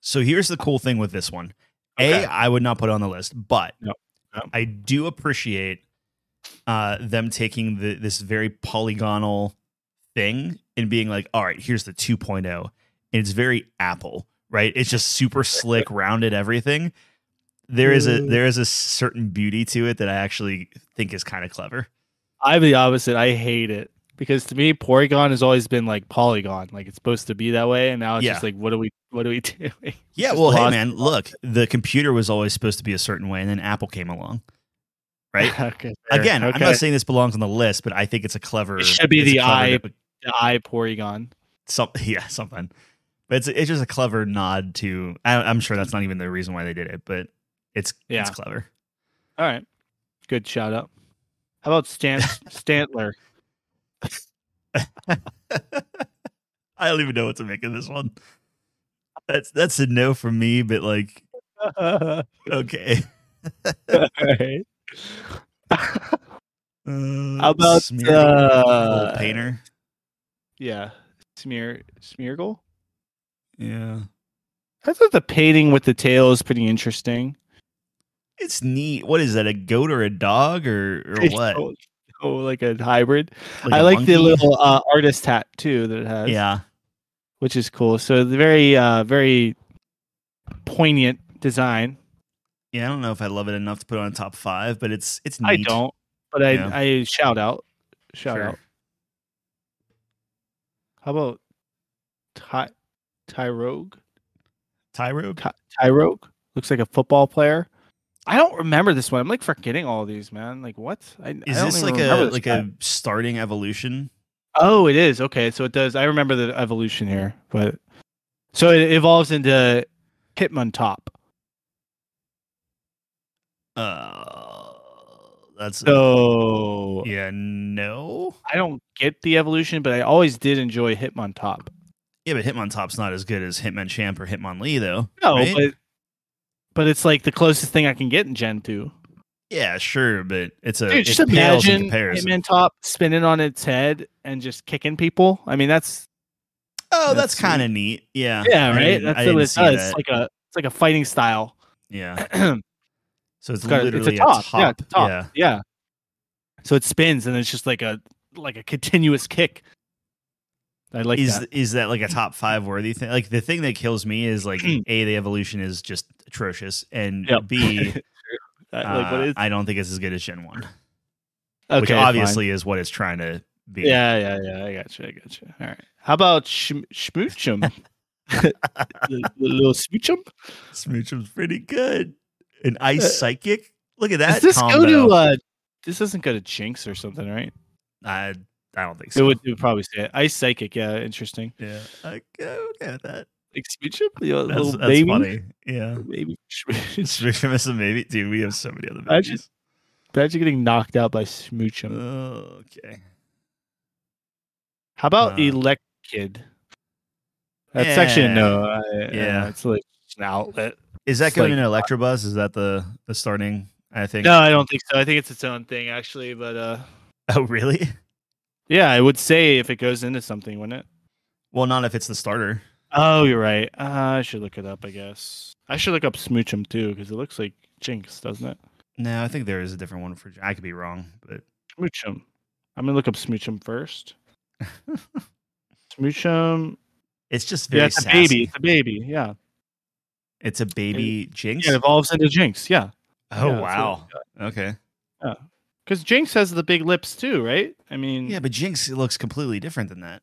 Speaker 2: so here's the cool thing with this one.
Speaker 1: Okay.
Speaker 2: A, I would not put it on the list, but
Speaker 1: No. No.
Speaker 2: I do appreciate uh, them taking the, this very polygonal thing and being like, all right, here's the 2.0. And it's very Apple, right? It's just super slick, rounded everything. There is a
Speaker 1: Ooh.
Speaker 2: there is a certain beauty to it that I actually think is kind of clever.
Speaker 1: I'm the opposite. I hate it. because to me Porygon has always been like Polygon, like it's supposed to be that way, and now it's
Speaker 2: Yeah.
Speaker 1: just like what are we what are we doing?
Speaker 2: Yeah,
Speaker 1: Just
Speaker 2: well, hey
Speaker 1: lost-
Speaker 2: man, look, the computer was always supposed to be a certain way, and then Apple came along. Right?
Speaker 1: okay, fair.
Speaker 2: Again,
Speaker 1: okay.
Speaker 2: I'm not saying this belongs on the list, but I think it's a clever.
Speaker 1: It should be
Speaker 2: it's a
Speaker 1: the
Speaker 2: clever
Speaker 1: eye-
Speaker 2: dep-
Speaker 1: the eye Porygon.
Speaker 2: some, yeah, something. But it's it's just a clever nod to. I, I'm sure that's not even the reason why they did it, but it's
Speaker 1: Yeah.
Speaker 2: it's clever.
Speaker 1: All right, good shout out. How about Stan Stantler?
Speaker 2: I don't even know what to make of this one. That's that's a no for me, but like
Speaker 1: All
Speaker 2: okay.
Speaker 1: right.
Speaker 2: Uh,
Speaker 1: How about,
Speaker 2: smear,
Speaker 1: uh,
Speaker 2: old painter?
Speaker 1: yeah, Smear Smeargle.
Speaker 2: Yeah,
Speaker 1: I thought the painting with the tail is pretty interesting.
Speaker 2: it's neat. What is that? A goat or a dog or or what?
Speaker 1: Oh, oh, like a hybrid.
Speaker 2: a
Speaker 1: I like the
Speaker 2: monkey?
Speaker 1: little uh, artist hat too that it has.
Speaker 2: Yeah,
Speaker 1: which is cool. So the very uh very poignant design.
Speaker 2: yeah. I don't know if I love it enough to put on a top five, but it's it's. Neat.
Speaker 1: I don't, but I
Speaker 2: Yeah.
Speaker 1: I shout out. Shout
Speaker 2: Sure.
Speaker 1: out. How about Ty Tyrogue?
Speaker 2: Tyrogue.
Speaker 1: Tyrogue looks like a football player. I don't remember this one. I'm like forgetting all these, man. Like what? I, I
Speaker 2: Is
Speaker 1: don't
Speaker 2: this
Speaker 1: even
Speaker 2: like
Speaker 1: remember
Speaker 2: a
Speaker 1: this
Speaker 2: like
Speaker 1: guy.
Speaker 2: a starting evolution?
Speaker 1: Oh, it is. Okay, so it does. I remember the evolution here, but so it evolves into Hitmontop.
Speaker 2: Uh, that's
Speaker 1: So
Speaker 2: yeah. No.
Speaker 1: I don't get the evolution, but I always did enjoy Hitmontop.
Speaker 2: Yeah, but Hitmon Top's not as good as Hitman Champ or Hitmon Lee, though.
Speaker 1: No,
Speaker 2: right?
Speaker 1: but but it's like the closest thing I can get in Gen two.
Speaker 2: yeah, sure, but it's a
Speaker 1: Dude,
Speaker 2: it
Speaker 1: just
Speaker 2: pales in
Speaker 1: imagine
Speaker 2: comparison.
Speaker 1: Hitmontop spinning on its head and just kicking people. I mean, that's
Speaker 2: Oh, that's,
Speaker 1: That's sweet.
Speaker 2: kind of neat. Yeah,
Speaker 1: yeah,
Speaker 2: I
Speaker 1: right.
Speaker 2: didn't-
Speaker 1: That's
Speaker 2: I
Speaker 1: what
Speaker 2: didn't
Speaker 1: it does.
Speaker 2: see
Speaker 1: It's
Speaker 2: that.
Speaker 1: like a it's like a fighting style.
Speaker 2: yeah,
Speaker 1: it's
Speaker 2: so it's,
Speaker 1: got a, it's
Speaker 2: literally
Speaker 1: a top. Yeah,
Speaker 2: top.
Speaker 1: it's a top. Yeah. So it spins and it's just like a like a continuous kick. I like
Speaker 2: is
Speaker 1: that.
Speaker 2: is that like a top five worthy thing? Like the thing that kills me is like a the evolution is just atrocious, and
Speaker 1: Hmm. Yep.
Speaker 2: b
Speaker 1: I like what
Speaker 2: uh,
Speaker 1: it is.
Speaker 2: I don't think it's as good as Gen One,
Speaker 1: Okay,
Speaker 2: which
Speaker 1: fine.
Speaker 2: obviously is what it's trying to be.
Speaker 1: Yeah, yeah, yeah. I got you. I got you. All right. How about Schm- Schmoochum? the, the little Smoochum?
Speaker 2: Smoochum's pretty good. An ice
Speaker 1: Uh,
Speaker 2: psychic. Look at that.
Speaker 1: Does this
Speaker 2: combo.
Speaker 1: go to? Uh, this doesn't go to Jinx or something, right?
Speaker 2: I I don't think
Speaker 1: It
Speaker 2: so.
Speaker 1: would, it would probably say it. Ice Psychic. Yeah, interesting.
Speaker 2: yeah, I go okay with that.
Speaker 1: Like Smoochum, the little
Speaker 2: That's, that's
Speaker 1: baby.
Speaker 2: funny. Yeah.
Speaker 1: Baby Schmoochum.
Speaker 2: Smoochum is a maybe. Dude, we have so many other
Speaker 1: I
Speaker 2: babies.
Speaker 1: just- Imagine getting knocked out by Smoochum.
Speaker 2: Okay.
Speaker 1: How about
Speaker 2: uh,
Speaker 1: Elect Kid? That's actually a
Speaker 2: yeah.
Speaker 1: no. I, I-
Speaker 2: Yeah.
Speaker 1: it's like an outlet.
Speaker 2: Is that
Speaker 1: It's
Speaker 2: going
Speaker 1: like-
Speaker 2: in Electrobus? Is that the the starting? I think.
Speaker 1: No, I don't think so. I think it's its own thing actually, but uh,
Speaker 2: Oh, really?
Speaker 1: yeah, I would say if it goes into something, wouldn't it?
Speaker 2: Well, not if it's the starter.
Speaker 1: Oh, you're right. Uh, I should look it up, I guess. I should look up Smoochum too, because it looks like Jinx, doesn't it?
Speaker 2: No, I think there is a different one for. I could be wrong, but
Speaker 1: Smoochum. I'm gonna look up Smoochum first. Smoochum.
Speaker 2: it's just very
Speaker 1: Yeah, it's a
Speaker 2: sassy.
Speaker 1: baby. It's a baby. Yeah.
Speaker 2: It's a baby Jinx.
Speaker 1: yeah. It evolves into Jinx. Yeah.
Speaker 2: oh
Speaker 1: Yeah, that's
Speaker 2: wow. Okay.
Speaker 1: Because Jinx has the big lips too, right? I mean,
Speaker 2: Yeah, but Jinx looks completely different than that.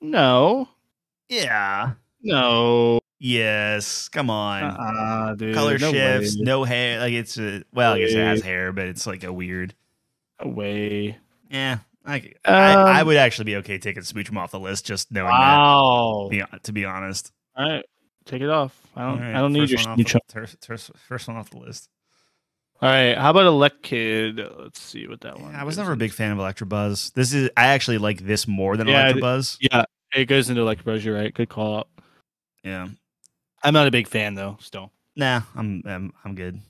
Speaker 1: no,
Speaker 2: Yeah.
Speaker 1: no.
Speaker 2: Yes. Come on.
Speaker 1: Uh-uh, dude,
Speaker 2: Color
Speaker 1: no
Speaker 2: shifts,
Speaker 1: Way.
Speaker 2: no hair. Like it's a well, I guess it has
Speaker 1: Wait.
Speaker 2: hair, but it's like a weird.
Speaker 1: No way.
Speaker 2: Yeah, I, I, I
Speaker 1: Um,
Speaker 2: would actually be okay taking Smoochum off the list, just knowing
Speaker 1: Wow.
Speaker 2: that. Yeah, to be honest,
Speaker 1: All right. Take it off. I don't.
Speaker 2: All right,
Speaker 1: I don't need
Speaker 2: first
Speaker 1: your
Speaker 2: one off the-
Speaker 1: Smoochum.
Speaker 2: first- first- first one off the list.
Speaker 1: All right. How about Elect Kid? Let's see what that one.
Speaker 2: Yeah, I was
Speaker 1: goes
Speaker 2: never a
Speaker 1: into.
Speaker 2: big fan of Electrobuzz. This is I actually like this more than
Speaker 1: Yeah, it-
Speaker 2: Electrobuzz.
Speaker 1: Yeah, it goes into like Roger, right? Good call out.
Speaker 2: Yeah,
Speaker 1: I'm not a big fan though. Still,
Speaker 2: nah, I'm I'm, I'm good.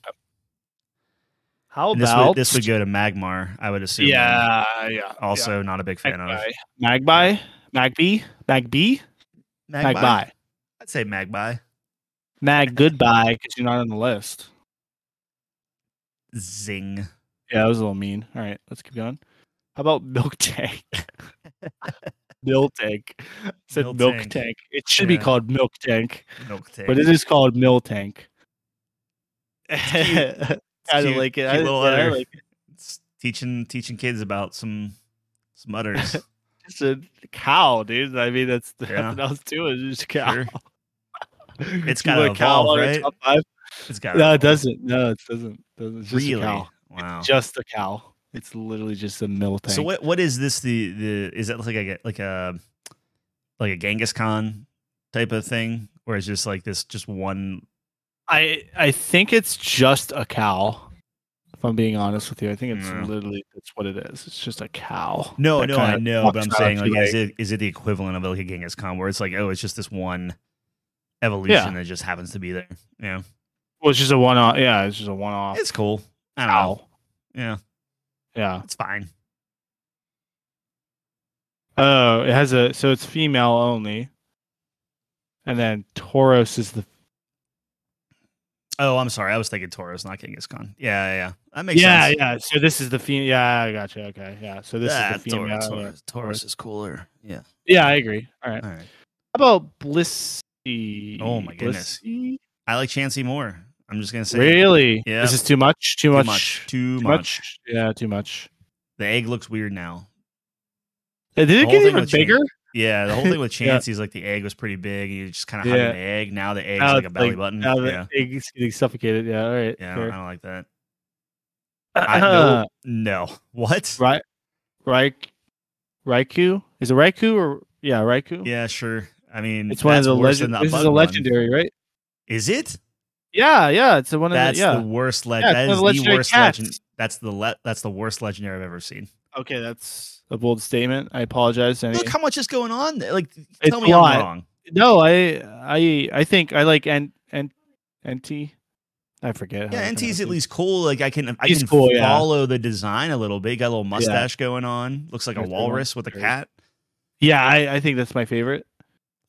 Speaker 1: how
Speaker 2: And This
Speaker 1: about
Speaker 2: would, this would go to Magmar, I would assume.
Speaker 1: yeah, yeah.
Speaker 2: also not a big fan of
Speaker 1: yeah. Magpie, Magpie, Magpie, Magpie, Magpie,
Speaker 2: I'd say Magpie.
Speaker 1: Mag goodbye because you're not on the list.
Speaker 2: Zing.
Speaker 1: Yeah, that was a little mean. All right, let's keep going. How about Milk Tank? milk Tank It said
Speaker 2: Milk
Speaker 1: Milk,
Speaker 2: Tank.
Speaker 1: tank. It should
Speaker 2: Yeah.
Speaker 1: be called Milk Tank,
Speaker 2: Milk tank.
Speaker 1: but it is called Mill Tank.
Speaker 2: cute.
Speaker 1: I
Speaker 2: Cute-
Speaker 1: like it.
Speaker 2: cute
Speaker 1: I,
Speaker 2: little
Speaker 1: yeah, I
Speaker 2: udder.
Speaker 1: like
Speaker 2: It's teaching teaching kids about some some udders.
Speaker 1: It's a cow, dude. I mean, that's
Speaker 2: Yeah.
Speaker 1: nothing else to it. It's just a cow.
Speaker 2: Sure. It's
Speaker 1: You
Speaker 2: gotta
Speaker 1: want a cow
Speaker 2: evolve,
Speaker 1: on your
Speaker 2: right?
Speaker 1: top five?
Speaker 2: It's got
Speaker 1: No, it doesn't. No, it doesn't. doesn't. It's just
Speaker 2: Really?
Speaker 1: a cow.
Speaker 2: Wow.
Speaker 1: Just a cow. It's literally just a mill tank.
Speaker 2: So what what is this? The the is that like a like a like a Genghis Khan type of thing, or is just like this just one?
Speaker 1: I I think it's just a cow. If I'm being honest with you, I think it's
Speaker 2: Yeah.
Speaker 1: literally that's what it is. It's just a cow.
Speaker 2: Mm. No,
Speaker 1: that
Speaker 2: no,
Speaker 1: kinda
Speaker 2: I know, but I'm
Speaker 1: walks
Speaker 2: saying
Speaker 1: around
Speaker 2: like,
Speaker 1: to
Speaker 2: is it is it the equivalent of like a Genghis Khan, where it's like, oh, it's just this one evolution that just happens to be there. Yeah,
Speaker 1: Well, it's just a one off. Yeah, it's just a one off
Speaker 2: it's cool. I don't know.
Speaker 1: cow.
Speaker 2: Yeah,
Speaker 1: Yeah.
Speaker 2: it's fine.
Speaker 1: Oh, it has a so it's female only. And then Tauros is the
Speaker 2: Oh, I'm sorry, I was thinking Taurus, not Genghis Khan. Yeah, yeah, yeah. that makes
Speaker 1: yeah
Speaker 2: sense.
Speaker 1: yeah. So this is the female. Yeah, I gotcha. Okay, yeah. So this
Speaker 2: Ah,
Speaker 1: is the female.
Speaker 2: Taurus, Taurus, Taurus is cooler. Yeah.
Speaker 1: Yeah, I agree. All right.
Speaker 2: All right.
Speaker 1: How about Blissy?
Speaker 2: Oh my goodness.
Speaker 1: Blissey?
Speaker 2: I like Chansey more. I'm just gonna say
Speaker 1: Really?
Speaker 2: Yeah.
Speaker 1: This is too much. Too,
Speaker 2: too
Speaker 1: much.
Speaker 2: much.
Speaker 1: Too
Speaker 2: Too much.
Speaker 1: much. Yeah, too much.
Speaker 2: The egg looks weird now.
Speaker 1: Uh, Did
Speaker 2: The
Speaker 1: it
Speaker 2: whole
Speaker 1: get
Speaker 2: thing
Speaker 1: even
Speaker 2: with Chan-
Speaker 1: bigger?
Speaker 2: Yeah, the whole thing with
Speaker 1: Yeah.
Speaker 2: Chansey's like the egg was pretty big. and You just kind of hide
Speaker 1: Yeah.
Speaker 2: an egg. Now the egg's
Speaker 1: Now
Speaker 2: like a
Speaker 1: it's
Speaker 2: belly
Speaker 1: like-
Speaker 2: button.
Speaker 1: Now
Speaker 2: yeah,
Speaker 1: that it's getting suffocated. Yeah, all right.
Speaker 2: yeah, I don't,
Speaker 1: fair.
Speaker 2: I don't like that. I,
Speaker 1: Uh,
Speaker 2: no, no, what?
Speaker 1: Rai- Raik- Raikou? Is it Raikou or yeah, Raikou?
Speaker 2: Yeah, sure. I mean,
Speaker 1: It's one of
Speaker 2: that's
Speaker 1: the
Speaker 2: worse than
Speaker 1: legend.
Speaker 2: that
Speaker 1: This is
Speaker 2: bug
Speaker 1: a
Speaker 2: one.
Speaker 1: legendary, right?
Speaker 2: Is it?
Speaker 1: Yeah, yeah. It's the one of
Speaker 2: That's
Speaker 1: the yeah.
Speaker 2: the worst
Speaker 1: Yeah,
Speaker 2: legend.
Speaker 1: it's one
Speaker 2: that
Speaker 1: of
Speaker 2: is
Speaker 1: the
Speaker 2: the
Speaker 1: legendary
Speaker 2: worst
Speaker 1: cats.
Speaker 2: legend. That's the le- that's the worst legendary I've ever seen.
Speaker 1: Okay, that's a bold statement. I apologize. to any-
Speaker 2: Look how much is going on. there. Like,
Speaker 1: It's
Speaker 2: tell
Speaker 1: a
Speaker 2: me I'm
Speaker 1: lot.
Speaker 2: wrong.
Speaker 1: no, I I I think I like N N NT. I forget. how
Speaker 2: Yeah,
Speaker 1: to
Speaker 2: NT's
Speaker 1: pronounce
Speaker 2: at
Speaker 1: it.
Speaker 2: least cool. Like I can, I
Speaker 1: He's
Speaker 2: can
Speaker 1: cool, yeah.
Speaker 2: follow the design a little bit. Got a little mustache going on. Looks like a
Speaker 1: That's the one.
Speaker 2: walrus with a cat.
Speaker 1: Yeah, I, I think that's my favorite.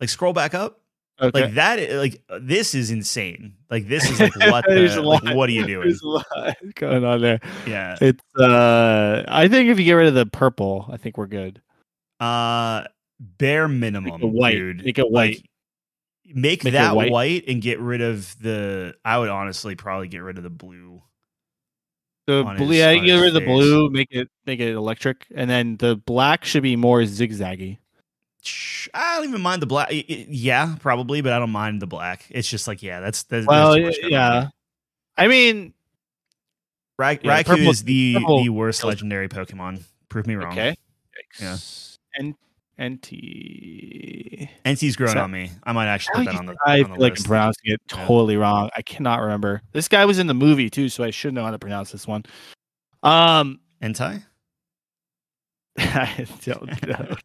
Speaker 2: Like scroll back up.
Speaker 1: Okay.
Speaker 2: Like that. i- Like uh, this is insane. Like this is like what?
Speaker 1: There's a
Speaker 2: the- like,
Speaker 1: lot.
Speaker 2: what are you doing?
Speaker 1: There's a lot going on there.
Speaker 2: Yeah.
Speaker 1: It's uh I think if you get rid of the purple, I think we're good.
Speaker 2: Uh, bare minimum,
Speaker 1: Make it white.
Speaker 2: dude.
Speaker 1: Make it white.
Speaker 2: Like,
Speaker 1: Make
Speaker 2: make,
Speaker 1: it
Speaker 2: that white.
Speaker 1: white.
Speaker 2: and get rid of the. I would honestly probably get rid of the blue.
Speaker 1: the
Speaker 2: on
Speaker 1: blue,
Speaker 2: his-
Speaker 1: yeah,
Speaker 2: on
Speaker 1: you get
Speaker 2: his
Speaker 1: rid of the
Speaker 2: face.
Speaker 1: blue, make it make it electric, and then the black should be more zigzaggy.
Speaker 2: Sh- I don't even mind the black. I- I- Yeah, probably, but I don't mind the black. It's just like, yeah, that's that's.
Speaker 1: Well,
Speaker 2: that's too
Speaker 1: y-
Speaker 2: much going on there.
Speaker 1: yeah. I mean,
Speaker 2: Ra-
Speaker 1: Yeah,
Speaker 2: Raikou
Speaker 1: purple-
Speaker 2: is the
Speaker 1: purple
Speaker 2: the worst
Speaker 1: kills-
Speaker 2: legendary Pokemon. Prove me wrong.
Speaker 1: okay.
Speaker 2: Yeah.
Speaker 1: And NT.
Speaker 2: NC's grown
Speaker 1: So-
Speaker 2: on me. I might actually
Speaker 1: I
Speaker 2: put that on the,
Speaker 1: I
Speaker 2: on the
Speaker 1: feel like I'm
Speaker 2: list.
Speaker 1: pronouncing it
Speaker 2: Yeah.
Speaker 1: totally wrong. I cannot remember. This guy was in the movie too, so I should know how to pronounce this one. Um,
Speaker 2: Entai?
Speaker 1: I don't know.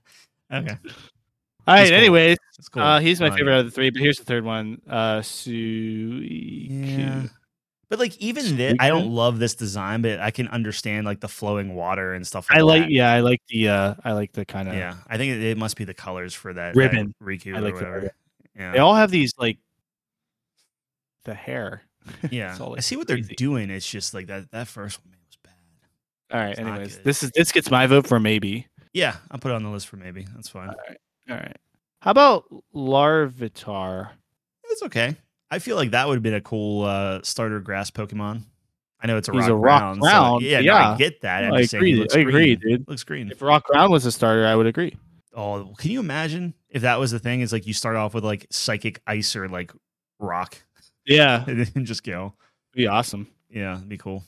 Speaker 2: Okay.
Speaker 1: All right.
Speaker 2: He's cool.
Speaker 1: Anyways,
Speaker 2: That's cool.
Speaker 1: Uh, he's my
Speaker 2: I like
Speaker 1: favorite
Speaker 2: it.
Speaker 1: out of the three, but here's the third one. Uh, Suicune.
Speaker 2: Yeah. But like even this I don't love this design, but I can understand like the flowing water and stuff like
Speaker 1: I like,
Speaker 2: that.
Speaker 1: yeah, I like the, uh, I like the kind of.
Speaker 2: Yeah. I think it, it must be the colors for that that
Speaker 1: Ribbon.
Speaker 2: Riku
Speaker 1: I
Speaker 2: or
Speaker 1: like the
Speaker 2: whatever.
Speaker 1: ribbon. They
Speaker 2: Yeah.
Speaker 1: all have these like the hair.
Speaker 2: yeah.
Speaker 1: it's all,
Speaker 2: I
Speaker 1: like,
Speaker 2: see what they're
Speaker 1: crazy.
Speaker 2: doing. It's just like that that first one man, was bad.
Speaker 1: All right.
Speaker 2: It's not
Speaker 1: Anyways,
Speaker 2: good.
Speaker 1: this is this gets my vote for maybe.
Speaker 2: Yeah, I'll put it on the list for maybe. That's fine.
Speaker 1: Uh, All right. How about Larvitar?
Speaker 2: It's okay. I feel like that would have been a cool uh, starter grass Pokemon. I know it's a
Speaker 1: He's
Speaker 2: rock
Speaker 1: a rock
Speaker 2: ground,
Speaker 1: ground,
Speaker 2: yeah, no, I
Speaker 1: yeah.
Speaker 2: get that. I'm
Speaker 1: I
Speaker 2: just saying he
Speaker 1: agree.
Speaker 2: looks
Speaker 1: I agree,
Speaker 2: green.
Speaker 1: dude.
Speaker 2: Looks green.
Speaker 1: If Rock Round was a starter, I would agree.
Speaker 2: oh, can you imagine if that was the thing? Is like you start off with like psychic ice or like rock,
Speaker 1: Yeah, it'd
Speaker 2: and then just go.
Speaker 1: be awesome.
Speaker 2: Yeah, that'd be cool.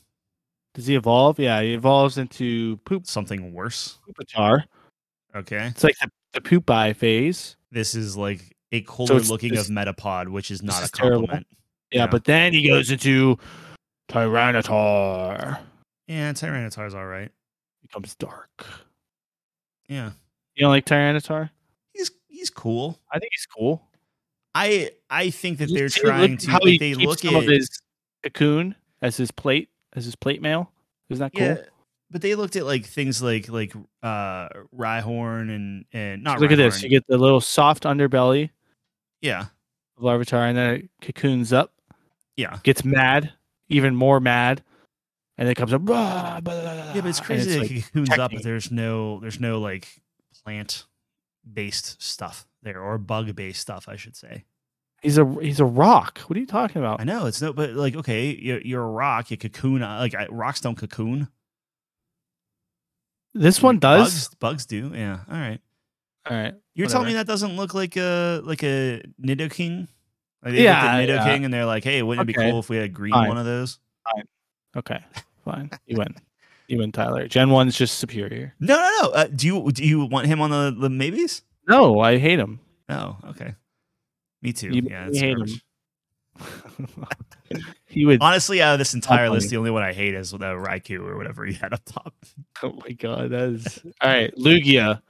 Speaker 1: Does he evolve? Yeah, he evolves into Poop
Speaker 2: Something worse.
Speaker 1: Poopatar.
Speaker 2: Okay,
Speaker 1: It's like the, the Poop Eye phase.
Speaker 2: this is like a cooler
Speaker 1: it's-
Speaker 2: looking
Speaker 1: this-
Speaker 2: of Metapod, which is not
Speaker 1: is
Speaker 2: a
Speaker 1: terrible.
Speaker 2: compliment.
Speaker 1: Yeah,
Speaker 2: Yeah.
Speaker 1: but then he goes into Tyranitar.
Speaker 2: Yeah, Tyranitar's all right.
Speaker 1: Becomes dark.
Speaker 2: Yeah,
Speaker 1: You don't like Tyranitar?
Speaker 2: he's he's cool.
Speaker 1: I think he's cool.
Speaker 2: I I think that
Speaker 1: You
Speaker 2: they're
Speaker 1: see,
Speaker 2: trying
Speaker 1: look
Speaker 2: to.
Speaker 1: how
Speaker 2: like,
Speaker 1: he
Speaker 2: they
Speaker 1: keeps
Speaker 2: look
Speaker 1: some
Speaker 2: at
Speaker 1: of his cocoon as his plate as his plate mail. Isn't that cool?
Speaker 2: Yeah, but they looked at like things like like uh Rhyhorn and and not
Speaker 1: Look at this.
Speaker 2: Rhyhorn.
Speaker 1: You get the little soft underbelly
Speaker 2: yeah,
Speaker 1: of Larvitar, and then it cocoons up,
Speaker 2: yeah,
Speaker 1: gets mad, even more mad, and then it comes up. "Rah, blah, blah, blah,"
Speaker 2: yeah. But it's
Speaker 1: and
Speaker 2: crazy. that
Speaker 1: like,
Speaker 2: it cocoons up
Speaker 1: protecting.
Speaker 2: if there's no there's no like plant based stuff there or bug based stuff. I should say.
Speaker 1: he's a he's a rock. What are you talking about?
Speaker 2: I know it's no, but like okay, you're, you're a rock. You cocoon uh, like I, rocks don't cocoon.
Speaker 1: This one does.
Speaker 2: Bugs, bugs do. Yeah. All right.
Speaker 1: All right.
Speaker 2: You're telling me
Speaker 1: whatever.
Speaker 2: that doesn't look like a like a Nidoking? Like they
Speaker 1: Yeah,
Speaker 2: looked at
Speaker 1: yeah.
Speaker 2: Nidoking and they're like, "Hey, wouldn't it be
Speaker 1: Okay.
Speaker 2: cool if we had a green
Speaker 1: Fine.
Speaker 2: one of those?"
Speaker 1: Okay. Fine. You win. You win, Tyler. Gen one's just superior.
Speaker 2: No, no, no. Uh, do you do you want him on the, the maybes?
Speaker 1: No, I hate him.
Speaker 2: No. Okay. Me too.
Speaker 1: You
Speaker 2: yeah,
Speaker 1: made me
Speaker 2: it's
Speaker 1: hate
Speaker 2: garbage.
Speaker 1: him. he would. Oh
Speaker 2: Honestly, out of this entire
Speaker 1: funny.
Speaker 2: list, the only one I hate is the Raikou or whatever he had up top. Oh
Speaker 1: my god, that is all right. Lugia.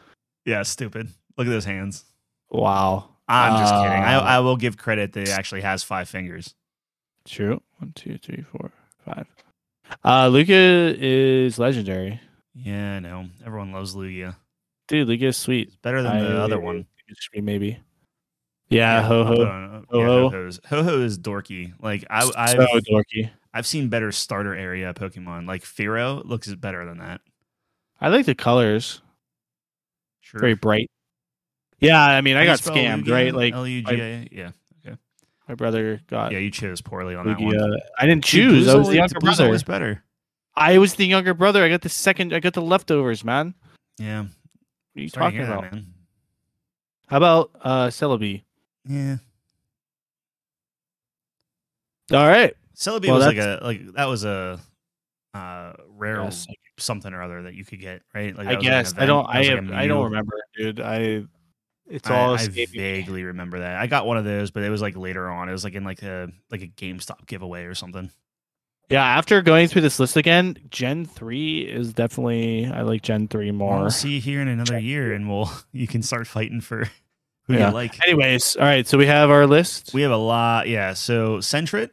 Speaker 2: Yeah, stupid. Look at those hands.
Speaker 1: Wow.
Speaker 2: I'm just kidding. I,
Speaker 1: Uh,
Speaker 2: I will give credit that it actually has five fingers.
Speaker 1: True. One, two, three, four, five. Uh, Lugia is legendary,
Speaker 2: Yeah, I know. Everyone loves Lugia.
Speaker 1: dude. Lugia is sweet.
Speaker 2: It's better than the
Speaker 1: I-
Speaker 2: other one.
Speaker 1: It should be maybe. Yeah, ho
Speaker 2: I'll put
Speaker 1: ho.
Speaker 2: on-
Speaker 1: Ho
Speaker 2: yeah,
Speaker 1: ho.
Speaker 2: Ho-Ho's. Ho-Ho is dorky. Like I, I've,
Speaker 1: So dorky.
Speaker 2: I've seen better starter area Pokemon. Like Firo looks better than that.
Speaker 1: I like the colors.
Speaker 2: Sure.
Speaker 1: Very bright. Yeah, I mean, I got scammed, right? Like
Speaker 2: L U G A. Yeah.
Speaker 1: my brother got
Speaker 2: Oh. Yeah, you chose poorly on that one.
Speaker 1: Lugia. I didn't
Speaker 2: Dude,
Speaker 1: choose. I was
Speaker 2: Buzzole-
Speaker 1: the younger
Speaker 2: Buzzole
Speaker 1: brother.
Speaker 2: was better.
Speaker 1: I was the younger brother. I got the second. I got the leftovers, man.
Speaker 2: Yeah.
Speaker 1: What are you
Speaker 2: Sorry
Speaker 1: talking
Speaker 2: to hear that,
Speaker 1: about?
Speaker 2: man.
Speaker 1: How about uh Celebi?
Speaker 2: Yeah.
Speaker 1: All right.
Speaker 2: Celebi
Speaker 1: Well,
Speaker 2: was like a like that was a uh rare
Speaker 1: Yes,
Speaker 2: something or other that you could get, right? Like
Speaker 1: I
Speaker 2: that was like an
Speaker 1: guess I
Speaker 2: event.
Speaker 1: don't.
Speaker 2: That
Speaker 1: I
Speaker 2: was like
Speaker 1: have,
Speaker 2: a
Speaker 1: I don't
Speaker 2: meal.
Speaker 1: remember, dude. I. It's
Speaker 2: I-
Speaker 1: all
Speaker 2: I,
Speaker 1: escaping. me.
Speaker 2: vaguely remember that. I got one of those, but it was like later on. It was like in like a like a GameStop giveaway or something.
Speaker 1: Yeah, after going through this list again, Gen three is definitely I like Gen three
Speaker 2: Well,
Speaker 1: more.
Speaker 2: we'll see you here in another year, and we'll you can start fighting for who
Speaker 1: Yeah.
Speaker 2: you like.
Speaker 1: Anyways, all right, so we have our list.
Speaker 2: We have a lot, yeah. So Centret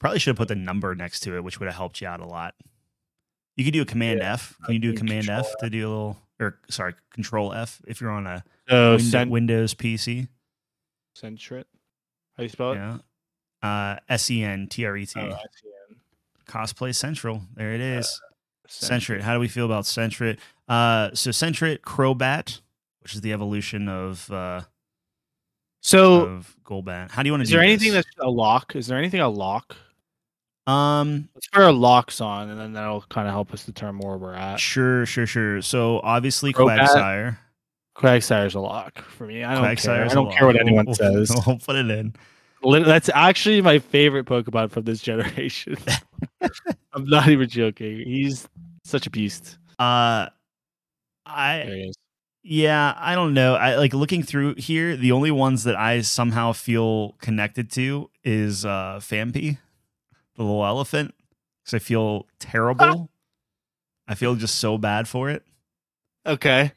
Speaker 2: probably should have put the number next to it, which would have helped you out a lot. You could do a Command F. Can you do
Speaker 1: do
Speaker 2: Command
Speaker 1: Control
Speaker 2: F to do a little, or sorry, Control F if you're on a
Speaker 1: so
Speaker 2: Windo-
Speaker 1: Cent-
Speaker 2: Windows PC?
Speaker 1: Centret. How do you spell it?
Speaker 2: Yeah. Uh, S E N T R E T.
Speaker 1: Oh, ICN.
Speaker 2: Cosplay Central. There it
Speaker 1: Uh,
Speaker 2: is.
Speaker 1: Centret.
Speaker 2: Centret. How do we feel about Centret? Uh, so Centret Crobat, which is the evolution of uh,
Speaker 1: So,
Speaker 2: of Golbat. How do you want to
Speaker 1: is
Speaker 2: do
Speaker 1: there anything
Speaker 2: this?
Speaker 1: that's a lock? Is there anything a lock?
Speaker 2: um
Speaker 1: Let's put our locks on, and then that'll kind of help us determine where we're at.
Speaker 2: Sure, sure, sure. So obviously
Speaker 1: Uh, Crobat.
Speaker 2: Quagsire.
Speaker 1: Quagsire's a lock for me. I don't care.
Speaker 2: Quagsire's
Speaker 1: I
Speaker 2: a Oh,
Speaker 1: don't
Speaker 2: lot.
Speaker 1: care what anyone
Speaker 2: We'll-
Speaker 1: says.
Speaker 2: We'll put it in.
Speaker 1: Lit- That's actually my favorite Pokemon from this generation. I'm not even joking. He's such a beast.
Speaker 2: Uh
Speaker 1: There
Speaker 2: I
Speaker 1: he is.
Speaker 2: yeah, I don't know. I like looking through here, the only ones that I somehow feel connected to is uh Fampi, the little elephant. Because I feel terrible. I feel just so bad for it.
Speaker 1: Okay,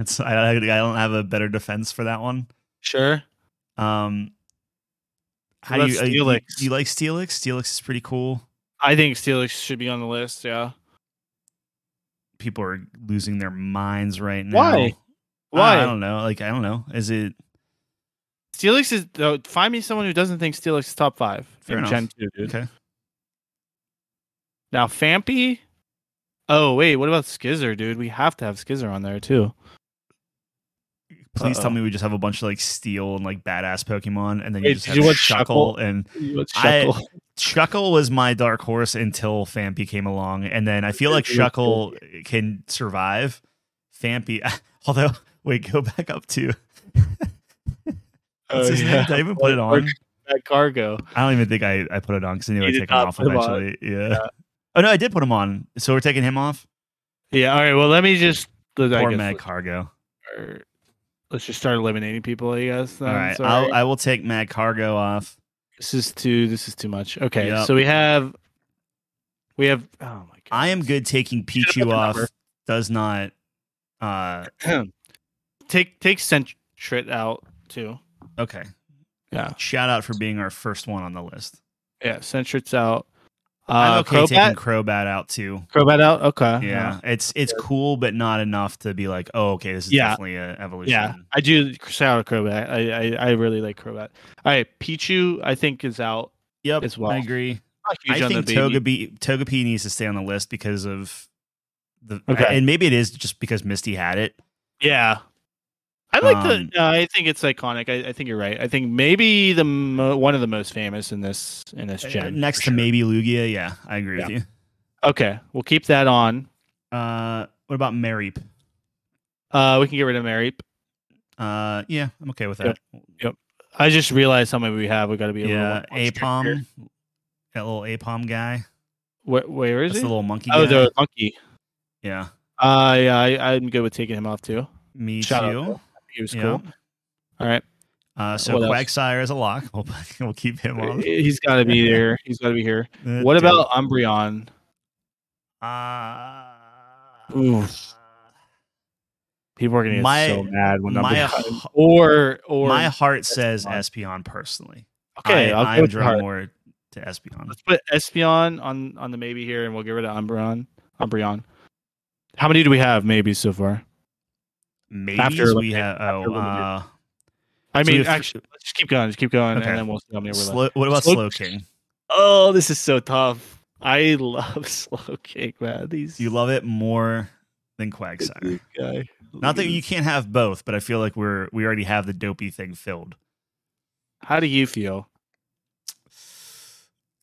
Speaker 2: It's, I, I I don't have a better defense for that one.
Speaker 1: sure.
Speaker 2: Um, how
Speaker 1: What
Speaker 2: do you,
Speaker 1: about
Speaker 2: uh, you-
Speaker 1: Steelix?
Speaker 2: you like Steelix? Steelix is pretty cool.
Speaker 1: I think Steelix should be on the list. Yeah.
Speaker 2: People are losing their minds right now.
Speaker 1: Why?
Speaker 2: I
Speaker 1: Why?
Speaker 2: don't know. Like I don't know. Is it
Speaker 1: Steelix is. Though, find me someone who doesn't think Steelix is top five
Speaker 2: Fair
Speaker 1: in
Speaker 2: enough.
Speaker 1: Gen two, dude.
Speaker 2: okay?
Speaker 1: Now Fampy. Oh wait, what about Skizzer, dude? We have to have Skizzer on there too.
Speaker 2: Please
Speaker 1: Uh-oh.
Speaker 2: tell me we just have a bunch of like steel and like badass Pokemon, and then
Speaker 1: Wait,
Speaker 2: you just
Speaker 1: did
Speaker 2: have
Speaker 1: you watch
Speaker 2: Shuckle. And I-
Speaker 1: Shuckle.
Speaker 2: Shuckle was my dark horse until Fampy came along, and then I feel like
Speaker 1: Really
Speaker 2: Shuckle
Speaker 1: cool.
Speaker 2: can survive. Fampy, although wait, go back up to
Speaker 1: Oh,
Speaker 2: what's his name? Did I even put it on?
Speaker 1: That cargo.
Speaker 2: I don't even think I, I put it on because I knew
Speaker 1: You
Speaker 2: I'd
Speaker 1: did
Speaker 2: take him
Speaker 1: not
Speaker 2: off
Speaker 1: put him on.
Speaker 2: eventually. Yeah.
Speaker 1: Yeah.
Speaker 2: Oh no, I did put him on. So we're taking him off.
Speaker 1: Yeah. All right. Well, let me just. I
Speaker 2: Or
Speaker 1: guess
Speaker 2: Mad Cargo.
Speaker 1: or let's just start eliminating people, I guess. Then.
Speaker 2: All right,
Speaker 1: Sorry.
Speaker 2: I'll, I will take Mad Cargo off.
Speaker 1: this is too. This is too much. Okay,
Speaker 2: Yep.
Speaker 1: so we have, we have. Oh my god,
Speaker 2: I am good taking
Speaker 1: Should've put
Speaker 2: Pichu
Speaker 1: the
Speaker 2: off.
Speaker 1: number.
Speaker 2: Does not. Uh,
Speaker 1: Take take Centrit out too.
Speaker 2: okay.
Speaker 1: Yeah,
Speaker 2: Shout out for being our first one on the list.
Speaker 1: yeah. Centrit's out.
Speaker 2: I'm
Speaker 1: Uh,
Speaker 2: okay
Speaker 1: Crobat, Uh-huh.
Speaker 2: taking Crobat out too.
Speaker 1: Crobat out. Okay.
Speaker 2: Yeah, it's it's cool, but not enough to be like, oh, okay, this is
Speaker 1: Yeah.
Speaker 2: definitely an evolution.
Speaker 1: Yeah, I do shout out Crobat. I, I I really like Crobat. All right, Pichu I think is out.
Speaker 2: Yep,
Speaker 1: As well.
Speaker 2: I agree.
Speaker 1: Not huge
Speaker 2: I
Speaker 1: on
Speaker 2: think
Speaker 1: the baby.
Speaker 2: Togepi Togepi needs to stay on the list because of the
Speaker 1: Okay.
Speaker 2: and maybe it is just because Misty had it.
Speaker 1: Yeah, I like
Speaker 2: Um,
Speaker 1: the. No, I think it's iconic. I, I think you're right. I think maybe the mo- one of the most famous in this in this
Speaker 2: Uh,
Speaker 1: gen.
Speaker 2: Next
Speaker 1: for
Speaker 2: to
Speaker 1: sure.
Speaker 2: maybe Lugia, yeah, I agree with
Speaker 1: Okay, we'll keep that on.
Speaker 2: you. Uh what about Mareep?
Speaker 1: Uh, we can get rid of Marip.
Speaker 2: Uh, yeah, I'm okay with that.
Speaker 1: Yep. I just realized how many we have. We got to be a
Speaker 2: Yeah,
Speaker 1: little more
Speaker 2: Apom, that little Apom guy.
Speaker 1: Where, where is
Speaker 2: That's
Speaker 1: he?
Speaker 2: the little monkey.
Speaker 1: oh,
Speaker 2: guy.
Speaker 1: the monkey.
Speaker 2: yeah,
Speaker 1: Uh, yeah, I, I'm good with taking him off too.
Speaker 2: me
Speaker 1: Shout out.
Speaker 2: too.
Speaker 1: He was
Speaker 2: Yeah.
Speaker 1: cool. All right,
Speaker 2: Uh, so
Speaker 1: What else?
Speaker 2: Quagsire is a lock. We'll, we'll keep him on.
Speaker 1: he's got to be there. He's got to be here.
Speaker 2: Uh,
Speaker 1: What
Speaker 2: dude.
Speaker 1: about Umbreon?
Speaker 2: Uh,
Speaker 1: Oof. People are gonna get
Speaker 2: My-
Speaker 1: so mad when
Speaker 2: my
Speaker 1: Umbreon
Speaker 2: h-
Speaker 1: or or
Speaker 2: my heart says
Speaker 1: Espeon.
Speaker 2: Espeon personally.
Speaker 1: okay.
Speaker 2: I,
Speaker 1: I,
Speaker 2: am
Speaker 1: will
Speaker 2: drawn more to Espeon.
Speaker 1: Let's put Espeon on on the maybe here, and we'll get rid of Umbreon. Umbreon. How many do we have? Maybe so far.
Speaker 2: Maybe
Speaker 1: After
Speaker 2: we
Speaker 1: Olympic-
Speaker 2: have. Oh,
Speaker 1: after Olympic.
Speaker 2: uh,
Speaker 1: I
Speaker 2: So
Speaker 1: mean,
Speaker 2: if-
Speaker 1: actually, let's just keep going. Just keep going,
Speaker 2: Okay.
Speaker 1: and then we'll see how many we're left.
Speaker 2: Slo- what about
Speaker 1: Slow-
Speaker 2: Slow King?
Speaker 1: Oh, this is so tough. I love slow cake, man. These
Speaker 2: Do you love it more than Quagsire?
Speaker 1: guy.
Speaker 2: Not that you can't have both, but I feel like we're we already have the dopey thing filled.
Speaker 1: How do you feel?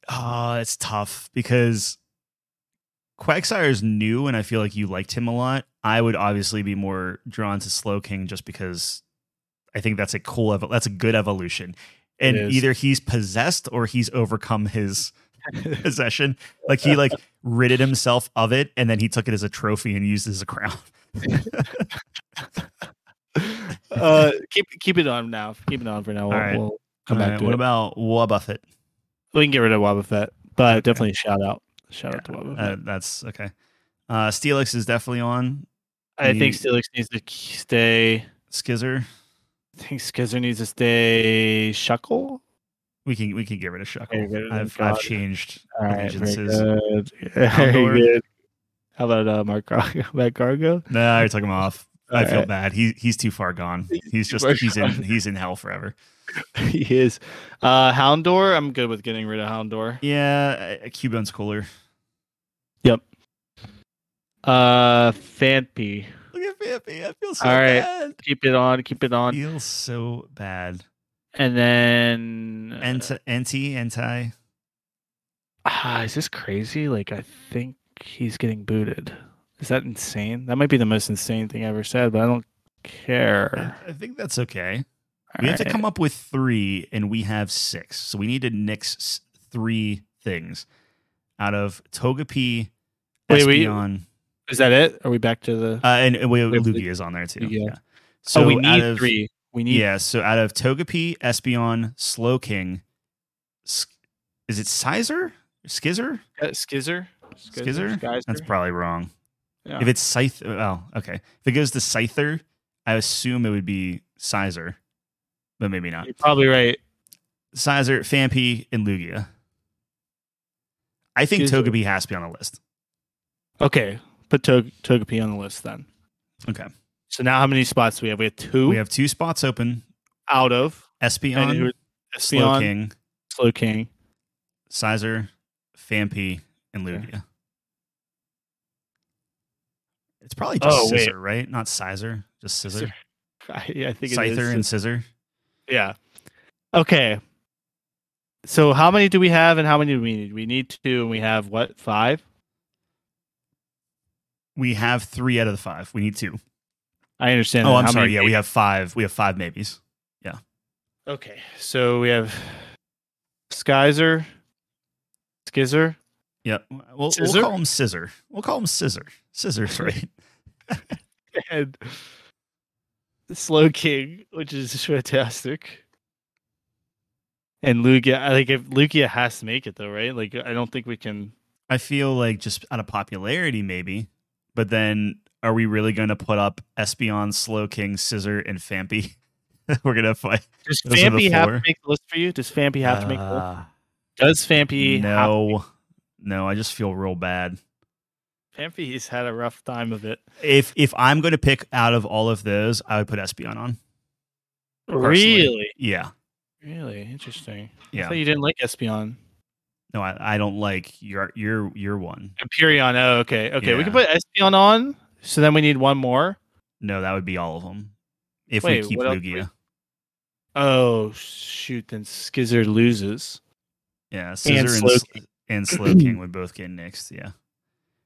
Speaker 2: Oh, it's tough because Quagsire is new and I feel like you liked him a lot. I would obviously be more drawn to Slow King just because I think that's a cool ev- that's a good evolution. And
Speaker 1: is.
Speaker 2: either he's possessed or he's overcome his possession. Like he like ridded himself of it and then he took it as a trophy and used it as a crown.
Speaker 1: uh, keep keep it on now. Keep it on for now. We'll,
Speaker 2: All right.
Speaker 1: we'll come
Speaker 2: All
Speaker 1: back
Speaker 2: right,
Speaker 1: to
Speaker 2: what
Speaker 1: it.
Speaker 2: about Wobbuffet?
Speaker 1: we can get rid of Wobbuffet, but
Speaker 2: Okay.
Speaker 1: definitely shout out. Shout out to Wobbuffet.
Speaker 2: Uh, that's okay. Uh, Steelix is definitely on.
Speaker 1: I
Speaker 2: you-
Speaker 1: think Steelix needs to k- stay.
Speaker 2: Skizzer,
Speaker 1: I think Skizzer needs to stay. Shuckle.
Speaker 2: we can we can get rid of Shuckle.
Speaker 1: Okay, get rid of
Speaker 2: I've,
Speaker 1: God.
Speaker 2: I've changed
Speaker 1: All right, very good.
Speaker 2: allegiances.
Speaker 1: Very
Speaker 2: Condor.
Speaker 1: good. How about uh, Mark Cargo? Matt Cargo?
Speaker 2: Nah, you're talking him off. I
Speaker 1: All
Speaker 2: feel
Speaker 1: right.
Speaker 2: bad. He he's too far gone.
Speaker 1: He's
Speaker 2: He's
Speaker 1: too
Speaker 2: just
Speaker 1: far
Speaker 2: he's in
Speaker 1: gone.
Speaker 2: he's in hell forever.
Speaker 1: he is. Uh, Houndor. I'm good with getting rid of Houndor.
Speaker 2: Yeah, uh, Cubone's cooler.
Speaker 1: Uh, Fanpy.
Speaker 2: Look at Vampy. I feel so
Speaker 1: All right.
Speaker 2: bad.
Speaker 1: Keep it on. Keep it on.
Speaker 2: Feels so bad.
Speaker 1: And then
Speaker 2: Ent- Enti, Entai.
Speaker 1: ah, is this crazy? Like I think he's getting booted. Is that insane? That might be the most insane thing I ever said, but I don't
Speaker 2: I
Speaker 1: care.
Speaker 2: I think that's okay.
Speaker 1: All
Speaker 2: We have to
Speaker 1: right.
Speaker 2: come up with three, and we have six. So we need to nix s- three things out of Togepi,
Speaker 1: Wait, we-
Speaker 2: Espeon,
Speaker 1: Is that it? Are we back to the?
Speaker 2: uh, and, and we,
Speaker 1: we have
Speaker 2: Lugia is on there too.
Speaker 1: Lugia.
Speaker 2: So
Speaker 1: oh, we
Speaker 2: out
Speaker 1: need
Speaker 2: of-
Speaker 1: three. We need.
Speaker 2: Yeah. So out of Togepi, Espeon, Slowking, S- is it Sizer? Skizzer?
Speaker 1: Uh, Skizzer.
Speaker 2: Skizzer?
Speaker 1: Skizzer?
Speaker 2: That's
Speaker 1: Skyzer?
Speaker 2: probably wrong.
Speaker 1: Yeah.
Speaker 2: If it's Scythe, oh, okay. If it goes to Scyther, I assume it would be Sizer, but maybe not.
Speaker 1: You're probably right.
Speaker 2: Sizer, Fampi, and Lugia. I think
Speaker 1: Excuse me.
Speaker 2: Togepi has to be on the list.
Speaker 1: Okay, put Tog- Togepi on the list then.
Speaker 2: Okay.
Speaker 1: So now how many spots do we have? We have two.
Speaker 2: We have two spots open.
Speaker 1: out of and who-
Speaker 2: Espeon, Slow
Speaker 1: Espeon,
Speaker 2: King,
Speaker 1: Slow King.
Speaker 2: Sizer, Fampi, and
Speaker 1: Okay.
Speaker 2: Lugia. It's probably just
Speaker 1: Oh, wait.
Speaker 2: Scissor, right? Not Sizer, just Scissor.
Speaker 1: I, yeah, I think it is.
Speaker 2: Scyther and Scissor.
Speaker 1: Yeah. Okay. So how many do we have and how many do we need? We need two and we have what? Five?
Speaker 2: We have three out of the five. We need two.
Speaker 1: I understand.
Speaker 2: oh,
Speaker 1: that.
Speaker 2: I'm
Speaker 1: How
Speaker 2: sorry.
Speaker 1: many-
Speaker 2: Yeah, we have five. We have five maybes.
Speaker 1: Okay. So we have Skyzer, Skizzer.
Speaker 2: Yep. We'll, we'll
Speaker 1: Scissor?
Speaker 2: call him Scissor. We'll call him Scissor. Scissor's right.
Speaker 1: and Slow King, which is fantastic. And Lugia, I think if Lugia has to make it though, right? Like I don't think we can.
Speaker 2: I feel like just out of popularity, maybe. But then, are we really going to put up Espeon, Slow King, Scissor, and Fampy? We're gonna fight.
Speaker 1: Does
Speaker 2: Those are the
Speaker 1: Fampy have to
Speaker 2: four.
Speaker 1: make the list for you? Does Fampy have to make the list?
Speaker 2: Uh,
Speaker 1: Does Fampy have
Speaker 2: no, no. I just feel real bad.
Speaker 1: Pampy's had a rough time of it.
Speaker 2: If if I'm going to pick out of all of those, I would put Espeon on. Personally.
Speaker 1: Really?
Speaker 2: Yeah,
Speaker 1: Really? Interesting. I
Speaker 2: yeah.
Speaker 1: thought you didn't like Espeon.
Speaker 2: No, I, I don't like your your your one.
Speaker 1: Empyreon. Oh, okay. Okay. We
Speaker 2: Yeah.
Speaker 1: can put Espeon on. So then we need one more.
Speaker 2: No, that would be all of them. If
Speaker 1: Wait,
Speaker 2: we keep
Speaker 1: what else we-
Speaker 2: Lugia,
Speaker 1: Oh, shoot. Then Skizzer loses.
Speaker 2: yeah, Scissor and
Speaker 1: Slow
Speaker 2: S- and Slow King would both get nixed. Yeah.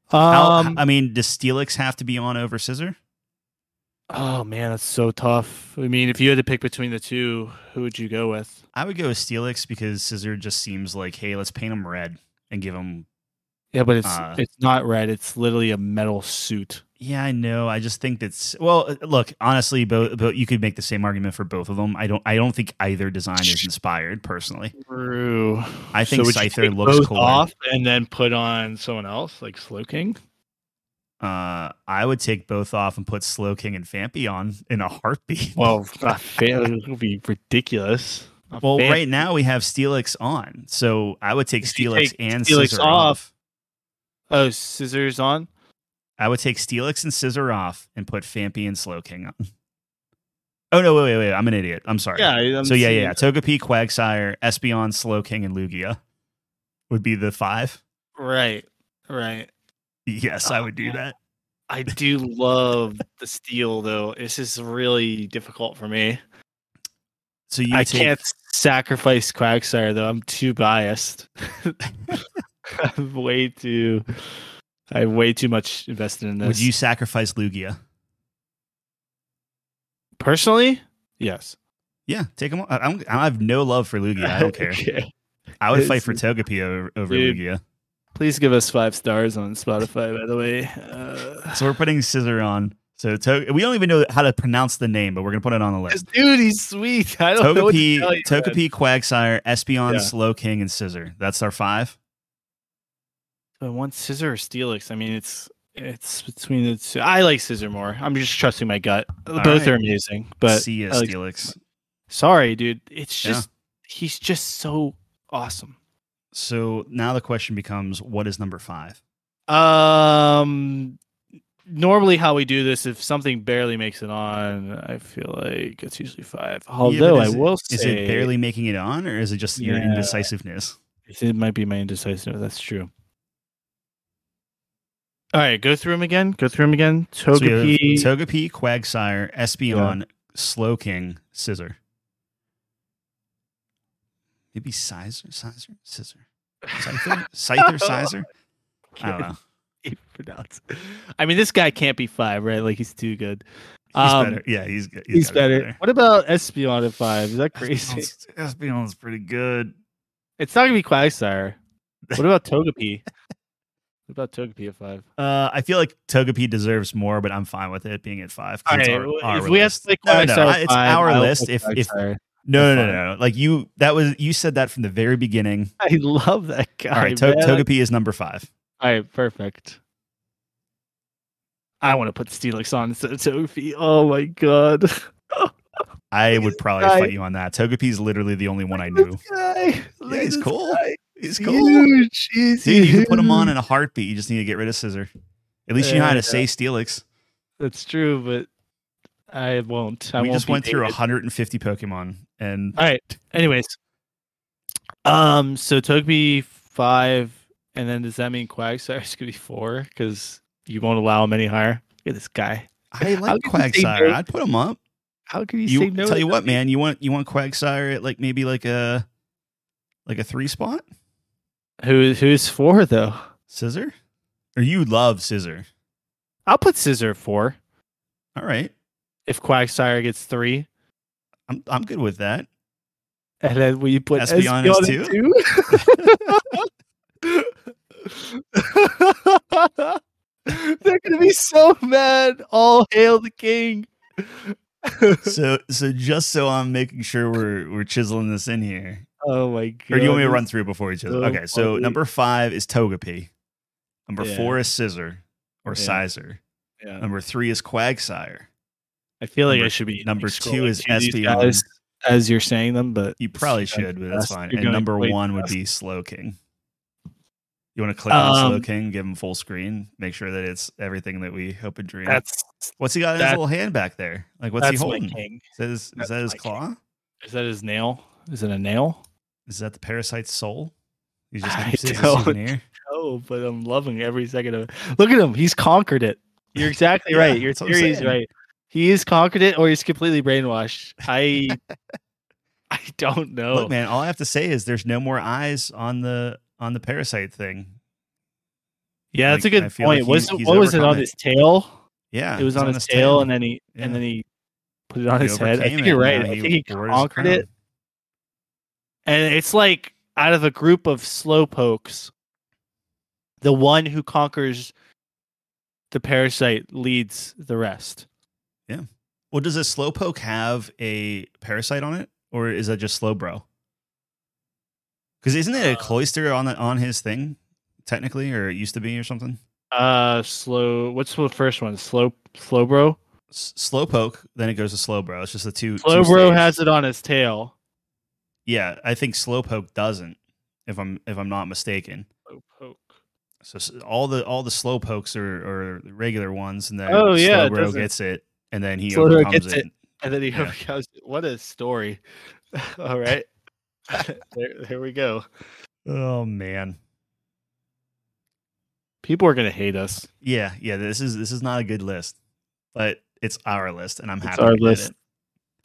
Speaker 2: How,
Speaker 1: Um,
Speaker 2: I mean, does Steelix have to be on over Scissor?
Speaker 1: Oh man, that's so tough. I mean, if you had to pick between the two, who would you go with?
Speaker 2: I would go with Steelix because Scissor just seems like, hey, let's paint him red and give him.
Speaker 1: Yeah, but it's
Speaker 2: Uh,
Speaker 1: it's not red. It's literally a metal suit.
Speaker 2: Yeah, I know. I just think that's well. uh, Look, honestly, both, both you could make the same argument for both of them. I don't. I don't think either design is inspired personally.
Speaker 1: True.
Speaker 2: I think
Speaker 1: would you
Speaker 2: Scyther
Speaker 1: take
Speaker 2: looks
Speaker 1: those
Speaker 2: cooler.
Speaker 1: off and then put on someone else like Slow King.
Speaker 2: Uh, I would take both off and put Slow King and Fampy on in a heartbeat.
Speaker 1: Well, not fair. It would be ridiculous. Not
Speaker 2: Well,
Speaker 1: fair.
Speaker 2: right now we have Steelix on, so I would take
Speaker 1: If you
Speaker 2: Steelix
Speaker 1: take
Speaker 2: and
Speaker 1: Steelix
Speaker 2: Scissor
Speaker 1: off-
Speaker 2: off.
Speaker 1: Oh, scissors on.
Speaker 2: I would take Steelix and Scissor off and put Fampy and Slow King on. Oh no, wait, wait, wait! I'm an idiot. I'm sorry.
Speaker 1: Yeah. I'm
Speaker 2: so yeah,
Speaker 1: seeing-
Speaker 2: yeah, yeah. Togepi, Quagsire, Espeon, Slow King, and Lugia would be the five.
Speaker 1: Right. Right.
Speaker 2: Yes, I would do
Speaker 1: Oh,
Speaker 2: that.
Speaker 1: I do love the steel though. This is really difficult for me.
Speaker 2: So you
Speaker 1: I
Speaker 2: would take,
Speaker 1: can't sacrifice Quagsire though. I'm too biased. I'm way too I have way too much invested in this.
Speaker 2: Would you sacrifice Lugia?
Speaker 1: personally? Yes.
Speaker 2: Yeah, take him. I, I don't- I have no love for Lugia. I don't care.
Speaker 1: Okay.
Speaker 2: I would fight
Speaker 1: It's-
Speaker 2: for Togepi over, over
Speaker 1: Dude.
Speaker 2: Lugia.
Speaker 1: Please give us five stars on Spotify, by the way. Uh,
Speaker 2: So we're putting Scissor on. So to- we don't even know how to pronounce the name, but we're gonna put it on the
Speaker 1: this
Speaker 2: list.
Speaker 1: dude, he's sweet. I don't know what to
Speaker 2: Togepi,
Speaker 1: tell you, man.
Speaker 2: Togepi, Quagsire, Espeon,
Speaker 1: Yeah.
Speaker 2: Slow King, and Scissor. That's our five.
Speaker 1: But one scissor or Steelix? I mean, it's it's between the two. I like scissor more. I'm just trusting my gut. Both
Speaker 2: right.
Speaker 1: are amazing, but
Speaker 2: See ya,
Speaker 1: I like-
Speaker 2: Steelix.
Speaker 1: sorry, dude. It's
Speaker 2: Yeah.
Speaker 1: just he's just so awesome.
Speaker 2: So now the question becomes, what is number five?
Speaker 1: Um, normally how we do this, if something barely makes it on, I feel like it's usually five. Although
Speaker 2: is
Speaker 1: I
Speaker 2: it-
Speaker 1: will say,
Speaker 2: Is it barely making it on, or is it just your
Speaker 1: Yeah.
Speaker 2: indecisiveness?
Speaker 1: It might be my indecisiveness. That's true. All right, go through them again. Go through them again.
Speaker 2: So you have
Speaker 1: Togepi.
Speaker 2: Togepi, Quagsire, Espeon, Slow King, Scissor. Maybe Sizer, Sizer, Scissor, Scyther, Scyther, Sizer. I don't know.
Speaker 1: he pronounce. I mean, this guy can't be five, right? Like he's too good.
Speaker 2: He's
Speaker 1: Um,
Speaker 2: better. Yeah, he's good.
Speaker 1: He's, better. What about Espeon at five? Is that crazy?
Speaker 2: Espeon's, Espeon's pretty good.
Speaker 1: it's not gonna be Quagsire. What about Togepi? what about Togepi at five?
Speaker 2: Uh, I feel like Togepi deserves more, but I'm fine with it being at five. 'cause
Speaker 1: All
Speaker 2: it's
Speaker 1: right,
Speaker 2: our- our
Speaker 1: if we have
Speaker 2: list.
Speaker 1: to pick
Speaker 2: No, no,
Speaker 1: Quagsire,
Speaker 2: I-
Speaker 1: at
Speaker 2: it's
Speaker 1: five,
Speaker 2: our
Speaker 1: I'll
Speaker 2: list.
Speaker 1: pick
Speaker 2: If if
Speaker 1: Quagsire.
Speaker 2: no, no,
Speaker 1: That's
Speaker 2: no, no, like you, that was you said that from the very beginning.
Speaker 1: I love that guy.
Speaker 2: All right, to-
Speaker 1: man.
Speaker 2: Togepi is number five.
Speaker 1: All right, perfect. I want to put Steelix on instead of Togepi. Oh my god.
Speaker 2: I
Speaker 1: Look at
Speaker 2: would
Speaker 1: this
Speaker 2: probably
Speaker 1: guy.
Speaker 2: fight you on that. Togepi is literally the only one I
Speaker 1: This
Speaker 2: knew.
Speaker 1: guy. Look
Speaker 2: Yeah,
Speaker 1: at
Speaker 2: he's
Speaker 1: this
Speaker 2: cool.
Speaker 1: guy.
Speaker 2: He's
Speaker 1: He's
Speaker 2: cool.
Speaker 1: Huge. He's
Speaker 2: Dude, you can put him
Speaker 1: huge.
Speaker 2: on in a heartbeat. You just need to get rid of Scissor. At least you know how
Speaker 1: Yeah.
Speaker 2: to say Steelix.
Speaker 1: That's true, but I won't. I
Speaker 2: we
Speaker 1: won't
Speaker 2: just
Speaker 1: be
Speaker 2: went through
Speaker 1: dated.
Speaker 2: 150 Pokemon, and
Speaker 1: All right. Anyways, um, so Togepi five, and then does that mean Quagsire is gonna be four? Because you won't allow him any higher. Look at this guy.
Speaker 2: I
Speaker 1: could
Speaker 2: like
Speaker 1: you say
Speaker 2: Quagsire.
Speaker 1: no?
Speaker 2: I'd put him up.
Speaker 1: How can you,
Speaker 2: You,
Speaker 1: say no?
Speaker 2: tell
Speaker 1: to
Speaker 2: you what,
Speaker 1: Togepi?
Speaker 2: man, you want you want Quagsire at like maybe like a like a three spot
Speaker 1: Who who's four though?
Speaker 2: Scissor, or you love Scissor.
Speaker 1: I'll put Scissor at four
Speaker 2: All right,
Speaker 1: if Quagsire gets three,
Speaker 2: I'm I'm good with that.
Speaker 1: and then we put
Speaker 2: Espeon
Speaker 1: Espeon
Speaker 2: is
Speaker 1: at two. They're gonna be so mad. All hail the king.
Speaker 2: so so just so I'm making sure we're we're chiseling this in here.
Speaker 1: Oh my god!
Speaker 2: Or do you want me to run through before we chisel?
Speaker 1: so
Speaker 2: Okay, so
Speaker 1: funny.
Speaker 2: number five is Togepi. Number
Speaker 1: Yeah.
Speaker 2: four is Scissor
Speaker 1: Yeah.
Speaker 2: or Sizer.
Speaker 1: Yeah.
Speaker 2: Number three is Quagsire.
Speaker 1: I feel like
Speaker 2: Number-
Speaker 1: I should be
Speaker 2: number
Speaker 1: like,
Speaker 2: two
Speaker 1: scrolling
Speaker 2: is
Speaker 1: through these
Speaker 2: Espeon.
Speaker 1: guys as you're saying them, but
Speaker 2: You probably
Speaker 1: it's-
Speaker 2: should, but that's fine.
Speaker 1: You're
Speaker 2: And
Speaker 1: going
Speaker 2: number
Speaker 1: way
Speaker 2: one would
Speaker 1: fast.
Speaker 2: be Slow King. You want to click on Slow
Speaker 1: Um,
Speaker 2: King, give him full screen, make sure that it's everything that we hope and dream.
Speaker 1: that's
Speaker 2: what's he got in his
Speaker 1: that-
Speaker 2: little hand back there? Like, what's he
Speaker 1: that's my
Speaker 2: holding? Is
Speaker 1: king.
Speaker 2: that his, is
Speaker 1: That's
Speaker 2: that his
Speaker 1: my king.
Speaker 2: claw?
Speaker 1: Is that his nail? Is it a nail?
Speaker 2: Is that the parasite's soul? He's just
Speaker 1: I
Speaker 2: keeps it as a
Speaker 1: don't-
Speaker 2: souvenir.
Speaker 1: Oh, but I'm loving every second of it. Look at him. He's conquered it. You're exactly right.
Speaker 2: Yeah,
Speaker 1: Your
Speaker 2: that's what I'm
Speaker 1: theory is
Speaker 2: saying.
Speaker 1: right. He is conquered it or he's completely brainwashed. I I don't know.
Speaker 2: Look, man, all I have to say is there's no more eyes on the on the parasite thing.
Speaker 1: yeah, that's
Speaker 2: like,
Speaker 1: a
Speaker 2: I
Speaker 1: good
Speaker 2: feel like
Speaker 1: point. was
Speaker 2: he's-
Speaker 1: it,
Speaker 2: he's
Speaker 1: what was it
Speaker 2: overcome
Speaker 1: on
Speaker 2: it.
Speaker 1: his tail?
Speaker 2: Yeah,
Speaker 1: it was on, his, tail, and then he and
Speaker 2: Yeah.
Speaker 1: then he put it on
Speaker 2: He
Speaker 1: his head. I
Speaker 2: overcame
Speaker 1: think
Speaker 2: it,
Speaker 1: you're right.
Speaker 2: yeah,
Speaker 1: I
Speaker 2: he
Speaker 1: think he
Speaker 2: wore his
Speaker 1: conquered
Speaker 2: crown.
Speaker 1: it. And it's like out of a group of slowpokes, the one who conquers the parasite leads the rest.
Speaker 2: Well, does a slowpoke have a parasite on it, or is that just slowbro? Because isn't it a
Speaker 1: Uh,
Speaker 2: cloister on the, on his thing, technically, or it used to be, or something?
Speaker 1: Uh, slow. What's the first one? Slow, slow bro.
Speaker 2: S- slowpoke, then it goes to slowbro. It's just the two. two
Speaker 1: Slow bro
Speaker 2: stages.
Speaker 1: has it on his tail.
Speaker 2: Yeah, I think slowpoke doesn't. If I'm if I'm not mistaken.
Speaker 1: Slowpoke.
Speaker 2: So s- all the all the slowpokes are, are the regular ones, and then
Speaker 1: Oh, yeah, it
Speaker 2: slowbro
Speaker 1: doesn't-
Speaker 2: gets it, and then he
Speaker 1: Slowbro
Speaker 2: overcomes
Speaker 1: gets
Speaker 2: it.
Speaker 1: it. And then he
Speaker 2: Yeah.
Speaker 1: overcomes it. What a story! All right, there, there we go.
Speaker 2: Oh man.
Speaker 1: People are gonna hate us.
Speaker 2: Yeah, yeah. This is this is not a good list, but it's our list, and I'm happy.
Speaker 1: our
Speaker 2: we did
Speaker 1: list.
Speaker 2: It.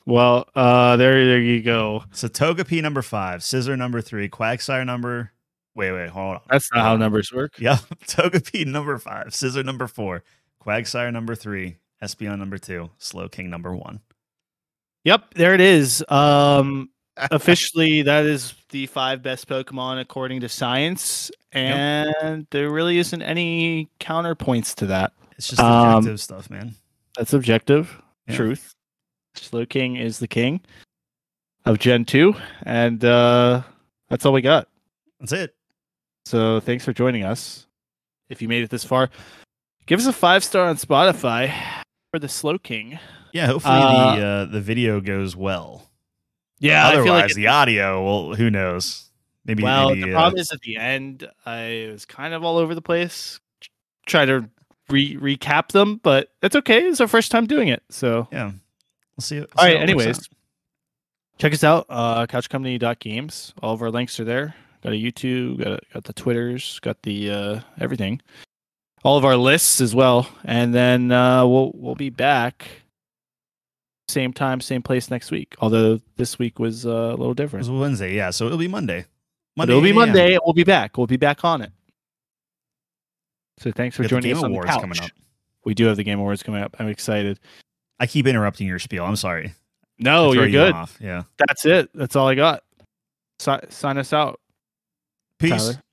Speaker 1: Well, uh, there, there you go.
Speaker 2: So Togepi number five, Scissor number three, Quagsire number. Wait, wait, hold on.
Speaker 1: That's not how numbers work.
Speaker 2: Yep, Togepi number five, Scissor number four, Quagsire number three, Espeon number two, Slow King number one.
Speaker 1: Yep, there it is. Um, officially, that is the five best Pokemon according to science, and there really isn't any counterpoints to that.
Speaker 2: It's just
Speaker 1: Um,
Speaker 2: objective stuff, man.
Speaker 1: That's objective
Speaker 2: Yeah.
Speaker 1: truth. Slow King is the king of Gen two, and uh, that's all we got.
Speaker 2: That's it.
Speaker 1: So thanks for joining us. If you made it this far, give us a five star on Spotify for the Slow King.
Speaker 2: Yeah, hopefully
Speaker 1: Uh,
Speaker 2: the uh, the video goes well.
Speaker 1: Yeah,
Speaker 2: Otherwise,
Speaker 1: I feel like
Speaker 2: the audio. Well, who knows? Maybe.
Speaker 1: Well,
Speaker 2: maybe,
Speaker 1: the
Speaker 2: uh,
Speaker 1: problem is at the end, I was kind of all over the place. T- Try to re- recap them, but that's okay. It's our first time doing it. So
Speaker 2: yeah. We'll see. We'll see
Speaker 1: All right,
Speaker 2: how it works
Speaker 1: anyways.
Speaker 2: out.
Speaker 1: check us out, uh, couchcompany.games. All of our links are there. Got a YouTube, got, a, got the Twitters, got the uh, everything. All of our lists as well. And then uh, we'll, we'll be back same time, same place next week. Although this week was uh, a little
Speaker 2: It
Speaker 1: different.
Speaker 2: was Wednesday, yeah. So it'll be Monday.
Speaker 1: But it'll be
Speaker 2: 8 a.m.
Speaker 1: Monday. We'll be back. We'll be back on it. So thanks for
Speaker 2: Got the
Speaker 1: joining
Speaker 2: Game
Speaker 1: us on
Speaker 2: Awards
Speaker 1: the couch.
Speaker 2: coming up.
Speaker 1: We do have the Game Awards coming up. I'm excited.
Speaker 2: I keep interrupting your spiel. I'm sorry. I
Speaker 1: No,
Speaker 2: throw
Speaker 1: Oh, you're
Speaker 2: you
Speaker 1: good.
Speaker 2: Off. Yeah.
Speaker 1: That's it. That's all I got. Si- sign us out,
Speaker 2: Peace.
Speaker 1: Tyler.